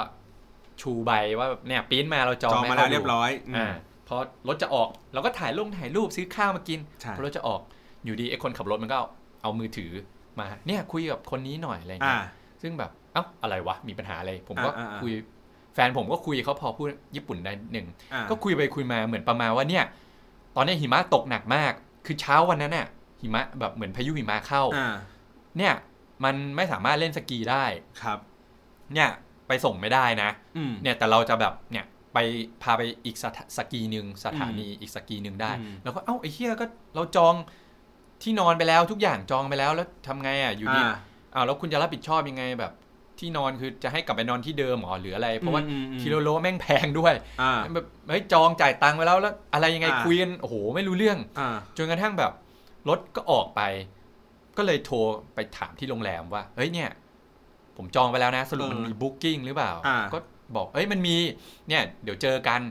ชูใบว่าแบบเนี่ยปริ้นมาเราจอง
จองมาแล้วเรียบร้อยม
อ่าพอรถจะออกเราก็ถ่ายลงถ่ายรูปซื้อข้าวมากิน
ใช่
พอรถจะออกอยู่ดีไอ้คนขับรถมันก็เอาเอามือถือมาเนี่ยคุยกับคนนี้หน่อยอะไร
อ่า
เงี้ยซึ่งแบบเอ้าอะไรวะมีปัญหาอะไรผมก็
อ่าอ่าอ่า
คุยแฟนผมก็คุยเขาพอพูดญี่ปุ่นได้หนึ่ง
อ่า
ก็คุยไปคุยมาเหมือนประมาณว่าเนี่ย ตอนนี้หิมะตกหนักมาก คือเช้าวันนั้นน่ะหิมะแบบเหมือนพายุหิมะเข้า
อ่า
เนี่ยมันไม่สามารถเล่นสกีได้
ครับ
เนี่ยไปส่งไม่ได้นะ
อืม
เนี่ยแต่เราจะแบบเนี่ยไปพาไปอีกสถสกีหนึ่งสถานีอีกสกีหนึ่งได้
อืม
แล้วก็เอ้าไอ้เฮียก็เราจองที่นอนไปแล้วทุกอย่างจองไปแล้วแล้วทำไงอ่ะอยู่ดี อ้าวแล้วคุณจะรับผิดชอบยังไงแบบ ที่นอนคือจะให้กลับไปนอนที่เดิมเหรอหรืออะไร เพราะว่า
อืมอืม
คิโลโลแม่งแพงด้วย
อ่า
แบบเฮ้ยจองจ่ายตังค์ไปแล้วแล้วอะไรยังไง
อ่า
คุยกันโอ้โหไม่รู้เรื่อง
อ่า
จนกระทั่งแบบรถก็ออกไป ก็เลยโทรไปถามที่โรงแรมว่า เฮ้ยเนี่ย ผมจองไปแล้วนะ สรุป
เออ
มันมีบุ๊กิ้งหรือเปล่า
อ่า
ก็บอกเอ้ยมันมีเนี่ยเดี๋ยวเจอกัน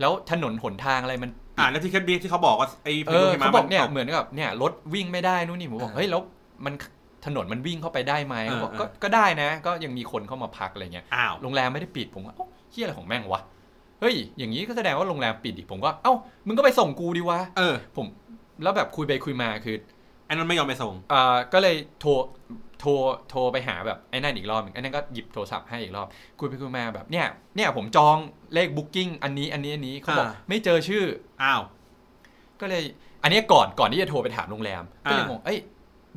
แล้วถนนหนทางอะไรมัน
อ่าแล้วที่แคทบีที่เขาบอกว่าไอ้
เอ
พายุ
อ
หิมะ
เขาบอก
มั
เนี่ย
ต
เหมือนกับเนี่ยรถวิ่งไม่ได้นู่นนี่ผมบอก
อ่า
เฮ้ยแล้วมันถนนมันวิ่งเข้าไปได้ไหม
เออ
เขาบอก
เออ
ก็ก็ได้นะ ก็ยังมีคนเข้ามาพักอะไรเงี้ย
อ้าว
โรงแรมไม่ได้ปิดผมว่าเอ้าเฮียอะไรของแม่งวะเฮ้ยอย่างนี้ก็แสดงว่าโรงแรมปิดดิผมก็เอ้ามึงก็ไปส่งกูดีวะ
เออ
ผมแล้วแบบคุยไปคุยมาคือ
ไอ้นั่นไม่ยอมไปส่ง
อ่าก็เลยโทรโทรโทรไปหาแบบไอ้นั่นอีกรอบหนึ่งไอ้นั่นก็หยิบโทรศัพท์ให้อีกรอบคุยไปคุยมาแบบเนี่ยเนี่ยผมจองเลขบุ๊กิ้งอันนี้อันนี้อันนี้เขาบอก
อ่า
ไม่เจอชื่อ
อ้าว
ก็เลย อันนี้ก่อนก่อนที่จะโทรไปถามโรงแรมก็เลย
อ่าง ง
งเอ้ย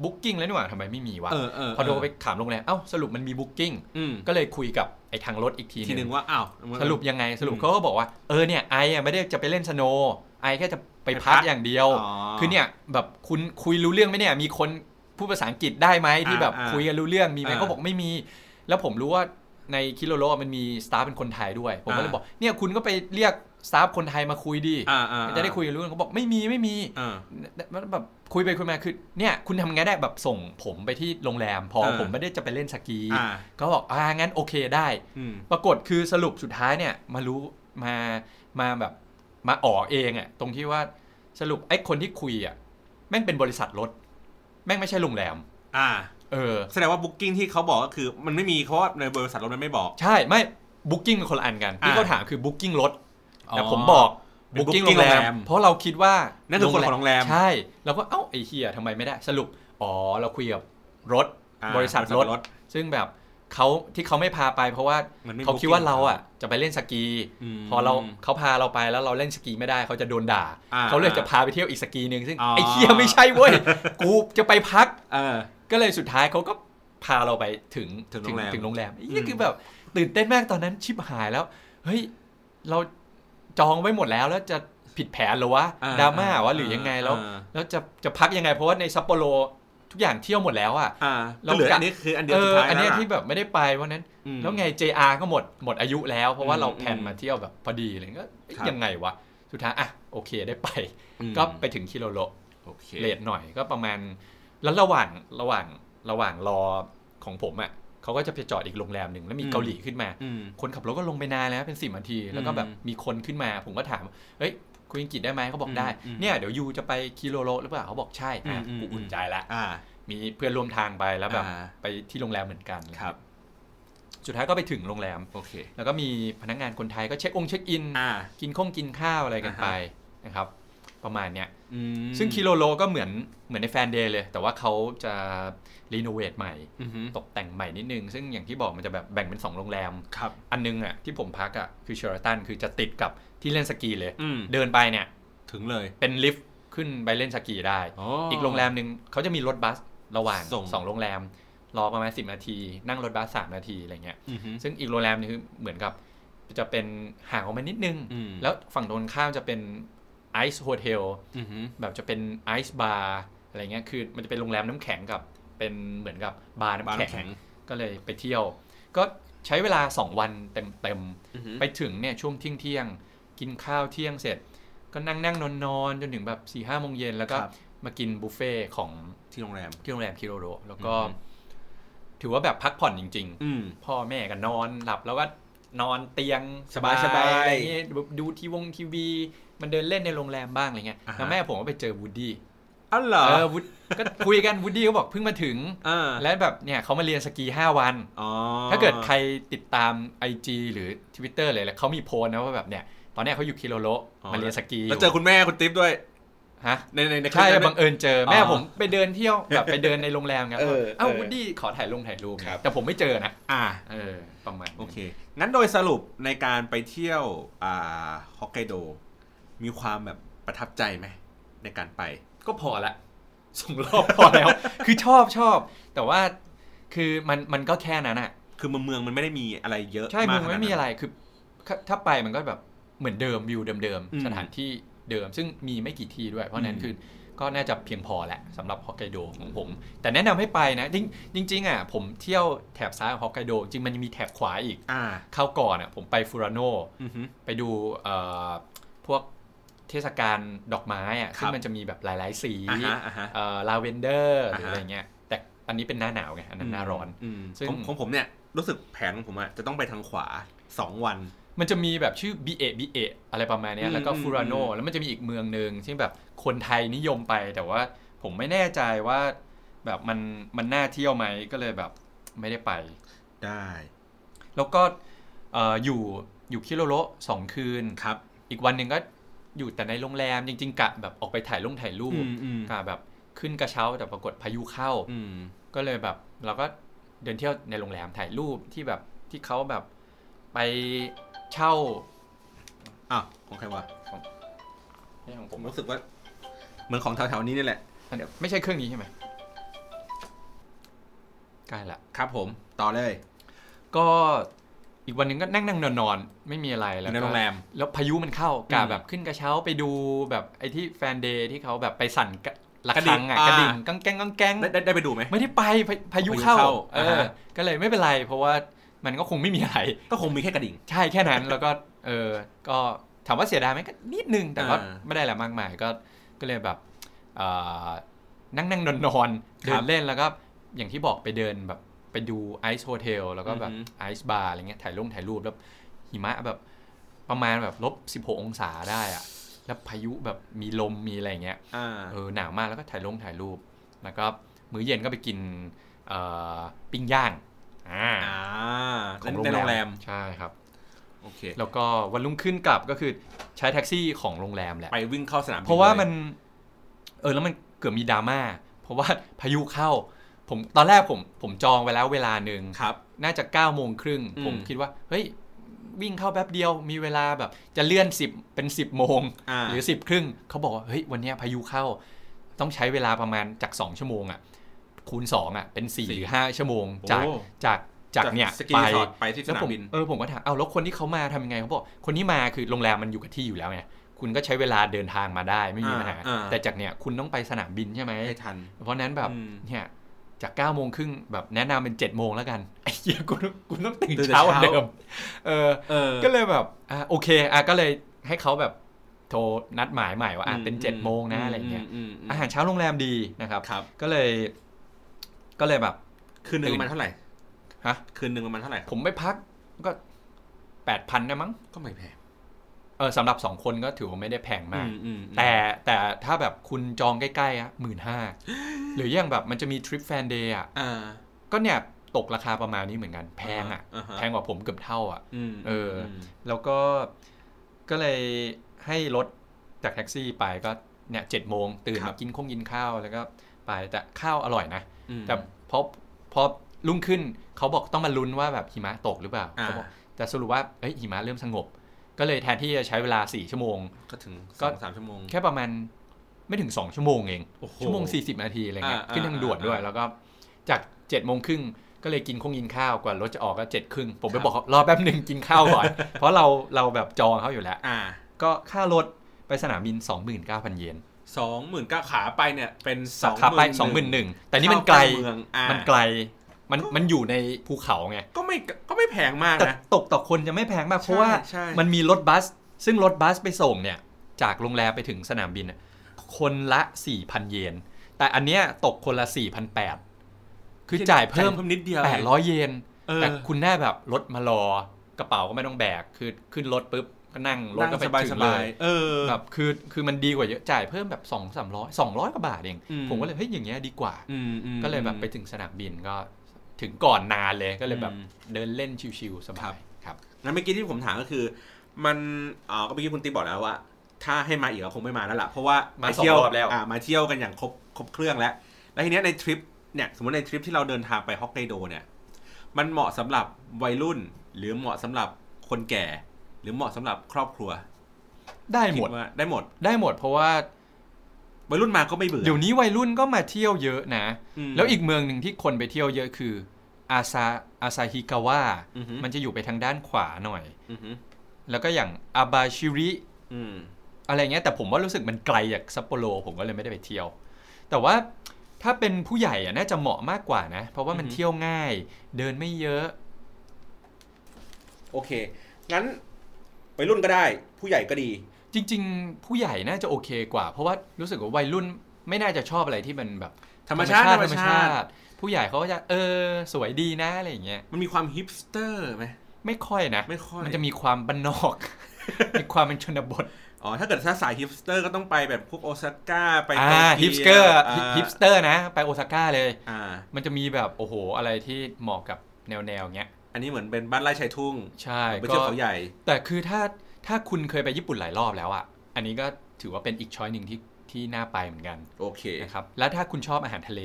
บุ๊กิ้งแล้วนี่หว่าทำไมไม่มีวะ
เออเออ
พอโทรไปถามโรงแรมเอ้าสรุปมันมีบุ๊กิ้ง
อืม
ก็เลยคุยกับไอ้ทางรถอีกที
ที
ห
หนึ่
นึ่
ง
ง
ว่าอ้าว
สรุปยังไงสรุป
อืม
เขาก็บอกว่าเออเนี่ยไออะไม่ได้จะไปเล่นสโนว์ไอแค่จะไปพัก
ไปพัก
อย่างเดียว
อ๋อ
คือเนี่ยแบบคุณคุยรู้เรื่องไหมเนี่ยมีคนพูดภาษาอังกฤษได้ไหมที่แบบ
อ่าอ่า
คุยกันรู้เรื่องมีไหม
อ่า
เขาบอกไม่มี แล้วผมรู้ว่าในคิโลโลมันมีสตาฟเป็นคนไทยด้วย ผมก็เลย
อ่า
บอกเนี่ยคุณก็ไปเรียกสตาฟคนไทยมาคุยดี
อ่าอ่า
จะได้คุยกันรู้เรื่องเขาบอกไม่มีไม่มี
อ่า
แล้วแบบคุยไปคุยมาคือเนี่ยคุณทำไงได้แบบส่งผมไปที่โรงแรมพอ
อ่า
ผมไม่ได้จะไปเล่นสกี
อ่า
เขาบอกอ่างั้นโอเคได้
อืม
ปรากฏคือสรุปสุดท้ายเนี่ยมารู้มามาแบบมาอ๋อเองอะตรงที่ว่าสรุปไอ้คนที่คุยอะแม่งเป็นบริษัทรถ แม่งไม่ใช่โรงแรม
อ่า
เออ
แสดงว่าบุ๊กิ้งที่เขาบอกก็คือมันไม่มีเพราะว่าในบริษัทรถมันไม่บอก
ใช่ไม่บุ๊กิ้งเป็นคนละอันกันที่
อ่า
เขาถามคือบุ๊กิ้งรถ
อ๋อ
แต่ผมบอก
เป็น
บุ๊กิ้ง
booking
โรงแร
โรง
ม
แรม
เพราะเราคิดว่า
นั่นคือคนของโรงแรม
ใช่ แล้วก็เอ้าไอ้เฮียทำไมไม่ได้สรุปอ๋อเราคุยกับรถ
อ่า
บริษัทร
บริ
ถ
ษัทรถ
ซึ่งแบบเขาที่เขาไม่พาไปเพราะว่า
เหมือนไม่
เขาคิด
booking
ว่าเราอ่ะจะไปเล่นสกี
ม
พอเราเขาพาเราไปแล้วเราเล่นสกีไม่ได้เขาจะโดนด่า
อ่า
เขาเลยจะพาไปเที่ยวอีกสกีหนึ่งซึ่ง
อ๋อ
ไอ้เคียไม่ใช่เว้ย กูจะไปพัก
เออ
ก็เลยสุดท้ายเขาก็พาเราไปถึง
ถึงโรงแรม
ถึงโรงแรมไอ้
อื
เหี้ย
ม
คือแบบตื่นเต้นมากตอนนั้นชิบหายแล้ว เฮ้ย เราจองไว้หมดแล้วแล้วจะผิดแผนเหรอวะ
อ่
ดราม่าวะหรือยังไงแล้ว
อ่า
แล้วจะจะพักยังไงเพราะว่าในซัปโปโรทุกอย่างเที่ยวหมดแล้วอ่ะ
อ่า
เรา
ก็เหลืออันนี้คืออันเดียว
เอ
สุด
อ
ท้าย
อันเนี้ย
ะ
ที่แบบไม่ได้ไปวันนั้น
อืม
แล้วไง JR ก็หมดหมดอายุแล้ว เพราะว่า
อืม
เราแพลน
อืม
มาเที่ยวแบบพอดีอะไรเลยก็เอ๊ะ
ครับ
ยังไงวะ สุดท้ายอ่ะโอเคได้ไป
อืม
ก็ไปถึงคิโลโล
โอเค
เลทหน่อยก็ประมาณ แล้วระหว่างระหว่างระหว่างรอของผมอ่ะเขาก็จะไปจอดอีกโรงแรมหนึ่งแล้วมีเกาหลีขึ้นมา
อืม
คนขับรถก็ลงไปนานแล้วเป็นสิบนาที แล้วก็แบบ
อืม
มีคนขึ้นมา ผมก็ถามเอ้ยคุยอังกฤษได้ไหมเขาบอก
อืม
ได้
อืม
เนี่ยเดี๋ยวยูจะไปคิโลโลหรือเปล่าเขาบอกใช่อ่ะ
อืมอืม
กูอุ่นใจละ
อ่า
มีเพื่อนร่วมทางไปแล้วแบบ
อ่า
ไปที่โรงแรมเหมือนกัน
ครับ
สุดท้ายก็ไปถึงโรงแรม
โอเค
แล้วก็มีพนักงานคนไทยก็เช็คองค์เช็คอิน
อ่า
กินข้องกินข้าวอะไรกันไปนะครับ ประมาณเนี้ย
อืม
ซึ่งคิโลโลก็เหมือนเหมือนในแฟนเดย์เลย แต่ว่าเขาจะรีโนเวทใหม่
อือฮึ
ตกแต่งใหม่นิดนึง ซึ่งอย่างที่บอกมันจะแบบแบ่งเป็น 2 โรงแรม
ครับ
อันนึงอ่ะที่ผมพักอ่ะคือเชอร์ตันคือจะติดกับที่เล่นสกีเลย
อืม
เดินไปเนี่ย
ถึงเลย
เป็นลิฟต์ขึ้นไปเล่นสกีได้ อีกโรงแรมหนึ่งเขาจะมีรถบัสระหว่าง
ส่ง
สองโรงแรมรอประมาณ10 นาที นั่งรถบัสสามนาทีอะไรเงี้ย
อือฮึ
ซึ่งอีกโรงแรมหนึงคือเหมือนกับจะเป็นห่างออกมานิดนึง
อืม
แล้วฝั่งตรงข้ามจะเป็นไอซ์โฮเทล
อือฮึ
แบบจะเป็นไอซ์บาร์อะไรเงี้ยคือมันจะเป็นโรงแรมน้ำแข็งกับ เป็นเหมือนกับบาร์
บ้าน
น้ำแข็ง
แข็ง
ก็เลยไปเที่ยว ก็ใช้เวลา 2 วันเต็ม
อือฮึ
ๆ ไปถึงเนี่ยช่วงเที่ยงเที่ยงๆกินข้าวเที่ยงเสร็จ ก็นั่งนั่งนอนนอนๆ จนถึงแบบ4ี่ห้าโมงเย็นแล้วก็
ครับ
มากินบุฟเฟ่ของ
ที่โรงแรม
ที่โรงแรมคิโรโรแล้วก็
อือฮึ
ถือว่าแบบพักผ่อนจริง ๆ
อืม
พ่อแม่ก็นอนหลับแล้วก็นอนเตียง
สบายๆ
อะไรเงี้ยดูทีวงทีวี มันเดินเล่นในโรงแรมบ้างอะไรเงี้ย
อ่าฮะ
แล้วแม่ผมก็ไปเจอวูดดี้
อ๋อเหรอ
เออวูดก็คุยกันวูดดี้ก็บอกเพิ่งมาถึง
อ่า
และแบบเนี่ยเขามาเรียนสกี 5 วัน
อ๋อ
ถ้าเกิดใครติดตาม IG หรือ Twitter เลยแล้วเขามีโพสต์นะว่าแบบเนี่ยตอนเนี้ยเขาอยู่คิโลโล
อ๋อ
มาเรียนสกี
แล้วเจอคุณแม่คุณติ๊บด้วย
ฮะ
ในในในคลิป
ใช่
นั้น
บังเอิญเจอ
อ๋อ
แม่ผมไปเดินเที่ยวแบบไปเดินในโรงแรมไง
เออ
เอ้า
เออ
วูดดี้ขอถ่ายลงถ่ายรูปไง
ครับ
แต่ผมไม่เจอนะ
อ่า
เออประมาณนั้น
โอเค งั้นโดยสรุปในการไปเที่ยว อ่าฮอกไกโด มีความแบบประทับใจไหม ในการไป
ก็พอละสองรอบพอแล้ว คือชอบชอบ แต่ว่าคือมันมันก็แค่นั้นอะ
คือมันเมืองมันไม่ได้ มีอะไรเยอะ
ใช่มึง
ขาด
ไม่
นั้น
มีอะไรคือถ้าไปมันก็แบบเหมือนเดิมวิวเดิม
อืม
ๆสถานที่เดิม ซึ่งมีไม่กี่ที่ด้วย เพราะฉะนั้น
อืม
คือ ก็น่าจะเพียงพอแหละสำหรับฮอกไกโดของผม แต่แนะนำให้ไปนะจริงจริงๆอ่ะผมเที่ยวแถบซ้ายของฮอกไกโดจริงมันยังมีแถบขวาอีก
อ่า
คราวก่อนอ่ะผมไปฟูราโน
อือฮึ
ไปดูเอ่อพวกเทศกาลดอกไม้อ่ะ
ครับ
ซึ่งมันจะมีแบบหลาย ๆ สี
อ่าฮะอ่าฮะ
ลาเวนเดอร์หรือ
อ่าฮะ
อะไรเงี้ย แต่อันนี้เป็นหน้าหนาวไง อันนั้นหน้าร้อน
ม
ซึ่ง
ของของผมเนี่ยรู้สึกแผนของผมอะจะต้องไปทางขวาสองวัน
มันจะมีแบบชื่อ b ีเอบีเออะไรประมาณเนี้ย
อืม
แล้วก็
อืม
ฟูร a โน
อืม
แล้วมันจะมีอีกเมืองหนึ่งที่แบบคนไทยนิยมไป แต่ว่าผมไม่แน่ใจว่าแบบมันมันน่าเที่ยวไหมก็เลยแบบไม่ได้ไป
ได้
แล้วก็เอ่ออยู่อยู่คิโรโรสองคืน
ครับ
อีกวันหนึ่งก็อยู่แต่ในโรงแรมจริง ๆ กะแบบออกไปถ่ายลงถ่ายรู
อื
ป
มอืม
กะแบบขึ้นกระเช้าแต่ปรากฏพายุเข้า
อืม
ก็เลยแบบเราก็เดินเที่ยวในโรงแรมถ่ายรูปที่แบบที่เขาแบบไปเช่า
อ้าวของใครวะ
ไม่ใช่ของ
ผ
ผม ม
รู้สึกว่า เหมือนของแถวๆนี้นี่แหละ
อันไม่ใช่เครื่องนี้ใช่ไหมใกล้ละ
ครับผมต่อเลย
ก็อีกวันหนึ่งก็นั่งนั่งนอนนอนๆไม่มีอะไร
อ
แล้ว
ยู่
ก็
ในโรงแรม
แล้วพายุมันเข้ากาแบบขึ้นกระเช้าไปดูแบบไอ้ที่แฟนเดย์ที่เขาแบบไปสั่นกะระฆังอะ
ก
ก
ระ
ระ
ดิ่
ดิ่
ง
ง
อ่า
กังแกงกังแกง
ได้ได้ได้ไปดูไหม
ไม่ได้ไปพาพายุ
พายุ
เข้า
เข้า
เออ
อ่า
อ
ฮะ
ก็เลยไม่เป็นไร เพราะว่ามันก็คงไม่มีอะไร
ก็คงมีแค่กระดิ่ง
ใช่แค่นั้น แล้วก็เออก็ถามว่าเสียดายไหมก็นิดนึง แต่ก็
อ่า
ไม่ได้อะไรมากมายก็ก็เลยแบบเอ่อนั่งนั่งนอนนอนๆ
ค
เดิ
รับ
นเล่นแล้วก็อย่างที่บอกไปเดินแบบไปดูไอซ์โฮเทลแล้วก็แบบ
อือฮึ
ไอซ์บาร์อะไรเงี้ยถ่ายลงถ่ายรูปแล้วหิมะแบบประมาณแบบลบสิบหกองศาได้อะแล้วพายุแบบมีลมมีอะไรเงี้ย
อ่า
เออหนาวมากแล้วก็ถ่ายลงถ่ายรูป แล้วก็มื้อเย็นก็ไปกินเอ่อปิ้งย่างอ่า
อ่า
ของ
ในโรงแรม
ใช่ครับ
โอเค
แล้วก็วันรุ่งขึ้นกลับก็คือใช้แท็กซี่ของโรงแรมแหละ
ไปวิ่งเข้าสนามบิ
เพราะว่า
ลย
มันเออแล้วมันเกือบมีดราม่าเพราะว่า พายุเข้า ผมตอนแรกผมผมจองไว้แล้วเวลาหนึ่ง
ครับ
น่าจะ9ก้าโมงครึ่ง
อืม
ผมคิดว่า เฮ้ย วิ่งเข้าแป๊บเดียวมีเวลาแบบจะเลื่อน 10 เป็น 10บโมง
อ่า
หรือสิบครึ่งเขาบอกว่าเฮ้ยวันเนี้ยพายุเข้า ต้องใช้เวลาประมาณจาก 2 ชั่วโมงอ่ะคูณ2อ่ะเป็น4หรือ5ชั่วโมง จาก
โอ้
จากจากเนี่ย
สกี
ไป
รีสอร์ทไปที่ส
แล้ว
นา
ผม ม
บิน
เออผมก็ถามเอาแล้วคนที่เขามาทำยังไงเขาบอกคนที่มาคือโรงแรมมันอยู่กับที่อยู่แล้วไงคุณก็ใช้เวลาเดินทางมาได้ไม่มีปัญหา
อ่าอ่า
แต่จากเนี่ยคุณต้องไปสนามบินใช่ไหม
ให้ทัน
เพราะนั้นแบบ
อืม
เนี่ยจาก9ก้าโมงครึ่งแบบแนะนำเป็น7จ็ดโมงแล้วกัน ไอ้เหี้ยคุณคุณต้องตื่น
ตื่นแต่
เช้าเหมือน
เช้า
เดิมเออ
เออ
ก็เลยแบบอ่ะโอเคอ่ะก็เลยให้เขาแบบโทรนัดหมายใหม่ว่าอ่ะ
อืม
เป็น7จ็ดโมงนะ
ม
อะไรอย่างเงี้ย
มม
อาหารเช้าโรงแรมดีนะครับ
ครับ
ก็เลย ก็เลยแบบ
คืนหนึ่งประมาณเท่าไหร่
ฮะ
คืนหนึ่งประมาณเท่าไหร่ครับ
ผมไปพักก็แปดพันนะมั้ง
ก็ไม่แพง
เออสำหรับสองคนก็ถือว่าไม่ได้แพงมาก
อือืมอืม
แต่แต่ถ้าแบบคุณจองใกล้ๆอ่ะหมื่นห้าหรืออย่างแบบมันจะมีทริปแฟนเดย์อ่ะ
อ่า
ก็เนี่ยตกราคาประมาณนี้เหมือนกัน แพงอ่ะ
าฮ
แพงกว่าผมเกือบเท่าอ่ะ
อืม
เออ
ม
แล้วก็ก็เลยให้รถจากแท็กซี่ไปก็เนี่ยเจ็ดโมงตื่นมากินคงกินข้าวแล้วก็ไปแต่ข้าวอร่อยนะ
อืม
แต่พอพอรุ่งขึ้นเขาบอกต้องมาลุ้นว่าแบบหิมะตกหรือเปล่า
อ่า
เขาบอกแต่สรุปว่าเอ้ยหิมะเริ่มสงบ ก็เลยแทนที่จะใช้เวลา 4 ชั่วโมง
ก็ถึง
ก็
สองสามชั่วโมง
แค่ประมาณไม่ถึง 2 ชั่วโมงเอง
โอ้โห
ชั่วโมง 40 นาทีอะไรเงี้ย
อ่า
ขึ้นทางด่วนด้วย
อ่า
แล้วก็จาก7จ็ดโมงครึ่งก็เลยกินคงกินข้าวกว่ารถจะออกก็เจ็ดครึ่งผม
ค
ไป
รับ
บอกเขารอแป๊บหนึ่งกินข้าวก่อน เพราะเราเราแบบจองเขาอยู่แล้ว
อ่า
ก็ค่ารถไปสนามบิน 29,000 เยน
สองหมื่นเก้าขาไปเนี่ยเป็น
สาขาไป 21,000แต่นี่มันไกล
เข้าเมืองอ่า
มันไกล มันมันอยู่ในภูเขาไง
ก็ไม่ก็ไม่แพงมาก
แต่
นะ
ตกต่อคนจะไม่แพงมาก เพราะว่า
ใช่
มันมีรถบัส ซึ่งรถบัสไปส่งเนี่ย จากโรงแรมไปถึงสนามบินน่ะคนละ 4,000 เยน แต่อันเนี้ยตกคนละ 4,800 คือจ่ายเพิ่ม
เพิ่มนิดเดียว
800 เยน
เออ
แต่คุณได้แบบรถมารอกระเป๋าก็ไม่ต้องแบก คือขึ้นรถปุ๊บก็นั่งรถ
นั่ง
ก็
ส
ไป
บาย
ถึ
ส
งเล
บาย
ย
เออ
แบบคือคือมันดีกว่าเยอะจ่ายเพิ่มแบบสองสามร้อยสองร้อยกว่าบาทเอง
อืม
ผมก็เลยเฮ้ยอย่างเงี้ยดีกว่า
อืมอืม
ก็เลยแบบไปถึงสนามบินก็ถึงก่อนนานเลยก็เลยแบบ
อืม
เดินเล่นชิวๆส
ครับ
า
บ
ยครับ
งั้นเมื่อกี้ที่ผมถามก็คือ มันอ๋อก็เมื่อกี้คุณติ๊กบอกแล้วว่า ถ้าให้มาอีกก็คงไม่มาแล้วล่ะเพราะว่ามา
าสอง
เที่ยว
รอบแล้ว
อ่ามาเที่ยวกันอย่างครบครบเครื่องแล้ว แล้วทีเนี้ยในทริปเนี่ยสมมติในทริปที่เราเดินทางไปฮอกไกโดเนี่ย มันเหมาะสำหรับวัยรุ่น หรือเหมาะสำหรับคนแก่ หรือเหมาะสำหรับครอบครัว
ได้ห
คิ
มด
ดว่าได้หมด
ได้หมดเพราะว่า
วัยรุ่นมาก็ไม่เบื่อ
เดี๋ยวนี้วัยรุ่นก็มาเที่ยวเยอะนะ
ม
แล้วอีกเมืองหนึ่งที่คนไปเที่ยวเยอะคืออาซาอาซาฮิกาวะ
อือฮึ
มันจะอยู่ไปทางด้านขวาหน่อย
อือหือ
แล้วก็อย่างอาบาชิริ
อืม
อะไรเงี้ยแต่ผมว่ารู้สึกมันไกลจากซัปโปโรผมก็เลยไม่ได้ไปเที่ยว แต่ว่าถ้าเป็นผู้ใหญ่อะน่าจะเหมาะมากกว่านะ เพราะว่ามัน
อือฮึ
เที่ยวง่าย เดินไม่เยอะ
โอเค งั้นวัยรุ่นก็ได้ ผู้ใหญ่ก็ดี
จริง ๆ ผู้ใหญ่น่าจะโอเคกว่า เพราะว่ารู้สึกว่าวัยรุ่นไม่น่าจะชอบอะไรที่มันแบบ
ธรรมชาติ
ธรร
ธ
มชา
รรมชาติ
ติ ผู้ใหญ่เขาก็จะเออสวยดีนะอะไรอย่างเงี้ย
มันมีความฮิปสเตอร์ไหม
ไม่ค่อยนะ
ไม่ค่อย
นจะมีความบ้านนอก มีความเป็นชนบท
อ๋อ ถ้าเกิดถ้าสายฮิปสเตอร์ก็ต้องไปแบบพวกโอซาก้า ไป
อ่า
โต
ฮิ
ยว
ปสเตอร์
า
ฮิปสเตอร์นะ ไปโอซาก้าเลย
อ่า
มันจะมีแบบโอ้โหอะไรที่เหมาะกับแนวแนวๆเงี้ย
อันนี้เหมือนเป็นบ้านไร่ชายทุ่ง
ใช่
ไป
ก็
เที่ยวเขาใหญ่
แต่คือถ้าถ้าคุณเคยไปญี่ปุ่นหลายรอบแล้วอ่ะอันนี้ก็ถือว่าเป็นอีกช้อยหนึ่งที่ที่น่าไปเหมือนกัน
โอเค
นะครับแล้วถ้าคุณชอบอาหารทะเล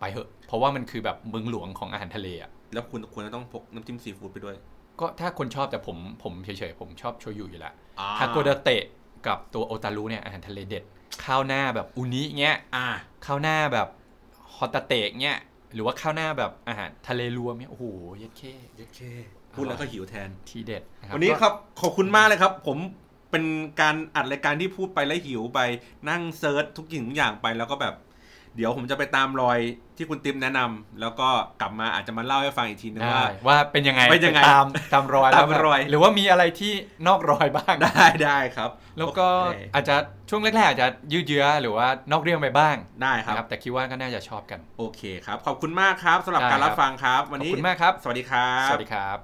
ไปเถอะ เพราะว่ามันคือแบบเมืองหลวงของอาหารทะเลอ่ะ
แล้วคุณควรจะต้องพกน้ำจิ้มซีฟู้ดไปด้วย
ก็ถ้าคนชอบแต่ผมผมเฉยๆ ผมชอบโชยุอยู่แล้ว
อ่
ทาโกดาเตะกับตัวโอตารุเนี่ยอาหารทะเลเด็ด ข้าวหน้าแบบอุนิเงี้ย
อ่า
ข้าวหน้าแบบฮอตาเตะเงี้ยหรือว่าข้าวหน้าแบบอาหารทะเลรวมเนี่ยโอ้โหเย็ดเค้
โอเค พูดแล้วก็หิวแทน
ทีเด็ดะ
วันนี้ค
ก็
รับ ขอบคุณมากเลยครับ ผมเป็นการอัดรายการที่พูดไปแล้วหิวไปนั่งเซิร์ชทุกสิ่งทุกอย่างไปแล้วก็แบบ เดี๋ยวผมจะไปตามรอยที่คุณติ๊มแนะนำแล้วก็กลับมาอาจจะมาเล่าให้ฟังอีกทีนึง
ได้
ว่า
ว่าเป็นยังไง
เป็นยังไง
ปตามตามรอยแล้ว
ตามรอย
แบบหรือว่ามีอะไรที่นอกรอยบ้าง
ได้ได้ครับ
แล้วก็
โอเค
อาจจะช่วงแรกๆอาจจะยืดเยื้อหรือว่านอกเรื่องไปบ้าง
ได้ค
นะ
รั
ครับ บแต่คิดว่าก็น่าจะชอบกัน
โอเคครับ ขอบคุณมากครับสำหรับ
ได้
การรับ
ครับ
ฟังครับ
ข
วัน
อบ
นี้
คุณมากครับ
สวัสดีครับ
สวัสดีครับ